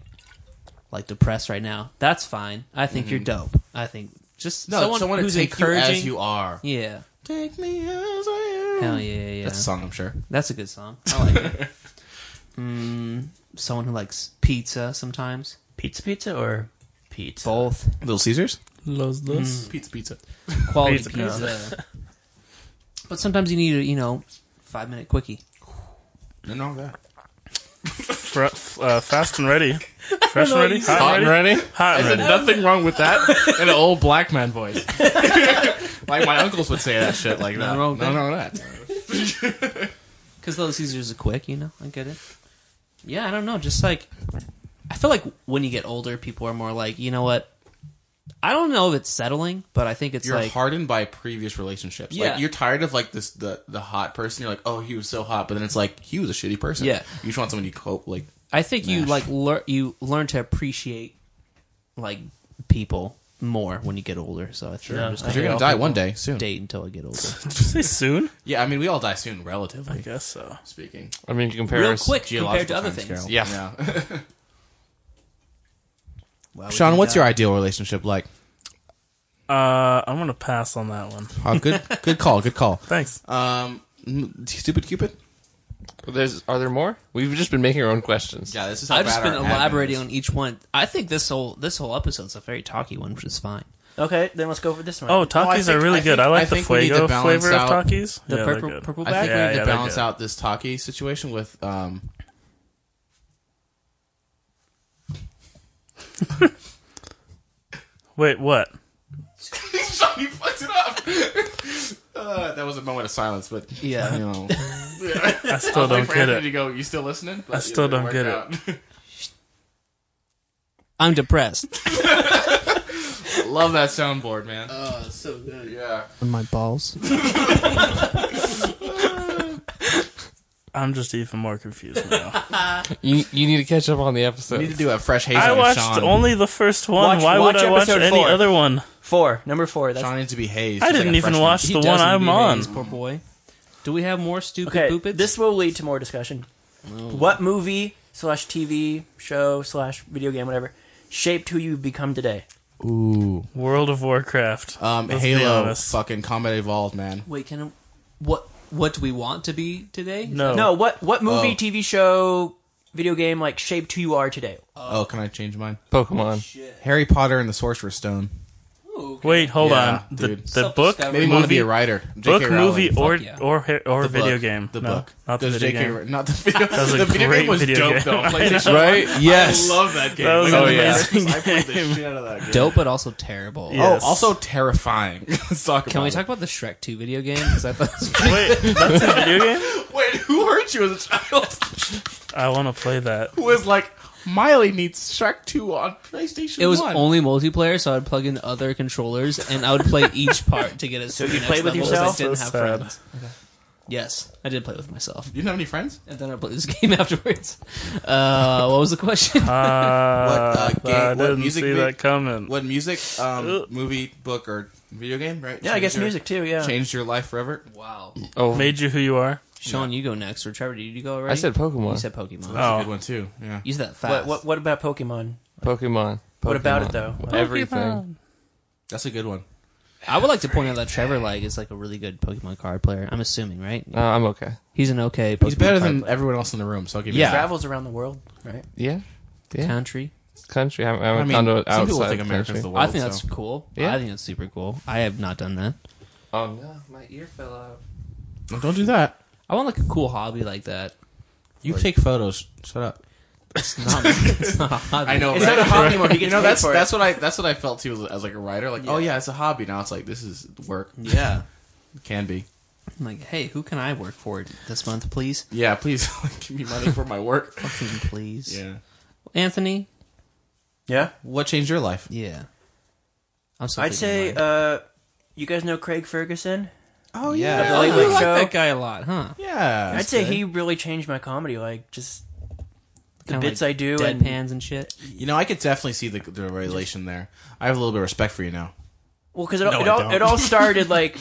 Speaker 1: like depressed right now, that's fine. I think you're dope. I think just
Speaker 2: Mm-hmm. No,
Speaker 1: someone,
Speaker 2: someone, to
Speaker 1: who's
Speaker 2: take
Speaker 1: encouraging.
Speaker 2: you as you are.
Speaker 1: yeah,
Speaker 2: Take me as I am.
Speaker 1: hell yeah, yeah. yeah.
Speaker 2: That's a song, I'm sure.
Speaker 1: That's a good song. I like it. mm, someone who likes pizza sometimes.
Speaker 4: Pizza, pizza, or pizza?
Speaker 1: Both
Speaker 2: Little Caesars.
Speaker 3: Los dos.
Speaker 2: Mm. Pizza, pizza.
Speaker 1: quality
Speaker 3: Pizza,
Speaker 1: pizza.
Speaker 3: pizza.
Speaker 1: but sometimes you need a you know five minute quickie.
Speaker 2: Nothing wrong with that.
Speaker 3: Fr- f- uh, fast and ready. Fresh and ready. Hot,
Speaker 5: Hot
Speaker 3: and
Speaker 5: and
Speaker 3: ready.
Speaker 5: ready?
Speaker 3: Hot and ready.
Speaker 2: Nothing wrong with that in an old black man voice. like my uncles would say that shit like that.
Speaker 1: Nothing wrong with
Speaker 2: Nothing wrong with that.
Speaker 1: Because those Caesars are quick, you know. I get it. Yeah, I don't know. Just like I feel like when you get older, people are more like, you know what? I don't know if it's settling, but I think it's
Speaker 2: You're
Speaker 1: like
Speaker 2: hardened by previous relationships.
Speaker 1: Yeah.
Speaker 2: Like you're tired of like this the the hot person. You're like, oh, he was so hot, but then it's like he was a shitty person.
Speaker 1: Yeah.
Speaker 2: You just want someone you cope like.
Speaker 1: I think you like learn you learn to appreciate like people more when you get older. So I think I'm just
Speaker 2: Because
Speaker 1: gonna
Speaker 2: you're gonna die one day soon.
Speaker 1: date until I get older.
Speaker 3: Did you say soon?
Speaker 2: Yeah, I mean, we all die soon,
Speaker 3: I
Speaker 2: relatively
Speaker 3: guess so.
Speaker 2: speaking.
Speaker 5: I mean, you compare
Speaker 1: Real
Speaker 5: us-
Speaker 1: quick compared to
Speaker 2: Geological
Speaker 1: other
Speaker 2: time
Speaker 1: things.
Speaker 2: scale.
Speaker 5: Yeah.
Speaker 2: yeah.
Speaker 1: Why would
Speaker 2: Sean,
Speaker 1: you
Speaker 2: what's
Speaker 1: die?
Speaker 2: your ideal relationship like?
Speaker 3: Uh, I'm gonna pass on that one.
Speaker 2: Oh, good, good call, good call.
Speaker 3: Thanks.
Speaker 2: Um, mm, stupid Cupid.
Speaker 5: There's, are there more? We've just been making our own questions.
Speaker 2: Yeah, this is.
Speaker 1: I've just been elaborating on each one. I think this whole this whole episode's a very talky one, which is fine.
Speaker 4: Okay, then let's go for this one.
Speaker 3: Oh, Takis
Speaker 2: think-
Speaker 3: are really
Speaker 2: I
Speaker 3: good.
Speaker 2: think-
Speaker 3: I like
Speaker 2: I
Speaker 3: the
Speaker 2: think we need to
Speaker 3: Fuego
Speaker 2: balance
Speaker 3: flavor of
Speaker 2: out
Speaker 3: Takis.
Speaker 1: The
Speaker 3: yeah, they're
Speaker 1: purple
Speaker 3: good.
Speaker 1: purple
Speaker 2: I think
Speaker 1: bag.
Speaker 2: we need
Speaker 3: Yeah, yeah,
Speaker 2: to
Speaker 3: they're
Speaker 2: balance
Speaker 3: good.
Speaker 2: out this talkie situation with um.
Speaker 3: Wait, what?
Speaker 2: Sean, you fucked it up. uh, that was a moment of silence, but
Speaker 1: Yeah.
Speaker 2: you know,
Speaker 3: I still don't get it.
Speaker 2: You go. You still listening? But,
Speaker 3: still
Speaker 2: yeah,
Speaker 3: don't
Speaker 2: worked
Speaker 3: get it.
Speaker 2: out.
Speaker 1: I'm depressed.
Speaker 2: Love that soundboard, man.
Speaker 1: Oh, so good.
Speaker 2: yeah.
Speaker 1: My balls.
Speaker 3: I'm just even more confused now.
Speaker 5: You, you need to catch up on the
Speaker 2: We
Speaker 5: episode.
Speaker 2: need to do a fresh haze
Speaker 3: I
Speaker 2: on
Speaker 3: watched
Speaker 2: Sean.
Speaker 3: only the first one.
Speaker 4: Watch-
Speaker 3: Why would
Speaker 4: watch
Speaker 3: I watch
Speaker 4: episode
Speaker 3: any
Speaker 4: four.
Speaker 3: other one?
Speaker 4: four, number four. That's
Speaker 2: Sean needs to be hazed.
Speaker 3: I
Speaker 2: just
Speaker 3: didn't
Speaker 2: like a
Speaker 3: even
Speaker 2: freshman.
Speaker 3: watch the one I'm on.
Speaker 1: poor boy. Do we have more stupid
Speaker 4: okay.
Speaker 1: poopits?
Speaker 4: This will lead to more discussion. What movie slash TV show slash video game whatever shaped who you've become today?
Speaker 2: Ooh.
Speaker 3: World of Warcraft.
Speaker 2: Um,
Speaker 3: Let's be
Speaker 2: Halo,
Speaker 3: honest.
Speaker 2: fucking Combat Evolved, man.
Speaker 1: Wait, can I, what what do we want to be today?
Speaker 3: No.
Speaker 4: No, what what movie,
Speaker 2: Oh.
Speaker 4: TV show, video game like shaped who you are today?
Speaker 2: Oh, can I change mine?
Speaker 5: Pokemon.
Speaker 2: Harry Potter and the Sorcerer's Stone.
Speaker 1: Ooh, okay.
Speaker 3: Wait, hold
Speaker 2: Yeah,
Speaker 3: on. The,
Speaker 2: dude.
Speaker 3: the book,
Speaker 1: Self-discovery.
Speaker 2: Maybe
Speaker 1: Movie-
Speaker 2: want to be a writer.
Speaker 3: book,
Speaker 2: J.K.
Speaker 3: movie,
Speaker 2: Rowling.
Speaker 3: or
Speaker 1: Fuck yeah.
Speaker 3: or he- or
Speaker 2: The
Speaker 3: video
Speaker 2: book.
Speaker 3: game.
Speaker 2: The
Speaker 3: No,
Speaker 2: book.
Speaker 3: not the
Speaker 2: Does
Speaker 3: video
Speaker 2: J.K.
Speaker 3: game.
Speaker 2: Row- Not the video.
Speaker 3: was a
Speaker 2: the video game
Speaker 3: great
Speaker 2: was
Speaker 3: video
Speaker 2: dope
Speaker 3: game.
Speaker 2: though. on PlayStation
Speaker 5: Right? Yes.
Speaker 2: I love that game.
Speaker 3: That was
Speaker 2: Like,
Speaker 5: an
Speaker 2: I played
Speaker 3: amazing
Speaker 2: this- I played
Speaker 3: game.
Speaker 2: the shit out of that game.
Speaker 1: Dope, but also terrible.
Speaker 3: Yeah. Yes.
Speaker 2: Oh, also terrifying. Let's talk about
Speaker 1: Can we
Speaker 2: it.
Speaker 1: talk about the Shrek 2 video game? Because I thought it was pretty-
Speaker 3: Wait, that's a video game.
Speaker 2: Wait, who hurt you as a child?
Speaker 3: I want to play that.
Speaker 2: who was like, Miley needs Shrek 2 on PlayStation
Speaker 1: it was
Speaker 2: 1.
Speaker 1: only multiplayer, so I'd plug in other controllers and I would play each part to get it. So
Speaker 4: you played with yourself?
Speaker 1: I didn't
Speaker 3: So
Speaker 1: have
Speaker 3: sad.
Speaker 1: friends. Yes, I did play with myself,
Speaker 2: you didn't have any friends?
Speaker 1: and then I played this game afterwards. Uh, what was the question?
Speaker 3: Ah,
Speaker 2: What, uh, game-
Speaker 3: I
Speaker 2: what
Speaker 3: didn't
Speaker 2: music
Speaker 3: see
Speaker 2: vi-
Speaker 3: that coming.
Speaker 2: What music,
Speaker 3: Ugh.
Speaker 2: um, movie, book, or video game, right?
Speaker 4: Yeah, I
Speaker 2: Changed
Speaker 4: guess
Speaker 2: your-
Speaker 4: music too. Yeah.
Speaker 2: Changed your life forever?
Speaker 1: wow,
Speaker 5: Oh,
Speaker 3: Made you who you are.
Speaker 1: Sean, you go next, or Trevor, did you go already?
Speaker 5: I said Pokemon.
Speaker 1: you said Pokemon.
Speaker 2: That's
Speaker 3: Oh.
Speaker 2: a good one too. Yeah.
Speaker 1: You said that fast.
Speaker 4: What, what what about Pokemon?
Speaker 5: Pokemon.
Speaker 4: What about it,
Speaker 5: Pokemon.
Speaker 4: though?
Speaker 5: Everything.
Speaker 2: That's a good one.
Speaker 1: I would like to point out that Trevor like is like a really good Pokemon card player. I'm assuming, right?
Speaker 5: Uh, I'm okay.
Speaker 1: He's an okay. Pokemon
Speaker 2: He's better
Speaker 1: card
Speaker 2: than everyone else in the room, so I'll give you
Speaker 1: Yeah.
Speaker 2: that.
Speaker 4: Travels around the world, right?
Speaker 5: Yeah.
Speaker 1: player.
Speaker 5: Yeah.
Speaker 1: country.
Speaker 5: Country. I haven't, I
Speaker 2: I
Speaker 5: haven't
Speaker 2: mean,
Speaker 5: gone to
Speaker 2: some
Speaker 5: an outside
Speaker 2: people think America's
Speaker 5: country.
Speaker 2: the world.
Speaker 1: I think that's
Speaker 2: so.
Speaker 1: cool.
Speaker 5: Yeah.
Speaker 1: I think that's super cool. I have not done that.
Speaker 5: Oh, no. My ear fell out.
Speaker 2: Well, Don't do that.
Speaker 1: I want like a cool hobby like that.
Speaker 2: You take photos. Shut up.
Speaker 1: It's not, it's not a hobby.
Speaker 2: I know.
Speaker 4: It's not a hobby anymore. He gets
Speaker 2: you know,
Speaker 4: paid
Speaker 2: that's
Speaker 4: for it.
Speaker 2: that's what I that's what I felt too as, as like a writer. Like, oh yeah, it's a hobby. Now it's like this is work.
Speaker 1: Yeah.
Speaker 2: It can be.
Speaker 1: I'm like, hey, who can I work for this month, please?
Speaker 2: Yeah, please give me money for my work.
Speaker 1: Fucking please. Anthony?
Speaker 4: Yeah.
Speaker 2: What changed your life?
Speaker 1: Yeah. I'm so
Speaker 4: I'd say uh, you guys know Craig Ferguson.
Speaker 2: Oh
Speaker 1: yeah.
Speaker 4: the Late
Speaker 1: you
Speaker 4: Late
Speaker 1: like
Speaker 4: Show.
Speaker 1: that guy a lot, huh?
Speaker 2: Yeah.
Speaker 4: I'd say he really changed my comedy. Like just the
Speaker 1: Kinda
Speaker 4: bits
Speaker 1: like
Speaker 4: I do and
Speaker 1: Deadpans and shit.
Speaker 2: You know, I could definitely see the, the relation there. I have a little bit of respect for you now.
Speaker 4: Well, because it,
Speaker 2: No,
Speaker 4: it
Speaker 2: I
Speaker 4: all
Speaker 2: don't.
Speaker 4: it all started like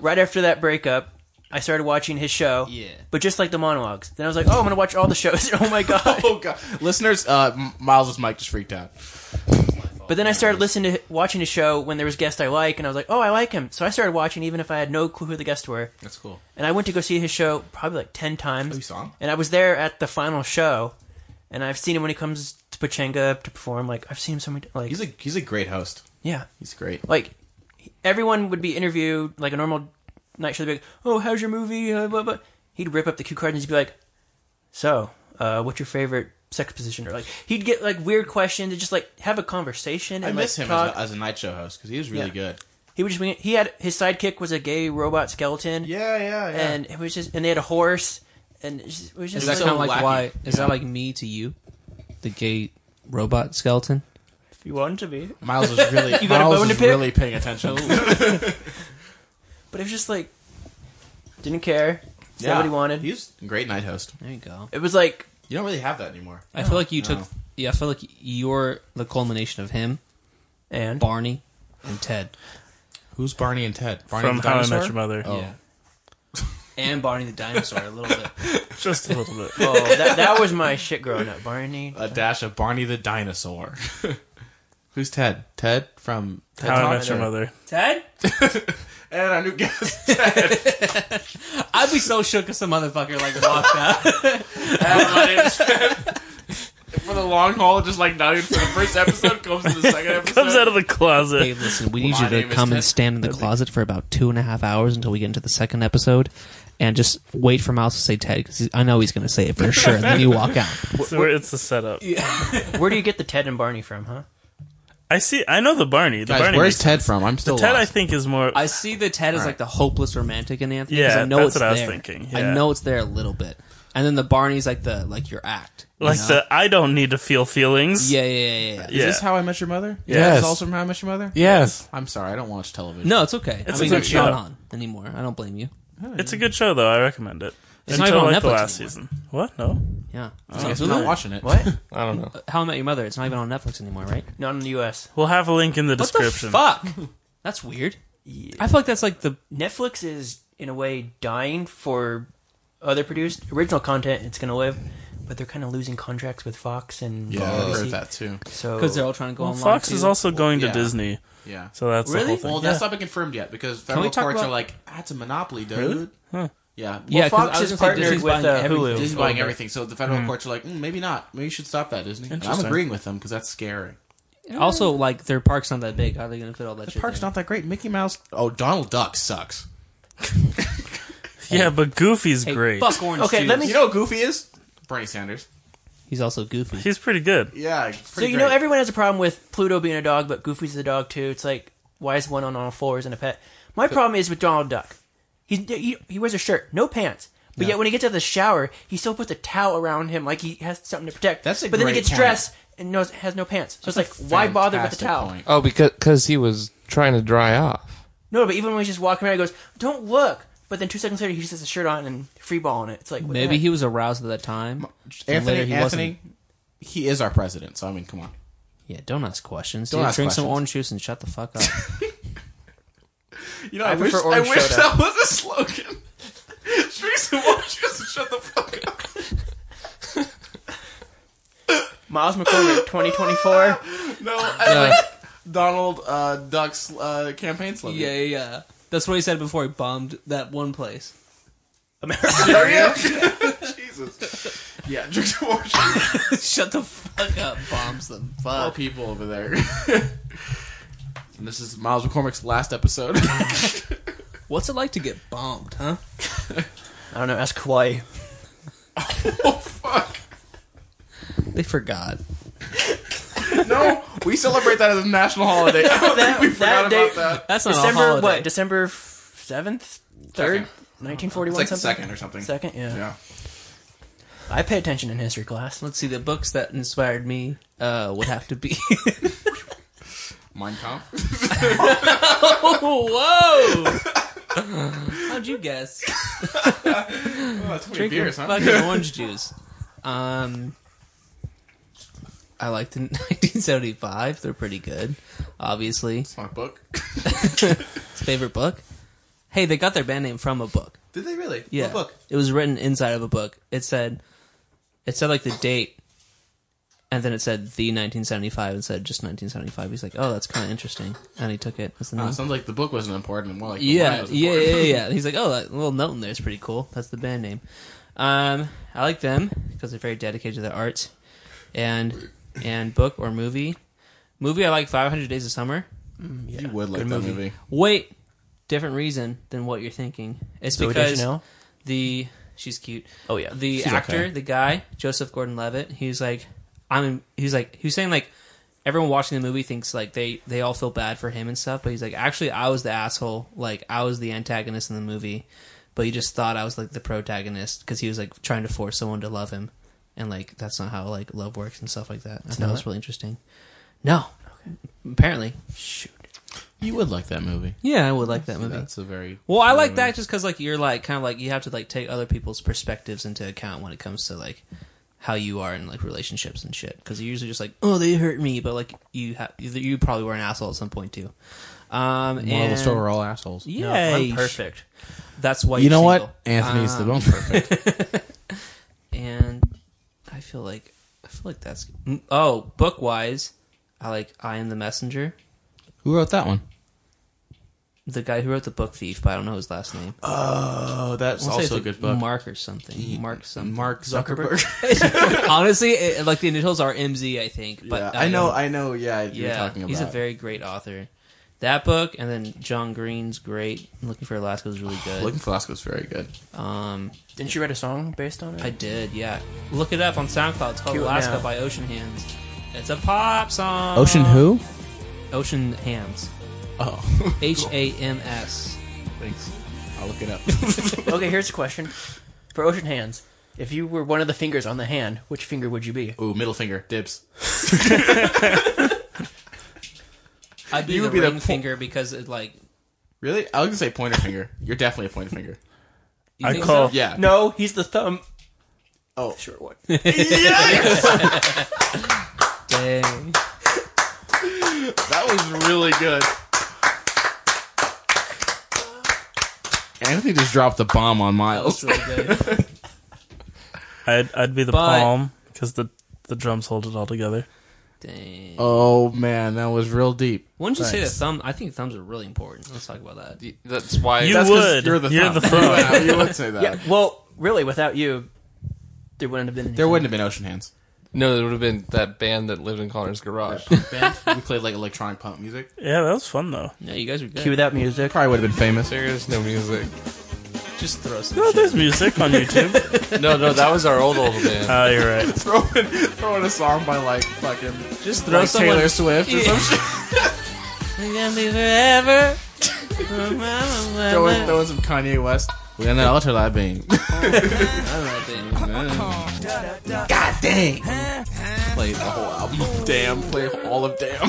Speaker 4: right after that breakup. I started watching his show.
Speaker 1: Yeah.
Speaker 4: But just like the monologues, then I was like, oh, I'm gonna watch all the shows. oh my god.
Speaker 2: Oh god, listeners, uh, M- Miles' mic just freaked out.
Speaker 4: But then I started listening to watching his show when there was guests I like, and I was like, oh, I like him. So I started watching even if I had no clue who the guests were.
Speaker 2: That's cool.
Speaker 4: And I went to go see his show probably like ten times.
Speaker 2: Oh, you saw him?
Speaker 4: And I was there at the final show, and I've seen him when he comes to Pachanga to perform. Like I've seen him so many times. Like
Speaker 2: He's a he's a great host.
Speaker 4: yeah,
Speaker 2: He's great.
Speaker 4: like everyone would be interviewed like a normal night show. They'd be like, "Oh, how's your movie?" Uh, blah, blah. He'd rip up the cue card and he'd be like, "So, uh, what's your favorite sex position?" Or like he'd get like weird questions and just like have a conversation. And,
Speaker 2: I miss
Speaker 4: like,
Speaker 2: him
Speaker 4: talk.
Speaker 2: as a, as a night show host because he was really
Speaker 4: Yeah.
Speaker 2: good.
Speaker 4: he would just be, he had his sidekick was a gay robot skeleton.
Speaker 2: Yeah, yeah, yeah.
Speaker 4: and it was just and they had a horse and it was just, it was just
Speaker 1: Is
Speaker 2: It's
Speaker 1: that
Speaker 2: so
Speaker 1: kind of like
Speaker 2: wacky.
Speaker 1: why? Is
Speaker 2: Yeah.
Speaker 1: that like me to you? The gay robot skeleton?
Speaker 4: if you wanted to be.
Speaker 2: Miles was really
Speaker 4: You got a
Speaker 2: Miles
Speaker 4: bone to
Speaker 2: was
Speaker 4: pick?
Speaker 2: really paying attention.
Speaker 4: But it was just like didn't care. It's not
Speaker 2: Yeah.
Speaker 4: what he wanted.
Speaker 2: He was a great night host.
Speaker 1: There you go. Oh,
Speaker 4: it was like
Speaker 2: You don't really have that anymore.
Speaker 1: I feel like you took.
Speaker 2: no.
Speaker 1: Yeah, I feel like you're the culmination of him,
Speaker 4: and
Speaker 1: Barney, and Ted.
Speaker 2: Who's Barney and Ted? Barney
Speaker 3: From
Speaker 2: the
Speaker 3: How I
Speaker 2: dinosaur? Oh.
Speaker 3: Met Your Mother.
Speaker 1: Yeah. and Barney the dinosaur a little bit.
Speaker 3: Just a little bit.
Speaker 4: oh, that, that was my shit growing up, Barney.
Speaker 2: A dash of Barney the dinosaur. Who's Ted? Ted from Ted
Speaker 3: How I
Speaker 2: Talk?
Speaker 3: Met Your Mother.
Speaker 1: Ted?
Speaker 2: And our new guest.
Speaker 1: I'd be so shook if some motherfucker like walked out.
Speaker 2: for the long haul, just like not even for the first episode, comes to the second episode.
Speaker 3: Comes out of the
Speaker 1: hey,
Speaker 3: closet.
Speaker 1: listen, we need
Speaker 2: My
Speaker 1: you to
Speaker 2: name is
Speaker 1: come and
Speaker 2: Ted.
Speaker 1: stand in the closet for about two and a half hours until we get into the second episode, and just wait for Miles to say Ted because I know he's going to say it for sure. and then you walk out.
Speaker 3: So we're- it's a setup.
Speaker 4: Where do you get the Ted and Barney from, huh?
Speaker 3: I see. I know the Barney. The
Speaker 2: Guys,
Speaker 3: Barney.
Speaker 2: where's
Speaker 3: makes-
Speaker 2: Ted from? I'm still
Speaker 3: Ted? I
Speaker 2: lost.
Speaker 3: think is more.
Speaker 1: I see the Ted as like the hopeless romantic in Anthony. 'cause
Speaker 3: Yeah,
Speaker 1: I know
Speaker 3: that's
Speaker 1: it's
Speaker 3: what I was
Speaker 1: there.
Speaker 3: thinking,
Speaker 1: I
Speaker 3: yeah.
Speaker 1: know it's there a little bit, and then the Barney's like the like your act, you
Speaker 3: like
Speaker 1: know?
Speaker 3: the I don't need to feel feelings.
Speaker 1: yeah, yeah, yeah, yeah. yeah.
Speaker 3: Yeah.
Speaker 2: Is this How I Met Your Mother?
Speaker 3: Yes.
Speaker 2: Is this also from How I Met Your Mother?
Speaker 5: Yes.
Speaker 2: I'm sorry, I don't watch television.
Speaker 1: No, it's okay.
Speaker 3: It's
Speaker 1: I mean,
Speaker 3: okay.
Speaker 1: it's not
Speaker 3: Yeah.
Speaker 1: on anymore. I don't blame you.
Speaker 3: It's a good show though. I recommend it.
Speaker 1: It's not even
Speaker 3: Until
Speaker 1: on
Speaker 3: like the
Speaker 1: Netflix
Speaker 3: last season. What? No.
Speaker 1: Yeah.
Speaker 2: I guess I'm not watching it.
Speaker 4: What?
Speaker 5: I don't know.
Speaker 1: How I Met Your Mother. It's not even on Netflix anymore, right?
Speaker 4: Not in the U.S.
Speaker 3: We'll have a link in the
Speaker 1: What the
Speaker 3: description.
Speaker 1: fuck? That's weird. I feel like that's like the
Speaker 4: Netflix is in a way dying for other produced original content. It's going to live, but they're kind of losing contracts with Fox and
Speaker 2: Yeah, I
Speaker 4: NBC.
Speaker 2: heard that too.
Speaker 4: So
Speaker 1: because they're all trying to go
Speaker 3: Well,
Speaker 1: online.
Speaker 3: Fox
Speaker 1: too.
Speaker 3: is also going to
Speaker 2: yeah.
Speaker 3: Disney,
Speaker 2: Yeah.
Speaker 3: so that's the
Speaker 4: Really?
Speaker 3: whole thing.
Speaker 2: Well,
Speaker 3: Yeah.
Speaker 2: that's not been confirmed yet because federal
Speaker 1: we talk
Speaker 2: courts
Speaker 1: about-
Speaker 2: are like that's a monopoly, dude. Yeah. Well,
Speaker 1: yeah, 'cause
Speaker 4: Fox
Speaker 1: I was gonna
Speaker 4: is
Speaker 1: say
Speaker 4: partnered
Speaker 1: Disney's
Speaker 4: with,
Speaker 1: buying
Speaker 4: uh,
Speaker 1: every-
Speaker 4: Hulu.
Speaker 2: Disney's Hmm. buying everything, so the federal courts are like, mm, maybe not. Maybe you should stop that, Disney. And I'm
Speaker 3: Interesting.
Speaker 2: agreeing with them because that's scary.
Speaker 1: Also, like their park's not that big. How are they gonna fit all that shit?
Speaker 2: Park's
Speaker 1: in?
Speaker 2: not that great. Mickey Mouse. Oh, Donald Duck sucks.
Speaker 3: Yeah, but Goofy's
Speaker 1: Hey,
Speaker 3: great.
Speaker 1: Fuck orange
Speaker 4: Okay,
Speaker 1: juice.
Speaker 4: let me-
Speaker 2: You know what Goofy is? Bernie Sanders.
Speaker 1: He's also goofy.
Speaker 3: He's pretty good.
Speaker 2: Yeah.
Speaker 4: So you know everyone has a problem with Pluto being a dog, but Goofy's a dog too. It's like why is one on all fours and a pet? My problem is with Donald Duck. He's, he he wears a shirt, no pants, but yet when he gets out of the shower, he still puts a towel around him like he has something to protect.
Speaker 2: That's a
Speaker 4: but then he
Speaker 2: great
Speaker 4: gets
Speaker 2: point.
Speaker 4: dressed and knows, has no pants. So it's like why bother with the towel?
Speaker 5: Oh, because cause he was trying to dry off.
Speaker 4: No, but even when he's just walking around, he goes, "Don't look." But then two seconds later, he just has a shirt on and free balling it. It's like what the
Speaker 1: Maybe
Speaker 4: heck?
Speaker 1: he was aroused at that time. and
Speaker 2: Anthony,
Speaker 1: later he
Speaker 2: Anthony,
Speaker 1: wasn't.
Speaker 2: he is our president. So I mean, come on.
Speaker 1: Yeah, don't ask questions.
Speaker 2: Don't
Speaker 1: dude.
Speaker 2: ask
Speaker 1: Drink some
Speaker 2: questions.
Speaker 1: orange juice and shut the fuck up.
Speaker 2: You know, I, wish,
Speaker 4: prefer
Speaker 2: I
Speaker 4: orange
Speaker 2: wish
Speaker 4: soda.
Speaker 2: that was a slogan. Teresa, why don't you just shut the fuck up?
Speaker 4: Miles McCormick, twenty twenty four.
Speaker 2: No, I like Donald uh, Duck's uh, campaign slogan.
Speaker 1: yeah, yeah. That's what he said before he bombed that one place.
Speaker 2: Jesus. Yeah, drink some orange juice.
Speaker 1: shut the fuck up. Bombs them.
Speaker 2: All
Speaker 1: Fuck.
Speaker 2: people over there. and this is Miles McCormick's last episode.
Speaker 1: What's it like to get bombed, huh?
Speaker 4: I don't know. Ask Hawaii.
Speaker 2: oh, fuck.
Speaker 1: They forgot.
Speaker 2: No, we celebrate that as a national holiday.
Speaker 4: That,
Speaker 2: we forgot
Speaker 4: that day-
Speaker 2: about that.
Speaker 1: That's not a
Speaker 4: December
Speaker 1: holiday.
Speaker 4: what? December seventh, third, nineteen forty
Speaker 2: It's
Speaker 4: one.
Speaker 2: like the
Speaker 4: Something
Speaker 2: second or something.
Speaker 4: Second, yeah.
Speaker 2: Yeah.
Speaker 4: I pay attention in history class.
Speaker 1: Let's see. The books that inspired me uh, would have to be.
Speaker 2: Mein Kampf.
Speaker 1: Oh, Whoa! How'd you guess?
Speaker 2: That's twenty beers, huh?
Speaker 1: Fucking orange juice. Um, I like the 1975. They're pretty good. Obviously,
Speaker 2: It's my book.
Speaker 1: favorite book. Hey, they got their band name from a book.
Speaker 2: Did they really?
Speaker 1: Yeah,
Speaker 2: What book?
Speaker 1: It was written inside of a book. It said, it said like the date, and then it said the 1975 and said just 1975. He's like, oh, that's kind of interesting, and he took it as the name.
Speaker 2: Uh, sounds like the book wasn't important, and more like the wine
Speaker 1: Yeah,
Speaker 2: was
Speaker 1: yeah,
Speaker 2: important.
Speaker 1: yeah, yeah. He's like, oh, that little note in there is pretty cool. That's the band name. Um, I like them because they're very dedicated to their art, and and book or movie. Movie, I like Five Hundred Days of Summer.
Speaker 2: You would like that movie.
Speaker 1: Wait, different reason than what you're thinking. It's
Speaker 4: Zooey
Speaker 1: because
Speaker 4: Deschanel?
Speaker 1: the she's cute.
Speaker 4: Oh, yeah.
Speaker 1: the
Speaker 4: She's
Speaker 1: actor,
Speaker 4: okay.
Speaker 1: the guy, Joseph Gordon-Levitt. He's like, I'm. He's like, he was saying like, everyone watching the movie thinks like they they all feel bad for him and stuff, but he's like, actually, I was the asshole. Like, I was the antagonist in the movie, but you just thought I was like the protagonist because he was like trying to force someone to love him, and like that's not how like love works and stuff like that. I thought that was really interesting. No, apparently,
Speaker 2: You would like that movie.
Speaker 1: yeah, I would like that movie.
Speaker 2: That's a very um,
Speaker 1: Well, I like that just because like you're like kind of like you have to like take other people's perspectives into account when it comes to like how you are in like relationships and shit. Because you're usually just like, oh, they hurt me, but like you have you probably were an asshole at some point too. Um,
Speaker 2: moral of the
Speaker 1: and-
Speaker 2: story. We're all assholes.
Speaker 1: Yay,
Speaker 4: I'm perfect.
Speaker 1: That's why
Speaker 2: You
Speaker 1: you're
Speaker 2: know what?
Speaker 1: single.
Speaker 2: Anthony's the most Ah, perfect.
Speaker 1: And I feel like I feel like that's mm, oh book wise, I like I am the messenger.
Speaker 2: Who wrote that one?
Speaker 1: The guy who wrote the book Thief, but I don't know his last name. I
Speaker 2: Oh, that's
Speaker 1: wanna say
Speaker 2: also a
Speaker 1: it's
Speaker 2: good book.
Speaker 1: Mark or something. Mark something.
Speaker 2: Mark Zuckerberg.
Speaker 1: Honestly, it, like the initials are MZ, I think. But
Speaker 2: yeah,
Speaker 1: uh,
Speaker 2: I know. I know. Yeah, you're
Speaker 1: yeah,
Speaker 2: talking about.
Speaker 1: he's a very great author. That book, and then John Green's great. Looking for Alaska is really good.
Speaker 2: Looking for Alaska was very good.
Speaker 1: Um,
Speaker 4: Didn't you write a song based on it?
Speaker 1: I did, yeah. Look it up on SoundCloud. It's called
Speaker 4: Cue it
Speaker 1: Alaska
Speaker 4: now.
Speaker 1: by Ocean Hands. It's a pop
Speaker 2: Uh,
Speaker 1: song.
Speaker 2: who?
Speaker 1: Ocean Hands.
Speaker 2: Oh,
Speaker 1: H A M S.
Speaker 2: thanks. I'll look it up.
Speaker 4: okay, here's a question for Ocean Hands. If you were one of the fingers on the hand, which finger would you be?
Speaker 2: Ooh, middle finger, dibs.
Speaker 1: I'd be
Speaker 2: You
Speaker 1: the
Speaker 2: would be the
Speaker 1: ring
Speaker 2: po-
Speaker 1: finger because it like.
Speaker 2: Really? I was gonna say pointer finger. You're definitely a pointer finger.
Speaker 1: You
Speaker 3: I
Speaker 1: think
Speaker 3: call
Speaker 1: so?
Speaker 2: Yeah.
Speaker 4: No, he's the thumb.
Speaker 2: Oh.
Speaker 4: Short one.
Speaker 1: Dang.
Speaker 2: That was really good. Anthony just dropped the bomb on Miles.
Speaker 1: Really good.
Speaker 3: I'd I'd be the
Speaker 1: But-
Speaker 3: palm because the the drums hold it all together.
Speaker 1: Dang.
Speaker 2: Oh man, that was real deep.
Speaker 1: Wouldn't you say that
Speaker 2: Thanks.
Speaker 1: thumb? I think thumbs are really important. Let's talk about that.
Speaker 5: That's why.
Speaker 3: You
Speaker 2: That's 'cause
Speaker 3: would.
Speaker 2: You're the
Speaker 3: You're
Speaker 2: thumb.
Speaker 3: the thumb.
Speaker 2: Yeah, you would say that.
Speaker 4: Yeah. Well, really, without you, there wouldn't have been.
Speaker 2: There wouldn't have been ocean hands.
Speaker 5: No, it would have been that band that lived in Connor's garage.
Speaker 2: Band. we played like electronic punk music.
Speaker 3: Yeah, that was fun though.
Speaker 1: Yeah, you guys are good.
Speaker 4: Cue that music.
Speaker 2: Probably would have been famous.
Speaker 5: there is no music.
Speaker 1: Just throw some.
Speaker 3: No, Oh, there's music on YouTube.
Speaker 5: No, no, that was our old old band.
Speaker 3: Oh, you're right.
Speaker 2: throwing, throwing a song by like fucking
Speaker 1: Just
Speaker 2: like Taylor Swift or some shit.
Speaker 1: It's gonna be forever.
Speaker 2: Throwing, throwing some Kanye West. We're in the ultra light beam. God dang! Play the whole album. Damn, play all of Damn.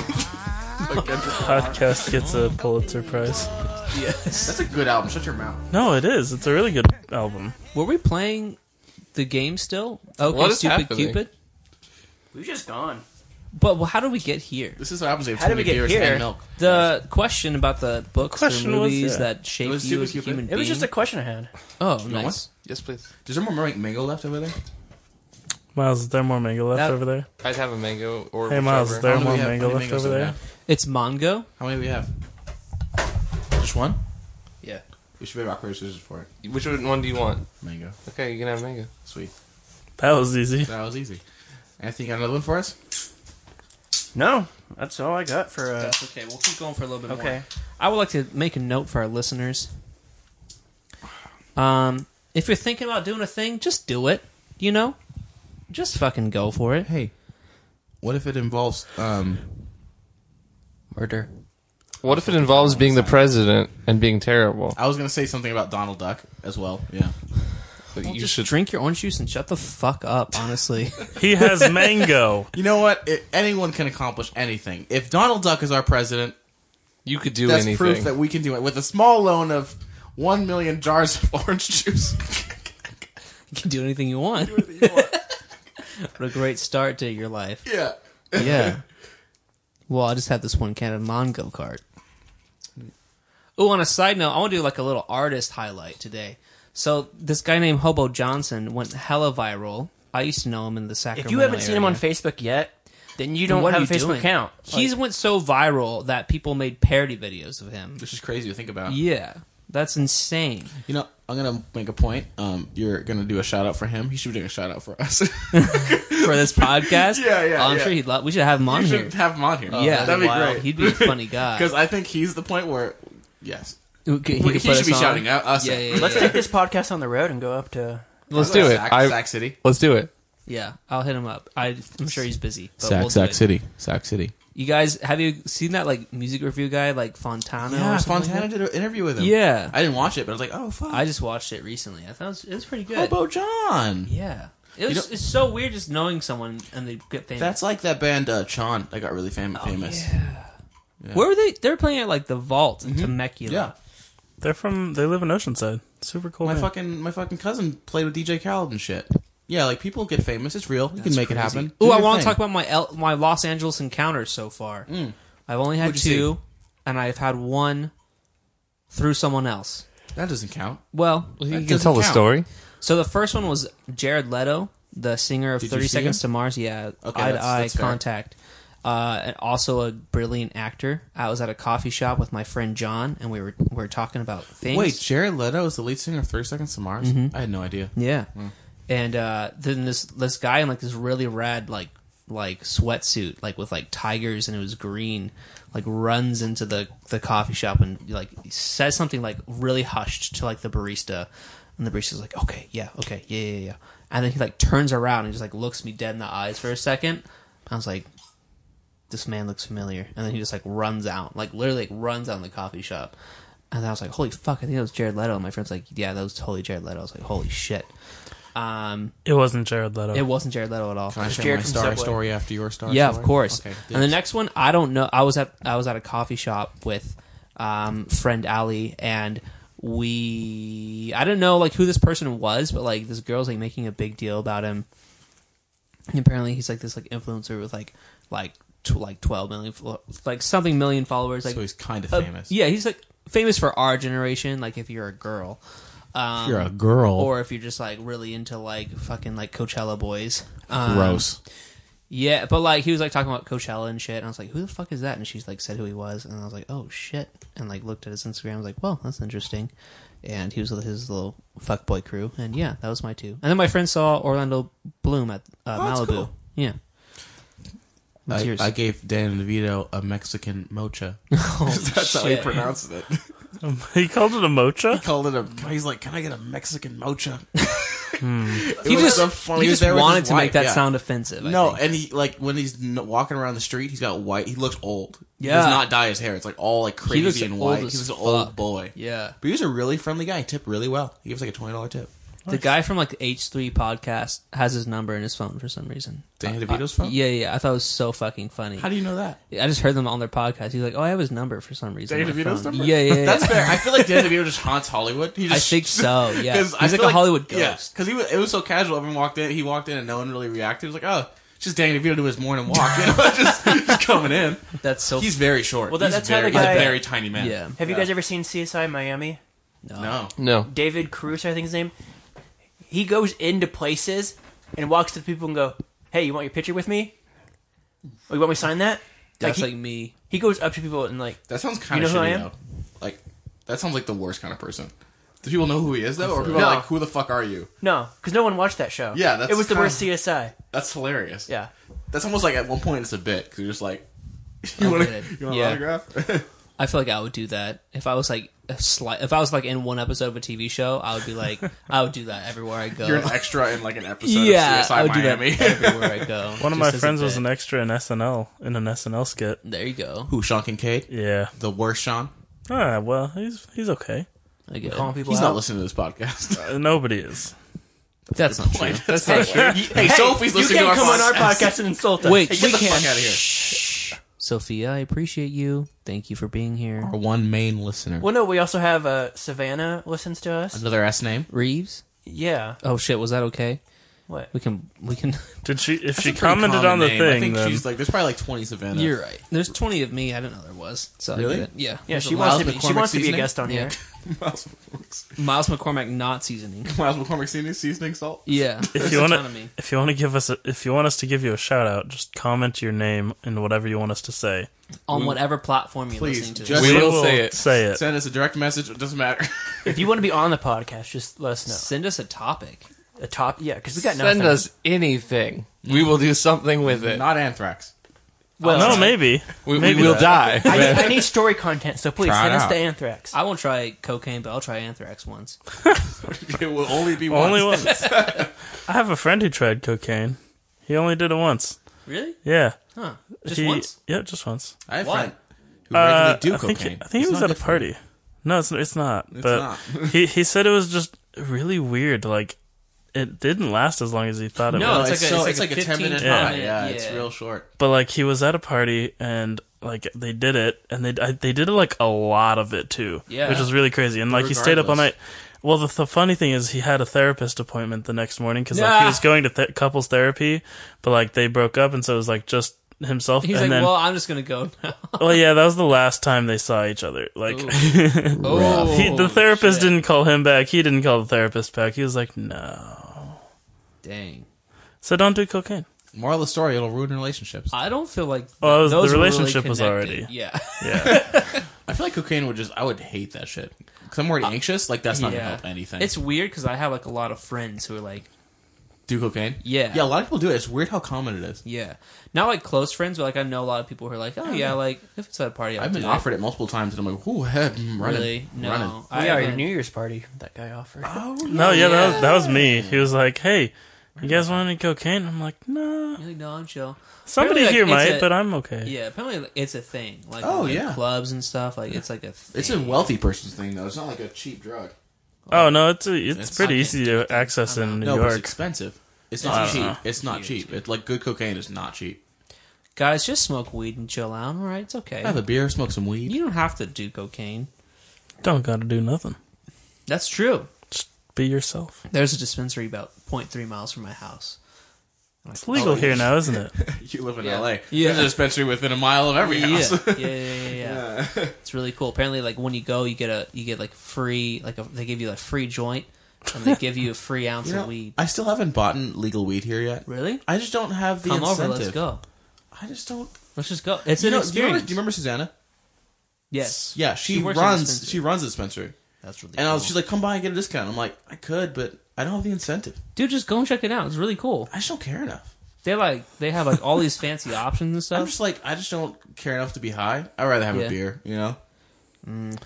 Speaker 2: Like, that's-
Speaker 3: Podcast gets a Pulitzer Prize.
Speaker 2: That's a good album. Shut your mouth.
Speaker 3: No, it is. It's a really good album.
Speaker 1: Were we playing the game still? Okay,
Speaker 5: What is
Speaker 1: stupid
Speaker 5: happening?
Speaker 1: Cupid.
Speaker 4: We've just gone.
Speaker 1: But well, how do we get here?
Speaker 2: This is what happens if you have
Speaker 4: How
Speaker 2: too
Speaker 4: did
Speaker 2: many
Speaker 4: we get
Speaker 2: beers
Speaker 4: here?
Speaker 2: and milk.
Speaker 1: The question about the books
Speaker 3: Question
Speaker 1: or
Speaker 3: was,
Speaker 1: movies
Speaker 3: yeah.
Speaker 1: that shape
Speaker 2: It was
Speaker 1: you
Speaker 2: Stupid
Speaker 1: as a
Speaker 2: Cupid.
Speaker 1: human
Speaker 4: It
Speaker 1: being.
Speaker 4: was just a question I had.
Speaker 1: oh,
Speaker 2: know
Speaker 1: nice.
Speaker 5: Yes, please.
Speaker 2: Is there more Mermaid mango left over there?
Speaker 3: Miles, is there more mango left
Speaker 1: That-
Speaker 3: over there?
Speaker 5: I'd have a mango or
Speaker 3: Hey, Miles, is there
Speaker 2: How many
Speaker 3: more
Speaker 2: we have?
Speaker 3: mango
Speaker 2: How many
Speaker 3: left
Speaker 2: mangoes
Speaker 3: over
Speaker 2: do we
Speaker 3: there?
Speaker 2: have?
Speaker 1: It's Mongo.
Speaker 2: How many do we have? Just one?
Speaker 1: Yeah.
Speaker 2: We should be rock, paper, scissors for it.
Speaker 5: Which one one do you want?
Speaker 2: Mango.
Speaker 5: Okay, you can have mango.
Speaker 2: Sweet.
Speaker 3: That was easy.
Speaker 2: That was easy. Anthony, got another one for us?
Speaker 4: No, that's all I got for. Uh,
Speaker 1: That's okay. We'll keep going for a little bit more.
Speaker 4: okay.
Speaker 1: I would like to make a note for our listeners. Um, if you're thinking about doing a thing, just do it. You know, just fucking go for it.
Speaker 2: Hey. What if it involves um murder?
Speaker 5: What if it involves being the president and being terrible?
Speaker 2: I was gonna say something about Donald Duck as well. Yeah.
Speaker 5: you
Speaker 1: just
Speaker 5: should.
Speaker 1: drink your orange juice and shut the fuck up. Honestly,
Speaker 3: He has mango.
Speaker 2: You know what? It, anyone can accomplish anything. If Donald Duck is our president,
Speaker 5: You could do
Speaker 2: that's
Speaker 5: anything.
Speaker 2: proof that we can do it with a small loan of one million jars of orange juice.
Speaker 1: you can do anything you want. what a great start to your life.
Speaker 2: yeah.
Speaker 1: Yeah. well, I just have this one can of Mongo cart. Oh, on a side note, I want to do like a little artist highlight today. So this guy named Hobo Johnson went hella viral. I used to know him in the Sacramento.
Speaker 4: If you haven't seen him on
Speaker 1: area.
Speaker 4: Facebook yet, then you don't
Speaker 1: what
Speaker 4: have
Speaker 1: are
Speaker 4: a
Speaker 1: you
Speaker 4: Facebook
Speaker 1: doing?
Speaker 4: account.
Speaker 1: He's went so viral that people made parody videos of him.
Speaker 2: Which is crazy to think about.
Speaker 1: Yeah, that's insane.
Speaker 2: You know, I'm gonna make a point. Um, you're gonna do a shout out for him. He should be doing a shout out for us.
Speaker 1: For this podcast,
Speaker 2: Yeah, yeah,
Speaker 1: Oh, I'm
Speaker 2: yeah.
Speaker 1: sure he'd love. We should have him on
Speaker 2: you
Speaker 1: here.
Speaker 2: should have him on here.
Speaker 1: yeah,
Speaker 2: that'd be
Speaker 1: wow,
Speaker 2: great.
Speaker 1: He'd be a funny guy.
Speaker 2: Because I think he's the point where, yes,
Speaker 1: he, could- he
Speaker 2: he,
Speaker 1: could put
Speaker 2: should
Speaker 1: us
Speaker 2: be
Speaker 1: on.
Speaker 2: shouting out us.
Speaker 1: Yeah, yeah, yeah.
Speaker 4: Let's take this podcast on the road and go up to.
Speaker 5: Let's do it.
Speaker 2: Sac,
Speaker 5: I-
Speaker 2: Sac City.
Speaker 5: Let's do it.
Speaker 1: Yeah, I'll hit him up. I, I'm sure he's busy. But
Speaker 2: Sac,
Speaker 1: we'll do
Speaker 2: Sac
Speaker 1: it.
Speaker 2: City. Sac City.
Speaker 1: You guys, have you seen that like music review guy like Fontana?
Speaker 2: Yeah,
Speaker 1: or something
Speaker 2: Fontana
Speaker 1: like
Speaker 2: did an interview with
Speaker 1: that?
Speaker 2: him.
Speaker 1: Yeah, I,
Speaker 2: I didn't watch it, but I was like, oh fuck,
Speaker 1: just watched it recently. I thought it was, it was pretty good.
Speaker 2: Hobo John.
Speaker 1: Yeah, it was.
Speaker 2: You know-
Speaker 1: it's so weird just knowing someone and they get famous.
Speaker 2: That's like that band uh, Chon that got really fam-
Speaker 1: Oh,
Speaker 2: famous.
Speaker 1: Where were they? They were playing at like the Vault in Temecula.
Speaker 2: Mm-hmm. Yeah.
Speaker 3: They're from. They live in Oceanside. Super cool.
Speaker 2: my
Speaker 3: man.
Speaker 2: fucking my fucking cousin played with DJ Khaled and shit. Yeah, like people get famous. It's real. You can make it happen.
Speaker 1: Ooh, I want to talk about my El- my Los Angeles encounters so far. I've only had
Speaker 2: Who'd Mm. you
Speaker 1: two, and I've had one through someone else.
Speaker 2: that doesn't count.
Speaker 1: Well,
Speaker 5: You can
Speaker 2: doesn't
Speaker 5: tell the
Speaker 2: count.
Speaker 5: story.
Speaker 1: so the first one was Jared Leto, the singer of
Speaker 2: Did you
Speaker 1: Thirty
Speaker 2: see
Speaker 1: Seconds
Speaker 2: him?
Speaker 1: to Mars. Yeah,
Speaker 2: Okay,
Speaker 1: eye to
Speaker 2: that's-
Speaker 1: eye
Speaker 2: that's fair.
Speaker 1: contact. Uh, and also a brilliant actor. I was at a coffee shop with my friend John, and we were we were talking about things.
Speaker 2: Wait, Jared Leto is the lead singer of Thirty Seconds to Mars.
Speaker 1: Mm-hmm.
Speaker 2: I had no idea.
Speaker 1: Yeah. And uh, then this this guy in like this really rad like like sweatsuit like with like tigers and it was green like runs into the the coffee shop and like says something like really hushed to like the barista and the barista's like okay yeah okay yeah yeah yeah and then he like turns around and just like looks me dead in the eyes for a second I was like this man looks familiar and then he just like runs out like literally like runs out of the coffee shop and then I was like, holy fuck, I think that was Jared Leto. And my friend's like, yeah, that was totally Jared Leto. I was like, holy shit. Um,
Speaker 3: It wasn't Jared Leto.
Speaker 1: it wasn't Jared Leto at all.
Speaker 2: Can I share
Speaker 4: Jared
Speaker 2: my
Speaker 4: from
Speaker 2: star
Speaker 4: Subway.
Speaker 2: story after your star?
Speaker 1: Yeah, of
Speaker 2: story?
Speaker 1: course.
Speaker 2: Okay,
Speaker 1: and the next one, I don't know. I was at I was at a coffee shop with um, friend Ali, and we I don't know like who this person was, but like this girl's like making a big deal about him. And apparently, he's like this like influencer with like like tw- like twelve million fo- like something million followers. Like
Speaker 2: so he's kind of
Speaker 1: uh,
Speaker 2: famous.
Speaker 1: yeah, he's like famous for our generation. Like if you're a girl. Um,
Speaker 2: you're a girl.
Speaker 1: or if you're just like really into like fucking like Coachella boys. Um,
Speaker 2: gross.
Speaker 1: Yeah, but like he was like talking about Coachella and shit, and I was like, "Who the fuck is that?" And she's like said who he was, and I was like, "Oh shit!" And like looked at his Instagram, I was like, "Well, that's interesting." And he was with his little
Speaker 2: Oh,
Speaker 1: fuckboy crew, and yeah, that was my two. And then my friend saw Orlando Bloom at uh, Malibu. Yeah. What's
Speaker 2: I,
Speaker 1: yours?
Speaker 2: I gave Dan DeVito a Mexican mocha.
Speaker 1: Oh,
Speaker 2: That's how he pronounces it.
Speaker 3: he called it a mocha.
Speaker 2: Called it a. He's like, can I get a Mexican mocha?
Speaker 1: Hmm. he
Speaker 2: was
Speaker 1: just,
Speaker 2: so
Speaker 1: he
Speaker 2: funny. Oh, He was
Speaker 1: just
Speaker 2: there with his
Speaker 1: wanted to make
Speaker 2: wife,
Speaker 1: that
Speaker 2: yeah.
Speaker 1: sound offensive. I
Speaker 2: No,
Speaker 1: think.
Speaker 2: and he like when he's n- walking around the street, he's got white. He looks old. he
Speaker 1: Yeah.
Speaker 2: does not dye his hair. It's like all like crazy
Speaker 1: looks
Speaker 2: and
Speaker 1: old
Speaker 2: white.
Speaker 1: as
Speaker 2: He was an
Speaker 1: fuck.
Speaker 2: old boy.
Speaker 1: yeah.
Speaker 2: but he was a really friendly guy. He tipped really well. He gives like a twenty dollar tip.
Speaker 1: The guy from like the H3 podcast has his number in his phone for some reason.
Speaker 2: Dan DeVito's phone.
Speaker 1: Uh, Yeah, yeah. I thought it was so fucking funny.
Speaker 2: How do you know that?
Speaker 1: I just heard them on their podcast. He's like, "Oh, I have his number for some reason."
Speaker 2: Dan
Speaker 1: on my
Speaker 2: DeVito's
Speaker 1: phone."
Speaker 2: number?
Speaker 1: Yeah, yeah. yeah.
Speaker 2: That's fair. I feel like Dan DeVito just haunts Hollywood. He
Speaker 1: I
Speaker 2: just,
Speaker 1: think so. Yeah, he's
Speaker 2: 'cause I
Speaker 1: like
Speaker 2: feel
Speaker 1: a Hollywood
Speaker 2: yeah,
Speaker 1: ghost.
Speaker 2: Because he was, it was so casual. Everyone walked in. He walked in and no one really reacted. It was like, oh, it's just Dan DeVito to his morning walk. You know, just, just coming in.
Speaker 1: That's so.
Speaker 2: He's very short.
Speaker 4: Well, that-
Speaker 2: He's
Speaker 4: that's how the
Speaker 2: very-
Speaker 4: guy-
Speaker 2: He's a very tiny man.
Speaker 1: yeah.
Speaker 4: Have you guys ever seen CSI Miami?
Speaker 2: No.
Speaker 5: No.
Speaker 4: David Caruso, I think his name. He goes into places and walks to the people and go, "Hey, you want your picture with me? Oh, you want me to sign that?"
Speaker 1: That's
Speaker 4: he,
Speaker 1: like, me.
Speaker 4: he goes up to people and like,
Speaker 2: That sounds kind
Speaker 4: You
Speaker 2: of
Speaker 4: know who I
Speaker 2: shitty
Speaker 4: am?
Speaker 2: though. Like that sounds like the worst kind of person. Do people know who he is though, or people
Speaker 4: No.
Speaker 2: are like, "Who the fuck are you?"
Speaker 4: "No," because no one watched that show.
Speaker 2: Yeah, that's
Speaker 4: it was the
Speaker 2: kinda-
Speaker 4: worst CSI.
Speaker 2: That's hilarious.
Speaker 4: Yeah,
Speaker 2: that's almost like at one point it's a bit because you're just like, "You want
Speaker 1: get
Speaker 2: to
Speaker 1: it.
Speaker 2: you want
Speaker 1: Oh, Yeah.
Speaker 2: an autograph?"
Speaker 1: I feel like I would do that if I was like a slight. If I was like in one episode of a TV show, I would be like, I would do that everywhere I go.
Speaker 2: you're an extra in like an episode
Speaker 1: yeah,
Speaker 2: of
Speaker 1: I
Speaker 2: CSI
Speaker 1: would
Speaker 2: Miami.
Speaker 1: do that everywhere I go.
Speaker 3: One of my
Speaker 1: just as a
Speaker 3: friends was
Speaker 1: bit.
Speaker 3: an extra in SNL in an SNL skit.
Speaker 1: There you go.
Speaker 2: who Sean Kincaid?
Speaker 3: Yeah.
Speaker 2: The worst Sean.
Speaker 3: Ah, well, he's he's okay.
Speaker 1: I get it.
Speaker 4: calling people
Speaker 2: He's
Speaker 4: out.
Speaker 2: not listening to this podcast.
Speaker 3: Uh, Nobody is.
Speaker 1: That's not true. That's
Speaker 4: hey,
Speaker 1: not true.
Speaker 2: hey, Sophie's
Speaker 4: you
Speaker 2: listening to
Speaker 4: can't
Speaker 2: our
Speaker 4: come on our
Speaker 2: podcast.
Speaker 4: podcast and insult us.
Speaker 1: Wait,
Speaker 4: Hey, get
Speaker 1: we
Speaker 4: the
Speaker 1: can't.
Speaker 4: fuck-
Speaker 2: Fuck out of here.
Speaker 1: Sophia, I appreciate you. Thank you for being here.
Speaker 2: Our one main listener.
Speaker 4: Well, no, we also have uh, Savannah listens to us.
Speaker 2: Another S name.
Speaker 1: Reeves.
Speaker 4: Yeah,
Speaker 1: Oh shit, was that okay?
Speaker 4: what?
Speaker 1: We can we can.
Speaker 3: Did she? If
Speaker 2: That's
Speaker 3: she
Speaker 2: a pretty
Speaker 3: commented
Speaker 2: common
Speaker 3: on the
Speaker 2: name. I
Speaker 3: thing,
Speaker 2: think
Speaker 3: then
Speaker 2: she's like, there's probably like 20 Savannah.
Speaker 1: You're right. There's 20 of me. I didn't know there was. So I
Speaker 2: Really?
Speaker 1: get it. Yeah.
Speaker 4: Yeah,
Speaker 1: There's
Speaker 4: she
Speaker 1: a
Speaker 4: wants
Speaker 1: lot.
Speaker 4: to be. She
Speaker 2: McCormick
Speaker 4: wants to be a
Speaker 2: seasoning?
Speaker 4: guest on here.
Speaker 2: Miles McCormick's-
Speaker 1: Miles McCormack not seasoning.
Speaker 2: Miles McCormick seasoning, seasoning salt.
Speaker 1: Yeah.
Speaker 3: if
Speaker 1: There's
Speaker 3: you
Speaker 1: a
Speaker 3: want
Speaker 1: ton of
Speaker 3: to,
Speaker 1: me.
Speaker 3: if you want to give us, a, if you want us to give you a shout out, just comment your name and whatever you want us to say.
Speaker 1: on whatever platform you're
Speaker 2: Please,
Speaker 1: listening to.
Speaker 2: just-
Speaker 1: this.
Speaker 5: We will say it.
Speaker 3: Say it.
Speaker 2: Send us a direct message. It doesn't matter.
Speaker 4: If you want to be on the podcast, just let us
Speaker 1: Send us a topic.
Speaker 4: know. A top, yeah, because we got nothing.
Speaker 5: Send us anything. We will do something with it.
Speaker 2: Not anthrax.
Speaker 4: Well,
Speaker 3: No, maybe.
Speaker 5: We, we
Speaker 3: maybe
Speaker 5: will
Speaker 3: that.
Speaker 5: die.
Speaker 4: I need, I need story content, so please
Speaker 2: Try it
Speaker 4: send us
Speaker 2: out.
Speaker 4: the anthrax.
Speaker 1: I won't try cocaine, but I'll try anthrax once.
Speaker 2: It will only be one.
Speaker 3: Only once. I have a friend who tried cocaine. He only did it once.
Speaker 1: Really?
Speaker 3: Yeah.
Speaker 1: Huh? Just
Speaker 3: He-
Speaker 1: once?
Speaker 3: Yeah, just once.
Speaker 2: I have a
Speaker 1: Why?
Speaker 2: friend who regularly
Speaker 3: Uh,
Speaker 2: do
Speaker 3: I think,
Speaker 2: cocaine.
Speaker 3: I think
Speaker 2: It's
Speaker 3: he was
Speaker 2: not
Speaker 3: at a
Speaker 2: different.
Speaker 3: party. No, it's it's not. but
Speaker 2: not.
Speaker 3: he he said it was just really weird. Like it didn't last as long as he thought it
Speaker 1: No,
Speaker 3: would.
Speaker 2: It's,
Speaker 1: It's
Speaker 2: like
Speaker 1: like
Speaker 2: so,
Speaker 1: a-
Speaker 2: it's like a 10 minute
Speaker 1: 15
Speaker 2: high.
Speaker 1: minute,
Speaker 2: Yeah,
Speaker 1: yeah.
Speaker 2: it's real short.
Speaker 3: But like he was at a party and like they did it and they I, they did like a lot of it too.
Speaker 1: Yeah.
Speaker 3: Which was really crazy. And like he stayed up all night.
Speaker 2: Regardless.
Speaker 3: Well, the, the funny thing is he had a therapist appointment the next morning because like
Speaker 1: Nah.
Speaker 3: he was going to th- couples therapy, but like they broke up and so it was like just himself.
Speaker 1: He's
Speaker 3: and
Speaker 1: like,
Speaker 3: then,
Speaker 1: well, I'm just gonna go now.
Speaker 3: well, yeah, that was the last time they saw each other. Like
Speaker 1: Oh,
Speaker 3: he, the therapist didn't call him back. He didn't call the therapist back. He was like, no.
Speaker 1: Dang.
Speaker 3: So don't do cocaine.
Speaker 2: Moral of the story, it'll ruin relationships.
Speaker 1: I don't feel like.
Speaker 3: Oh, it was- the
Speaker 1: those were really
Speaker 3: relationship was
Speaker 1: connected.
Speaker 3: already-
Speaker 1: Yeah.
Speaker 3: Yeah.
Speaker 2: I feel like cocaine would just, I would hate that shit. Because I'm already anxious. Like, that's not going to
Speaker 1: Uh, Yeah.
Speaker 2: help anything.
Speaker 1: It's weird because I have like a lot of friends who are like,
Speaker 2: do cocaine?
Speaker 1: Yeah.
Speaker 2: Yeah, a lot of people do it. It's weird how common it is.
Speaker 1: yeah, not like close friends, but like I know a lot of people who are like, oh yeah, like if it's at a party, I'll
Speaker 2: I've been
Speaker 1: do
Speaker 2: offered it multiple times, and I'm like, ooh, head, I'm
Speaker 1: It.
Speaker 2: running.
Speaker 1: Really? No.
Speaker 2: Running. Oh,
Speaker 1: I
Speaker 4: we are your
Speaker 1: haven't.
Speaker 4: New Year's party. That guy
Speaker 3: Ah.
Speaker 4: offered.
Speaker 3: no, Oh, yeah, that was, that was me. He was like, hey, you guys want any cocaine? I'm like, no.
Speaker 1: You're like, no, I'm chill.
Speaker 3: Somebody
Speaker 1: Apparently,
Speaker 3: here
Speaker 1: like, it's
Speaker 3: might,
Speaker 1: a-
Speaker 3: but I'm okay.
Speaker 1: Yeah, apparently like, it's a thing. Like,
Speaker 2: Oh,
Speaker 1: in
Speaker 2: yeah.
Speaker 1: clubs and stuff. Like, it's like a. Thing.
Speaker 2: It's a wealthy person's thing, though. It's not like a cheap drug.
Speaker 3: Oh no, it's a, it's,
Speaker 2: It's
Speaker 3: pretty
Speaker 2: not
Speaker 3: easy to access in New
Speaker 2: No, but it's
Speaker 3: York.
Speaker 2: expensive. It's not cheap.
Speaker 3: know.
Speaker 2: It's not cheap. It's like good cocaine is not cheap.
Speaker 1: guys just smoke weed and chill out. All right, it's okay.
Speaker 2: Have a beer, smoke some weed.
Speaker 1: you don't have to do cocaine.
Speaker 3: Don't gotta do nothing.
Speaker 1: That's true.
Speaker 3: Just be yourself.
Speaker 1: There's a dispensary about 0.3 miles from my house.
Speaker 3: It's legal here now, isn't it?
Speaker 2: You live in LA.
Speaker 1: Yeah.
Speaker 2: There's a dispensary within a mile of every
Speaker 1: Yeah,
Speaker 2: house.
Speaker 1: yeah, yeah, yeah, yeah. It's really cool. Apparently, like when you go, you get a you get like free like a, they give you a free joint and they give you a free ounce
Speaker 2: You know,
Speaker 1: of weed.
Speaker 2: I still haven't bought legal weed here yet.
Speaker 1: Really?
Speaker 2: I just don't have the
Speaker 1: Come
Speaker 2: incentive.
Speaker 1: over, let's go.
Speaker 2: I just don't.
Speaker 1: Let's just go. It's
Speaker 2: You
Speaker 1: an
Speaker 2: know, do, you
Speaker 1: experience.
Speaker 2: remember, do you remember Susanna?
Speaker 1: Yes.
Speaker 2: Yeah, she,
Speaker 1: works at a
Speaker 2: runs.
Speaker 1: dispensary.
Speaker 2: She runs a dispensary,
Speaker 1: That's really.
Speaker 2: and
Speaker 1: cool.
Speaker 2: I was, she's like, "Come by and get a discount." I'm like, "I could, but I don't have the incentive.
Speaker 1: dude, just go and check it out. It's really cool.
Speaker 2: I just don't care enough."
Speaker 1: They like they have like all these fancy options and stuff.
Speaker 2: I'm just like I just don't care enough to be high. I'd rather have
Speaker 1: Yeah.
Speaker 2: a beer, you know.
Speaker 3: And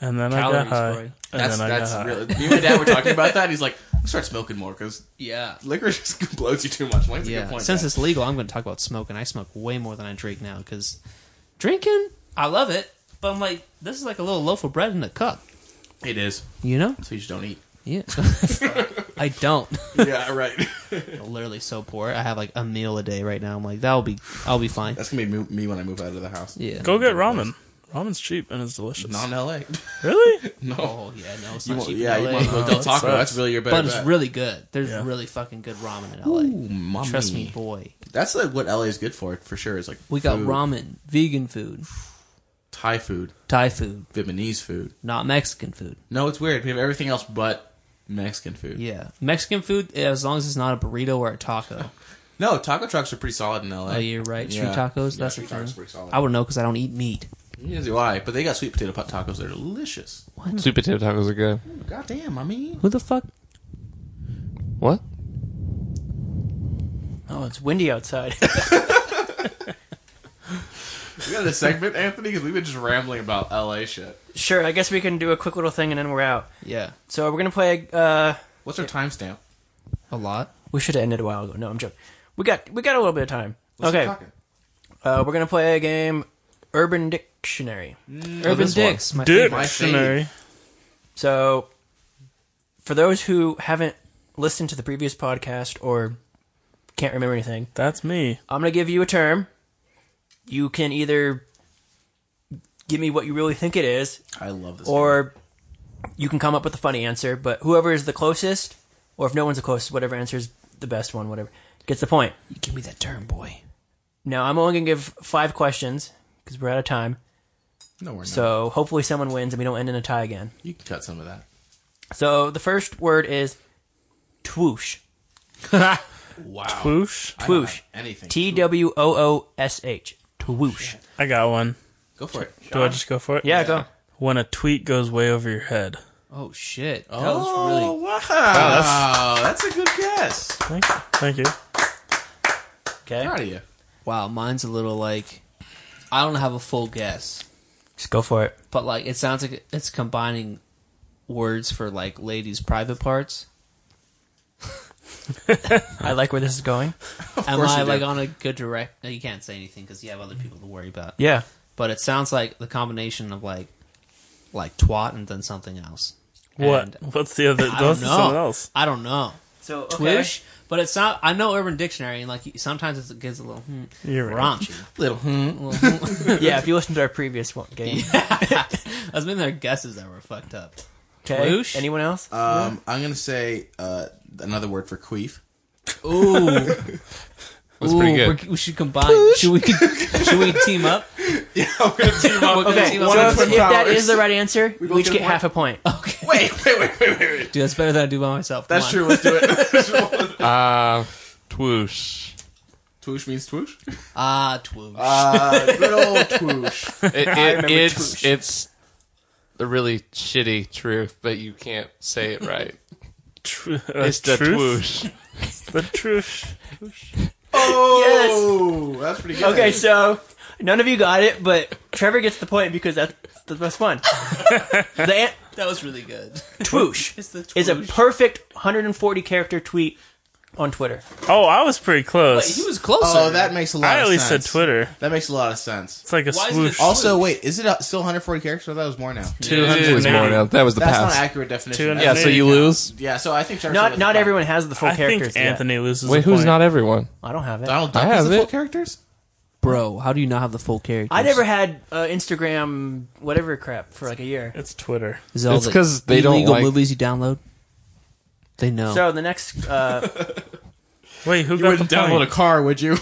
Speaker 3: then I
Speaker 1: Calories,
Speaker 3: got high.
Speaker 1: Roy.
Speaker 3: And
Speaker 2: That's
Speaker 3: then I
Speaker 2: that's
Speaker 3: got high.
Speaker 2: really. Me and my dad were talking about that. He's like, start smoking more because
Speaker 1: yeah.
Speaker 2: liquor just blows you too much. Like, that's a good
Speaker 1: Yeah.
Speaker 2: point,
Speaker 1: Since
Speaker 2: Dad.
Speaker 1: it's legal, I'm going to talk about smoking. I smoke way more than I drink now because drinking, I love it, but I'm like, this is like a little loaf of bread in a cup.
Speaker 2: it is,
Speaker 1: You know?
Speaker 2: so you just don't eat.
Speaker 1: Yeah. I don't.
Speaker 2: yeah, right.
Speaker 1: I'm literally so poor. I have like a meal a day right now. I'm like, that'll be, I'll be fine.
Speaker 2: That's gonna be mo- me when I move out of the house.
Speaker 1: Yeah.
Speaker 3: Go get ramen. Ramen's cheap and it's delicious.
Speaker 2: Not in L.A.
Speaker 3: really?
Speaker 2: no.
Speaker 1: Oh yeah, no, it's
Speaker 2: You
Speaker 1: not
Speaker 2: won't-
Speaker 1: cheap.
Speaker 2: yeah,
Speaker 1: in
Speaker 2: you
Speaker 1: LA.
Speaker 2: might as well Del
Speaker 3: that
Speaker 2: Taco.
Speaker 3: sucks.
Speaker 2: That's really your better
Speaker 1: but it's
Speaker 2: bet.
Speaker 1: really good. There's
Speaker 3: Yeah.
Speaker 1: really fucking good ramen in LA.
Speaker 2: Ooh, mommy.
Speaker 1: Trust me, boy.
Speaker 2: That's like what LA is good for, for sure. Is like
Speaker 1: We got
Speaker 2: food,
Speaker 1: ramen, vegan food,
Speaker 2: Thai food,
Speaker 1: Thai food,
Speaker 2: Vietnamese food.
Speaker 1: not Mexican food.
Speaker 2: No, it's weird. We have everything else but Mexican food.
Speaker 1: Yeah, Mexican food eh, as long as it's not a burrito or a taco.
Speaker 2: No, taco trucks are pretty solid in LA.
Speaker 1: Oh, you're right. Street
Speaker 2: Yeah.
Speaker 1: tacos.
Speaker 2: Yeah,
Speaker 1: that's
Speaker 2: street
Speaker 1: the
Speaker 2: tacos are
Speaker 1: thing.
Speaker 2: pretty solid.
Speaker 1: I would know because I don't eat meat.
Speaker 2: Neither do I. But they got sweet potato pot tacos. They're delicious.
Speaker 5: Sweet potato tacos are good.
Speaker 2: God damn, I mean.
Speaker 1: Who the fuck?
Speaker 5: What?
Speaker 4: Oh, it's windy outside.
Speaker 2: We got a segment, Anthony, because we've been just rambling about LA shit.
Speaker 4: sure, I guess we can do a quick little thing and then we're out.
Speaker 1: Yeah,
Speaker 4: So we're gonna play. Uh,
Speaker 2: What's our timestamp?
Speaker 1: a lot.
Speaker 4: we should have ended a while ago. No, I'm joking. We got we got a little bit of time.
Speaker 2: Let's keep
Speaker 4: okay,
Speaker 2: talking.
Speaker 4: uh, we're gonna play a game, Urban Dictionary.
Speaker 1: Urban
Speaker 2: one.
Speaker 1: Dicks, my favorite.
Speaker 3: Dictionary.
Speaker 4: So, for those who haven't listened to the previous podcast or can't remember anything,
Speaker 3: That's me.
Speaker 4: I'm going to give you a term. You can either give me what you really think it is,
Speaker 2: I love this.
Speaker 4: or you can come up with a funny answer. But whoever is the closest, or if no one's the closest, whatever answer is the best one, whatever, gets the point.
Speaker 1: You give me that term, boy.
Speaker 4: Now, I'm only going to give five questions because we're out of time.
Speaker 2: game. no, we're not.
Speaker 4: So, hopefully, someone wins and we don't end in a tie again.
Speaker 2: you can cut some of that.
Speaker 4: So, the first word is twoosh.
Speaker 2: Wow.
Speaker 3: Whoosh.
Speaker 2: I don't
Speaker 4: Twoosh.
Speaker 2: have Anything.
Speaker 4: T W O O S H. Twoosh.
Speaker 3: I got one.
Speaker 2: Go for it.
Speaker 3: Do I just go for it?
Speaker 4: Yeah, go.
Speaker 3: When a tweet goes way over your head.
Speaker 1: Oh shit, that
Speaker 2: Oh,
Speaker 1: was really.
Speaker 2: wow. that's... a good guess.
Speaker 3: Thank you. Thank you.
Speaker 4: Okay.
Speaker 2: Proud of you.
Speaker 1: Wow, mine's a little like. I don't have a full guess.
Speaker 4: Just go for it.
Speaker 1: but like it sounds like it's combining words for like ladies' private parts.
Speaker 4: I like where this is going.
Speaker 1: Am
Speaker 2: course
Speaker 1: I
Speaker 2: you do.
Speaker 1: like on a good direct? No, you can't say anything because you have other people to worry about.
Speaker 4: Yeah.
Speaker 1: But it sounds like the combination of like, like twat and then something else.
Speaker 3: What?
Speaker 1: And
Speaker 3: What's the other?
Speaker 1: I
Speaker 3: What's
Speaker 1: don't
Speaker 3: the
Speaker 1: know.
Speaker 3: something else?
Speaker 1: I don't know.
Speaker 4: So
Speaker 1: Twish, but it's not. I know Urban Dictionary, and like sometimes it's- it gets a little hmm,
Speaker 3: You're right.
Speaker 1: raunchy.
Speaker 2: Little. Hmm.
Speaker 4: yeah, if you listen to our previous one game.
Speaker 1: That's been their guesses that were fucked up.
Speaker 4: Okay.
Speaker 1: Twoosh?
Speaker 4: Anyone else?
Speaker 2: Um, I'm gonna say uh, another word for queef.
Speaker 1: Ooh,
Speaker 5: That's pretty good.
Speaker 1: We should combine. Should we? Should we team up?
Speaker 2: Yeah, I'm gonna team up.
Speaker 1: Okay,
Speaker 4: okay.
Speaker 1: see
Speaker 4: So
Speaker 1: what
Speaker 4: if,
Speaker 2: happens.
Speaker 4: if that is the right answer, we,
Speaker 2: both
Speaker 4: each
Speaker 2: get a
Speaker 4: get
Speaker 2: point?
Speaker 4: half a point.
Speaker 1: Okay,
Speaker 2: wait, wait, wait, wait, wait, wait.
Speaker 1: dude, that's better than I do by myself. Come
Speaker 2: That's
Speaker 1: on.
Speaker 2: true. Let's do it.
Speaker 5: Uh, twoosh.
Speaker 2: twoosh means twoosh.
Speaker 1: Ah, twoosh.
Speaker 2: Uh, good old twoosh.
Speaker 5: It,
Speaker 4: remember
Speaker 5: it, it's
Speaker 4: twoosh.
Speaker 5: it's the really shitty truth, but you can't say it right.
Speaker 3: Tr- uh,
Speaker 5: It's the
Speaker 3: truth.
Speaker 5: twoosh.
Speaker 3: The truth.
Speaker 2: Oh, that's pretty good.
Speaker 4: Okay, so none of you got it, but Trevor gets the point because that's the best one. the an-
Speaker 1: that was really good.
Speaker 4: twoosh
Speaker 1: It's the
Speaker 4: is a
Speaker 1: twoosh.
Speaker 4: perfect 140 character tweet on Twitter.
Speaker 3: Oh, I was pretty
Speaker 1: Wait,
Speaker 3: close.
Speaker 1: he was closer.
Speaker 2: Oh, that makes a lot.
Speaker 3: I
Speaker 2: of
Speaker 3: at least
Speaker 2: sense.
Speaker 3: said Twitter.
Speaker 2: That makes a lot of sense.
Speaker 3: It's like a
Speaker 1: Why is it
Speaker 3: swoosh.
Speaker 1: a-
Speaker 2: Also, wait, is it uh, still 140 characters? I thought it was more now.
Speaker 5: It was more now. That was the
Speaker 2: That's not an
Speaker 5: pass.
Speaker 2: accurate definition.
Speaker 3: 200.
Speaker 5: Yeah, so you lose.
Speaker 2: yeah. So I think Trevor said
Speaker 4: Not
Speaker 2: it's
Speaker 4: not
Speaker 2: fine.
Speaker 4: everyone has the full
Speaker 3: I
Speaker 4: characters.
Speaker 3: think
Speaker 4: yet.
Speaker 3: Anthony loses.
Speaker 5: Wait,
Speaker 3: a
Speaker 5: who's
Speaker 3: point.
Speaker 5: not everyone?
Speaker 4: I don't have it.
Speaker 2: Donald Duck
Speaker 5: I
Speaker 2: has
Speaker 5: have
Speaker 2: the full
Speaker 5: it.
Speaker 2: characters.
Speaker 1: bro. How do you not have the full character?
Speaker 4: I never had uh, Instagram whatever crap for like a year.
Speaker 3: It's Twitter.
Speaker 5: It's 'cause they don't
Speaker 1: illegal
Speaker 5: like-
Speaker 1: movies you download. They know.
Speaker 4: So the next, uh,
Speaker 3: Wait, who got the point?
Speaker 2: car, would you?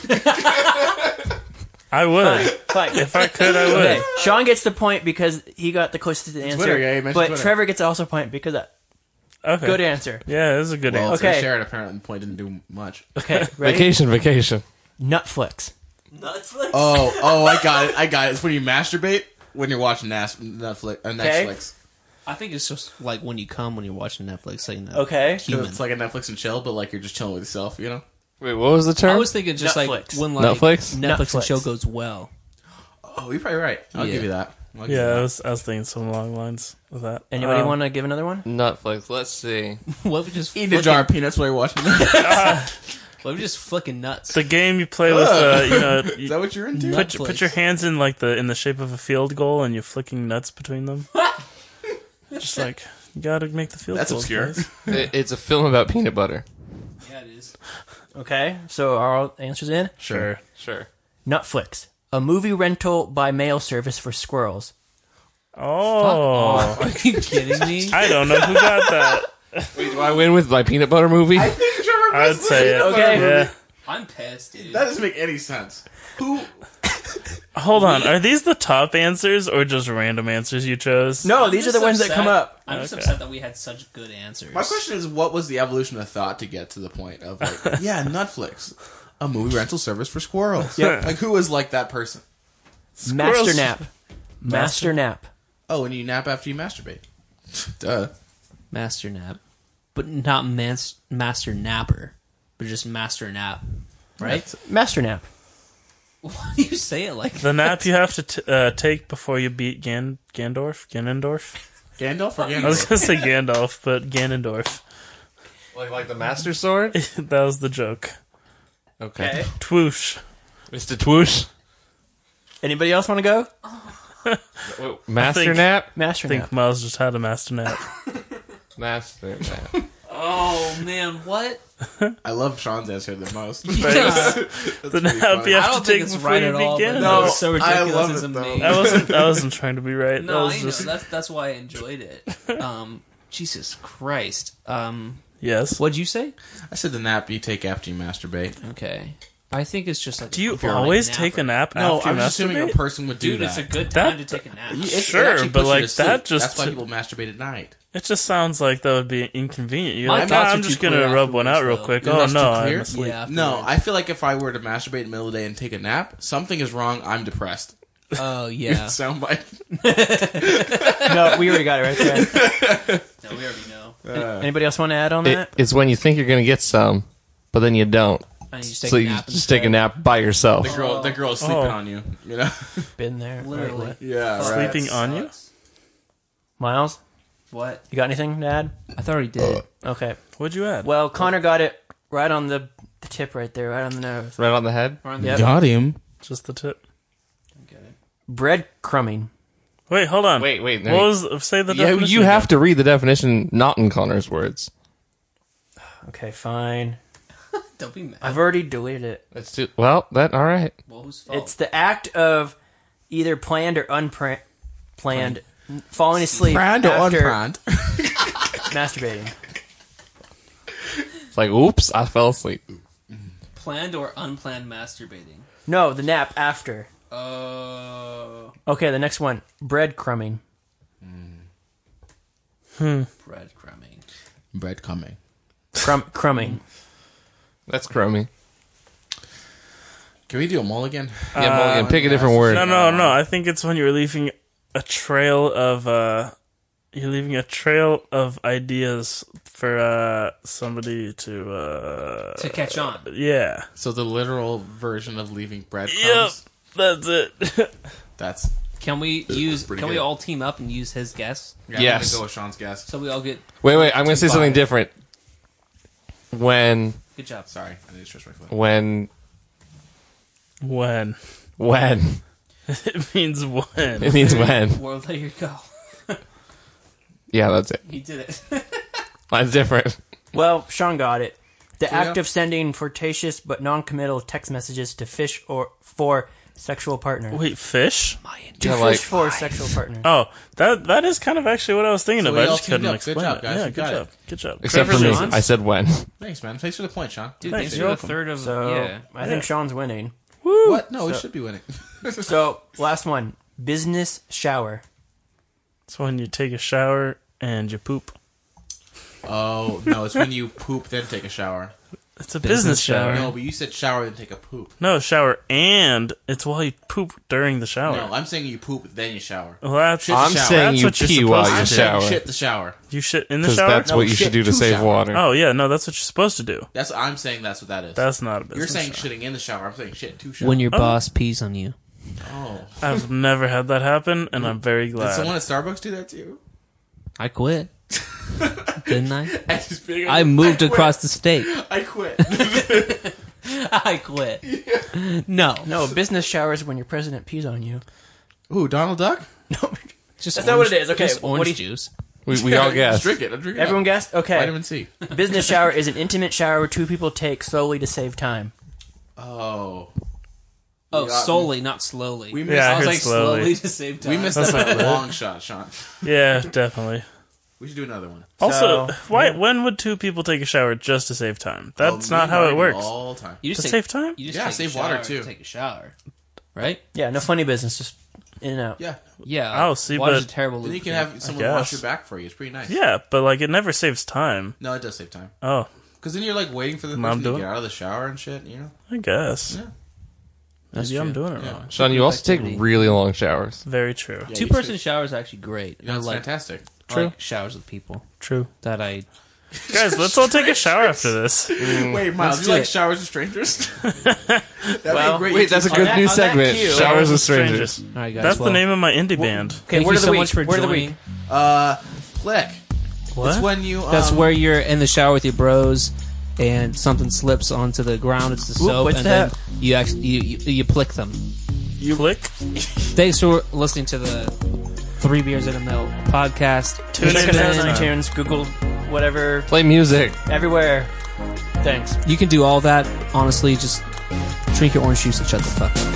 Speaker 3: I would.
Speaker 4: like,
Speaker 3: If I could, I
Speaker 4: okay,
Speaker 3: would.
Speaker 4: Sean gets the point because he got the closest to the answer.
Speaker 2: Twitter, yeah, you mentioned
Speaker 4: but
Speaker 2: Twitter.
Speaker 4: Trevor gets also a point because that
Speaker 3: Okay.
Speaker 4: good answer.
Speaker 3: Yeah, this is a good
Speaker 2: well,
Speaker 3: answer.
Speaker 2: okay.
Speaker 4: Okay.
Speaker 2: Sharon apparently the point didn't do much.
Speaker 4: Okay, ready?
Speaker 5: Vacation, vacation.
Speaker 4: Netflix.
Speaker 2: Oh, oh, I got it. I got it. It's when you masturbate when you're watching Nas- Netflix. Uh,
Speaker 4: Okay.
Speaker 2: Netflix.
Speaker 1: I think it's just like when you come when you're watching Netflix, like you know,
Speaker 4: Okay.
Speaker 1: human.
Speaker 2: It's like a Netflix and chill, but like you're just chilling with yourself, you know?
Speaker 5: Wait, what was the term?
Speaker 1: I was thinking just like
Speaker 4: Netflix.
Speaker 1: when like
Speaker 5: Netflix?
Speaker 1: Netflix, and
Speaker 4: Netflix.
Speaker 1: show goes well.
Speaker 2: Oh, you're probably right. I'll
Speaker 1: Yeah.
Speaker 2: give you that. I'll give
Speaker 3: Yeah, I
Speaker 2: you
Speaker 3: was, I was thinking some along lines with that.
Speaker 4: Anybody
Speaker 3: Um,
Speaker 4: want to give another one?
Speaker 5: Netflix. Let's see.
Speaker 1: what if we just
Speaker 2: that. Eat
Speaker 1: flicking,
Speaker 2: a jar of peanuts while you're watching. that.
Speaker 1: What if we just flicking nuts?
Speaker 3: the game you play with, uh, you know,
Speaker 2: Is
Speaker 3: you
Speaker 2: that what you're into?
Speaker 1: No.
Speaker 3: put, your- put your
Speaker 1: Netflix.
Speaker 3: hands in like the in the shape of a field goal, and you're flicking nuts between them. Just like you gotta make the field.
Speaker 2: That's
Speaker 3: goal,
Speaker 2: obscure.
Speaker 3: guys.
Speaker 5: It- it's a film about peanut butter.
Speaker 1: yeah, it is.
Speaker 4: Okay, so are all answers in?
Speaker 2: Sure.
Speaker 5: Sure.
Speaker 4: Netflix, a movie rental by mail service for squirrels.
Speaker 3: Oh,
Speaker 1: Are you kidding me?
Speaker 3: I don't know who got that.
Speaker 5: Wait, do I win with my peanut butter movie?
Speaker 3: I'd say it.
Speaker 4: Okay.
Speaker 3: Yeah.
Speaker 1: I'm pissed, dude.
Speaker 2: That doesn't make any sense. Who?
Speaker 3: Hold on. Are these the top answers or just random answers you chose?
Speaker 4: No, Oh, these are
Speaker 1: just
Speaker 4: the ones that
Speaker 1: upset-
Speaker 4: come up.
Speaker 1: I'm just upset that we had such good answers.
Speaker 2: My question is, what was the evolution of thought to get to the point of like, yeah, Netflix, a movie rental service for squirrels?
Speaker 3: Yep.
Speaker 2: Like, who was like that person?
Speaker 4: Master
Speaker 3: Squirrels.
Speaker 4: nap. Master nap.
Speaker 2: Oh, and you nap after you masturbate. Duh.
Speaker 1: Master nap, but not mans- master napper, but just master nap. Right?
Speaker 4: Master nap.
Speaker 1: Why do you say it like that?
Speaker 3: The nap you have to t- uh, take before you beat Gan- Gandorf? Ganondorf?
Speaker 2: Gandalf or
Speaker 3: I was
Speaker 2: Gandalf?
Speaker 3: going to say Gandalf, but Ganondorf.
Speaker 5: like, like the Master Sword?
Speaker 3: that was the joke.
Speaker 5: Okay.
Speaker 3: Twoosh.
Speaker 5: Mr. Twoosh.
Speaker 4: Anybody else want to go?
Speaker 5: Master
Speaker 3: think-
Speaker 5: Nap?
Speaker 3: I
Speaker 4: Master
Speaker 3: think
Speaker 4: nap.
Speaker 3: Miles just had a master nap.
Speaker 5: Master Nap.
Speaker 1: Oh man, what?
Speaker 2: I love Sean's answer the most.
Speaker 3: the nap you
Speaker 1: I
Speaker 3: have
Speaker 1: don't
Speaker 3: to take
Speaker 1: think it's
Speaker 3: before
Speaker 1: right
Speaker 3: you
Speaker 1: at
Speaker 3: beat
Speaker 1: all. but
Speaker 3: Ganondorf.
Speaker 1: that was so
Speaker 2: No, I
Speaker 1: ridiculous.
Speaker 2: love
Speaker 1: it's
Speaker 2: it, though.
Speaker 1: amazing.
Speaker 3: I wasn't. I wasn't trying to be right. that
Speaker 1: No,
Speaker 3: was
Speaker 1: I know.
Speaker 3: just
Speaker 1: That's that's why I enjoyed it. Um, Jesus Christ. Um,
Speaker 3: yes.
Speaker 1: what'd you say?
Speaker 2: I said the nap you take after you masturbate.
Speaker 1: Okay, I think it's just like.
Speaker 3: Do you
Speaker 1: if you're a
Speaker 3: always
Speaker 1: napper.
Speaker 3: take a nap
Speaker 2: No,
Speaker 3: after
Speaker 2: I
Speaker 3: you
Speaker 2: was assuming a
Speaker 3: masturbate?
Speaker 2: person would do
Speaker 1: Dude, it's
Speaker 2: that.
Speaker 1: a good time
Speaker 3: That-
Speaker 1: to take a nap.
Speaker 2: It- it
Speaker 3: Sure,
Speaker 2: actually
Speaker 3: but,
Speaker 2: puts you
Speaker 3: like,
Speaker 2: to sleep.
Speaker 3: that just-
Speaker 2: That's why people masturbate at night.
Speaker 3: it just sounds like that would be inconvenient. You're
Speaker 1: My
Speaker 3: like,
Speaker 1: thoughts
Speaker 3: "Ah,
Speaker 1: are
Speaker 3: I'm
Speaker 1: too
Speaker 3: just gonna
Speaker 1: clear
Speaker 3: rub one out real
Speaker 1: afterwards,
Speaker 3: quick.
Speaker 2: though.
Speaker 3: Oh
Speaker 2: That's too
Speaker 3: no, I'm
Speaker 2: clear?
Speaker 3: asleep.
Speaker 1: Yeah.
Speaker 2: No, I feel like if I were to masturbate in the middle of the day and take a nap, something is wrong. I'm depressed.
Speaker 1: Oh yeah.
Speaker 2: Soundbite.
Speaker 4: no, we already got it right there.
Speaker 1: no, we already know.
Speaker 4: Anybody else want to add on
Speaker 5: It,
Speaker 4: that?
Speaker 5: it's when you think you're going to get some, but then you don't.
Speaker 1: I need to take
Speaker 5: so
Speaker 1: a
Speaker 5: you
Speaker 1: nap.
Speaker 5: just take a nap by yourself.
Speaker 2: The girl, the girl is sleeping
Speaker 3: Oh.
Speaker 2: on you. You know.
Speaker 4: Been there.
Speaker 1: Literally.
Speaker 2: Yeah.
Speaker 3: right. Sleeping on you?
Speaker 4: Miles,
Speaker 1: What?
Speaker 4: you got anything to add?
Speaker 1: I thought he did.
Speaker 4: Okay.
Speaker 3: What'd you add?
Speaker 4: Well, Connor got it right on the, the tip right there, right on the nose.
Speaker 5: Right on the head?
Speaker 4: Yep.
Speaker 2: Got him.
Speaker 3: Just the tip.
Speaker 4: Bread crumbing.
Speaker 3: Wait, hold on.
Speaker 5: Wait, wait,
Speaker 3: What
Speaker 5: wait.
Speaker 3: was say the
Speaker 5: Yeah,
Speaker 3: definition?
Speaker 5: you have to read the definition, not in Connor's words.
Speaker 4: Okay, fine.
Speaker 1: Don't be mad.
Speaker 4: I've already deleted it.
Speaker 5: That's too, well, that, all right.
Speaker 1: well, whose fault?
Speaker 4: It's the act of either planned or unplanned planned falling asleep
Speaker 2: Prand or
Speaker 4: after
Speaker 2: unprand?
Speaker 4: masturbating.
Speaker 5: It's like, oops, I fell asleep.
Speaker 1: planned or unplanned masturbating.
Speaker 4: No, the nap after.
Speaker 1: Oh,
Speaker 4: Okay, the next one. Bread crumbing.
Speaker 1: breadcrumbing.
Speaker 2: Bread coming.
Speaker 4: Crumb crumbing.
Speaker 5: That's crummy.
Speaker 2: Can we do a mulligan?
Speaker 5: Yeah, Mulligan, pick a different word.
Speaker 3: No, no, no. I think it's when you're leaving a trail of uh, you're leaving a trail of ideas for uh somebody to uh,
Speaker 1: To catch on.
Speaker 3: yeah.
Speaker 2: So the literal version of leaving breadcrumbs.
Speaker 3: Yep, that's it.
Speaker 2: That's
Speaker 1: Can we use? Can
Speaker 2: pretty
Speaker 1: we
Speaker 2: good.
Speaker 1: all team up and use his guess?
Speaker 2: yeah, I'm
Speaker 5: Yes.
Speaker 2: gonna go with Sean's guess.
Speaker 1: So we all get
Speaker 5: Wait, wait, I'm going to say
Speaker 1: Goodbye.
Speaker 5: something different. When,
Speaker 1: good job.
Speaker 2: Sorry, I need to stretch my foot.
Speaker 5: when,
Speaker 3: when
Speaker 5: when.
Speaker 3: it means when.
Speaker 5: It means when.
Speaker 1: World, there you go.
Speaker 5: Yeah, that's it.
Speaker 1: He did it.
Speaker 5: Mine's different.
Speaker 4: Well, Sean got it. The act
Speaker 2: yeah.
Speaker 4: of sending flirtatious but non-committal text messages to fish or for sexual partner.
Speaker 3: Wait, fish?
Speaker 4: to
Speaker 5: Yeah,
Speaker 4: fish
Speaker 5: like-
Speaker 4: for sexual partner.
Speaker 3: Oh, that that is kind of actually what I was thinking
Speaker 2: So
Speaker 3: of.
Speaker 2: we
Speaker 3: I
Speaker 2: all
Speaker 3: just couldn't
Speaker 2: teamed up. Good
Speaker 3: explain
Speaker 2: job,
Speaker 3: it.
Speaker 2: guys.
Speaker 3: Yeah,
Speaker 2: You
Speaker 3: good
Speaker 2: got
Speaker 3: job. Good job.
Speaker 5: Except
Speaker 1: Trevor
Speaker 5: for me.
Speaker 1: Johns?
Speaker 5: I said when.
Speaker 2: Thanks, man. Thanks for the point, Sean.
Speaker 1: Dude,
Speaker 3: Thanks,
Speaker 1: thanks for
Speaker 3: you're
Speaker 1: the
Speaker 3: welcome.
Speaker 1: third of
Speaker 4: So
Speaker 1: yeah.
Speaker 4: I think Sean's winning.
Speaker 2: What? No, we should be winning.
Speaker 4: So last one, business shower.
Speaker 3: It's when you take a shower and you poop.
Speaker 2: Oh no, it's when you poop then take a shower.
Speaker 3: It's a business,
Speaker 1: Business
Speaker 3: shower.
Speaker 1: shower.
Speaker 2: No, but you said shower then take a poop.
Speaker 3: No, shower, and it's while you poop during the shower.
Speaker 2: No, I'm saying you poop then you shower.
Speaker 3: Well, that's
Speaker 2: Shit.
Speaker 3: you
Speaker 2: the
Speaker 5: I'm
Speaker 2: shower.
Speaker 5: saying
Speaker 3: That's
Speaker 5: you
Speaker 3: what you're
Speaker 5: pee
Speaker 3: supposed
Speaker 5: while
Speaker 3: to
Speaker 5: you
Speaker 2: I'm
Speaker 3: do.
Speaker 2: saying you
Speaker 5: shower
Speaker 2: shit the shower.
Speaker 3: shit in the
Speaker 5: because
Speaker 3: shower.
Speaker 5: that's
Speaker 2: No,
Speaker 5: what you
Speaker 2: shit
Speaker 5: should do to
Speaker 2: to
Speaker 5: save
Speaker 2: shower.
Speaker 5: water.
Speaker 3: oh yeah, no, that's what you're supposed to do.
Speaker 2: That's I'm saying that's what that is.
Speaker 3: That's not a business.
Speaker 2: You're saying
Speaker 3: shower.
Speaker 2: shitting in the shower. I'm saying shit to shower.
Speaker 1: When your boss pees on you.
Speaker 2: oh,
Speaker 3: I've never had that happen, and I'm very
Speaker 2: did
Speaker 3: glad.
Speaker 2: someone at Starbucks do that to you?
Speaker 1: I quit. Didn't I?
Speaker 2: I just being-
Speaker 1: I moved
Speaker 2: quit.
Speaker 1: across the state.
Speaker 2: I quit.
Speaker 4: I quit.
Speaker 1: No.
Speaker 4: No, business showers when your president pees on you.
Speaker 2: Ooh, Donald Duck.
Speaker 4: No,
Speaker 1: Just
Speaker 4: That's not what it is. Okay,
Speaker 1: just
Speaker 4: what
Speaker 1: orange
Speaker 4: do you-
Speaker 1: juice.
Speaker 5: We, we all
Speaker 2: Just
Speaker 5: guessed.
Speaker 2: drink it. I drink it.
Speaker 4: everyone
Speaker 2: up.
Speaker 4: guessed. Okay,
Speaker 2: vitamin C.
Speaker 4: business shower is an intimate shower where two people take slowly to save time.
Speaker 2: Oh,
Speaker 1: Oh,
Speaker 2: got me.
Speaker 1: solely, not slowly.
Speaker 2: we missed.
Speaker 3: Yeah, I
Speaker 2: I was
Speaker 3: heard
Speaker 2: like,
Speaker 3: slowly.
Speaker 1: to save time.
Speaker 2: we missed
Speaker 3: That's
Speaker 2: that
Speaker 3: not
Speaker 2: long shot, Sean.
Speaker 3: yeah, definitely.
Speaker 2: We should do another one.
Speaker 3: Also,
Speaker 4: So,
Speaker 3: why? When would two people take a shower just to save time? That's
Speaker 2: Oh, me
Speaker 3: not how it
Speaker 2: and
Speaker 3: works.
Speaker 2: Marty All the time.
Speaker 1: You just
Speaker 3: To
Speaker 1: take,
Speaker 3: save time?
Speaker 1: You just
Speaker 2: Yeah,
Speaker 1: take a
Speaker 2: save water,
Speaker 1: shower,
Speaker 2: too.
Speaker 1: Take a shower, right?
Speaker 4: Yeah, no funny business. Just in and out.
Speaker 2: Yeah,
Speaker 1: Yeah.
Speaker 3: Oh, see,
Speaker 1: water's
Speaker 3: but-
Speaker 1: a terrible.
Speaker 2: then you can
Speaker 1: lubricant.
Speaker 2: have someone
Speaker 3: guess.
Speaker 2: wash your back for you. It's pretty nice.
Speaker 3: Yeah, but like it never saves time.
Speaker 2: No, it does save time
Speaker 3: Oh,
Speaker 2: because then you're like waiting for the
Speaker 3: Mom
Speaker 2: person to
Speaker 3: do it?
Speaker 2: get out of the shower and shit. You know.
Speaker 3: I guess.
Speaker 2: Yeah.
Speaker 1: That's
Speaker 3: Maybe I'm
Speaker 1: true.
Speaker 3: doing it
Speaker 2: Yeah.
Speaker 3: wrong.
Speaker 5: Sean, you also take
Speaker 1: Activity.
Speaker 5: really long showers.
Speaker 3: Very true.
Speaker 2: Yeah, you
Speaker 1: Two-person
Speaker 2: should-
Speaker 1: showers are actually great.
Speaker 2: Yeah,
Speaker 1: I
Speaker 2: it's
Speaker 1: like,
Speaker 2: fantastic.
Speaker 1: I like showers with people
Speaker 3: True.
Speaker 1: that I.
Speaker 3: Guys, let's all take a shower after this.
Speaker 2: Wait, Miles,
Speaker 1: Let's
Speaker 2: you
Speaker 1: do
Speaker 2: like
Speaker 1: it.
Speaker 2: showers with strangers? That'd be
Speaker 4: Well,
Speaker 2: great.
Speaker 5: Wait, that's a
Speaker 2: YouTube-
Speaker 5: good
Speaker 4: that-
Speaker 5: new
Speaker 4: on that
Speaker 5: segment.
Speaker 4: cue-
Speaker 5: Showers with strangers.
Speaker 1: All right, guys.
Speaker 3: That's
Speaker 1: well,
Speaker 3: the name of my indie band.
Speaker 4: Okay,
Speaker 1: Thank
Speaker 4: word
Speaker 1: you
Speaker 4: of the
Speaker 1: so
Speaker 4: week.
Speaker 1: much for
Speaker 4: word of the
Speaker 1: joining.
Speaker 4: week.
Speaker 2: Uh, flick.
Speaker 3: What?
Speaker 2: It's when you. Um,
Speaker 1: That's where you're in the shower with your bros, and something slips onto the ground. It's the
Speaker 4: Oop,
Speaker 1: soap,
Speaker 4: what's
Speaker 1: and
Speaker 4: that?
Speaker 1: then you actually you, you you plick them.
Speaker 3: you click.
Speaker 1: Thanks for listening to the Three Beers in a Mill podcast.
Speaker 3: Tune in
Speaker 4: Check us out
Speaker 3: next
Speaker 4: on
Speaker 3: time.
Speaker 4: iTunes, Google, whatever,
Speaker 5: Play music.
Speaker 4: everywhere. Thanks.
Speaker 1: You can do all that. Honestly, just drink your orange juice and shut the fuck up.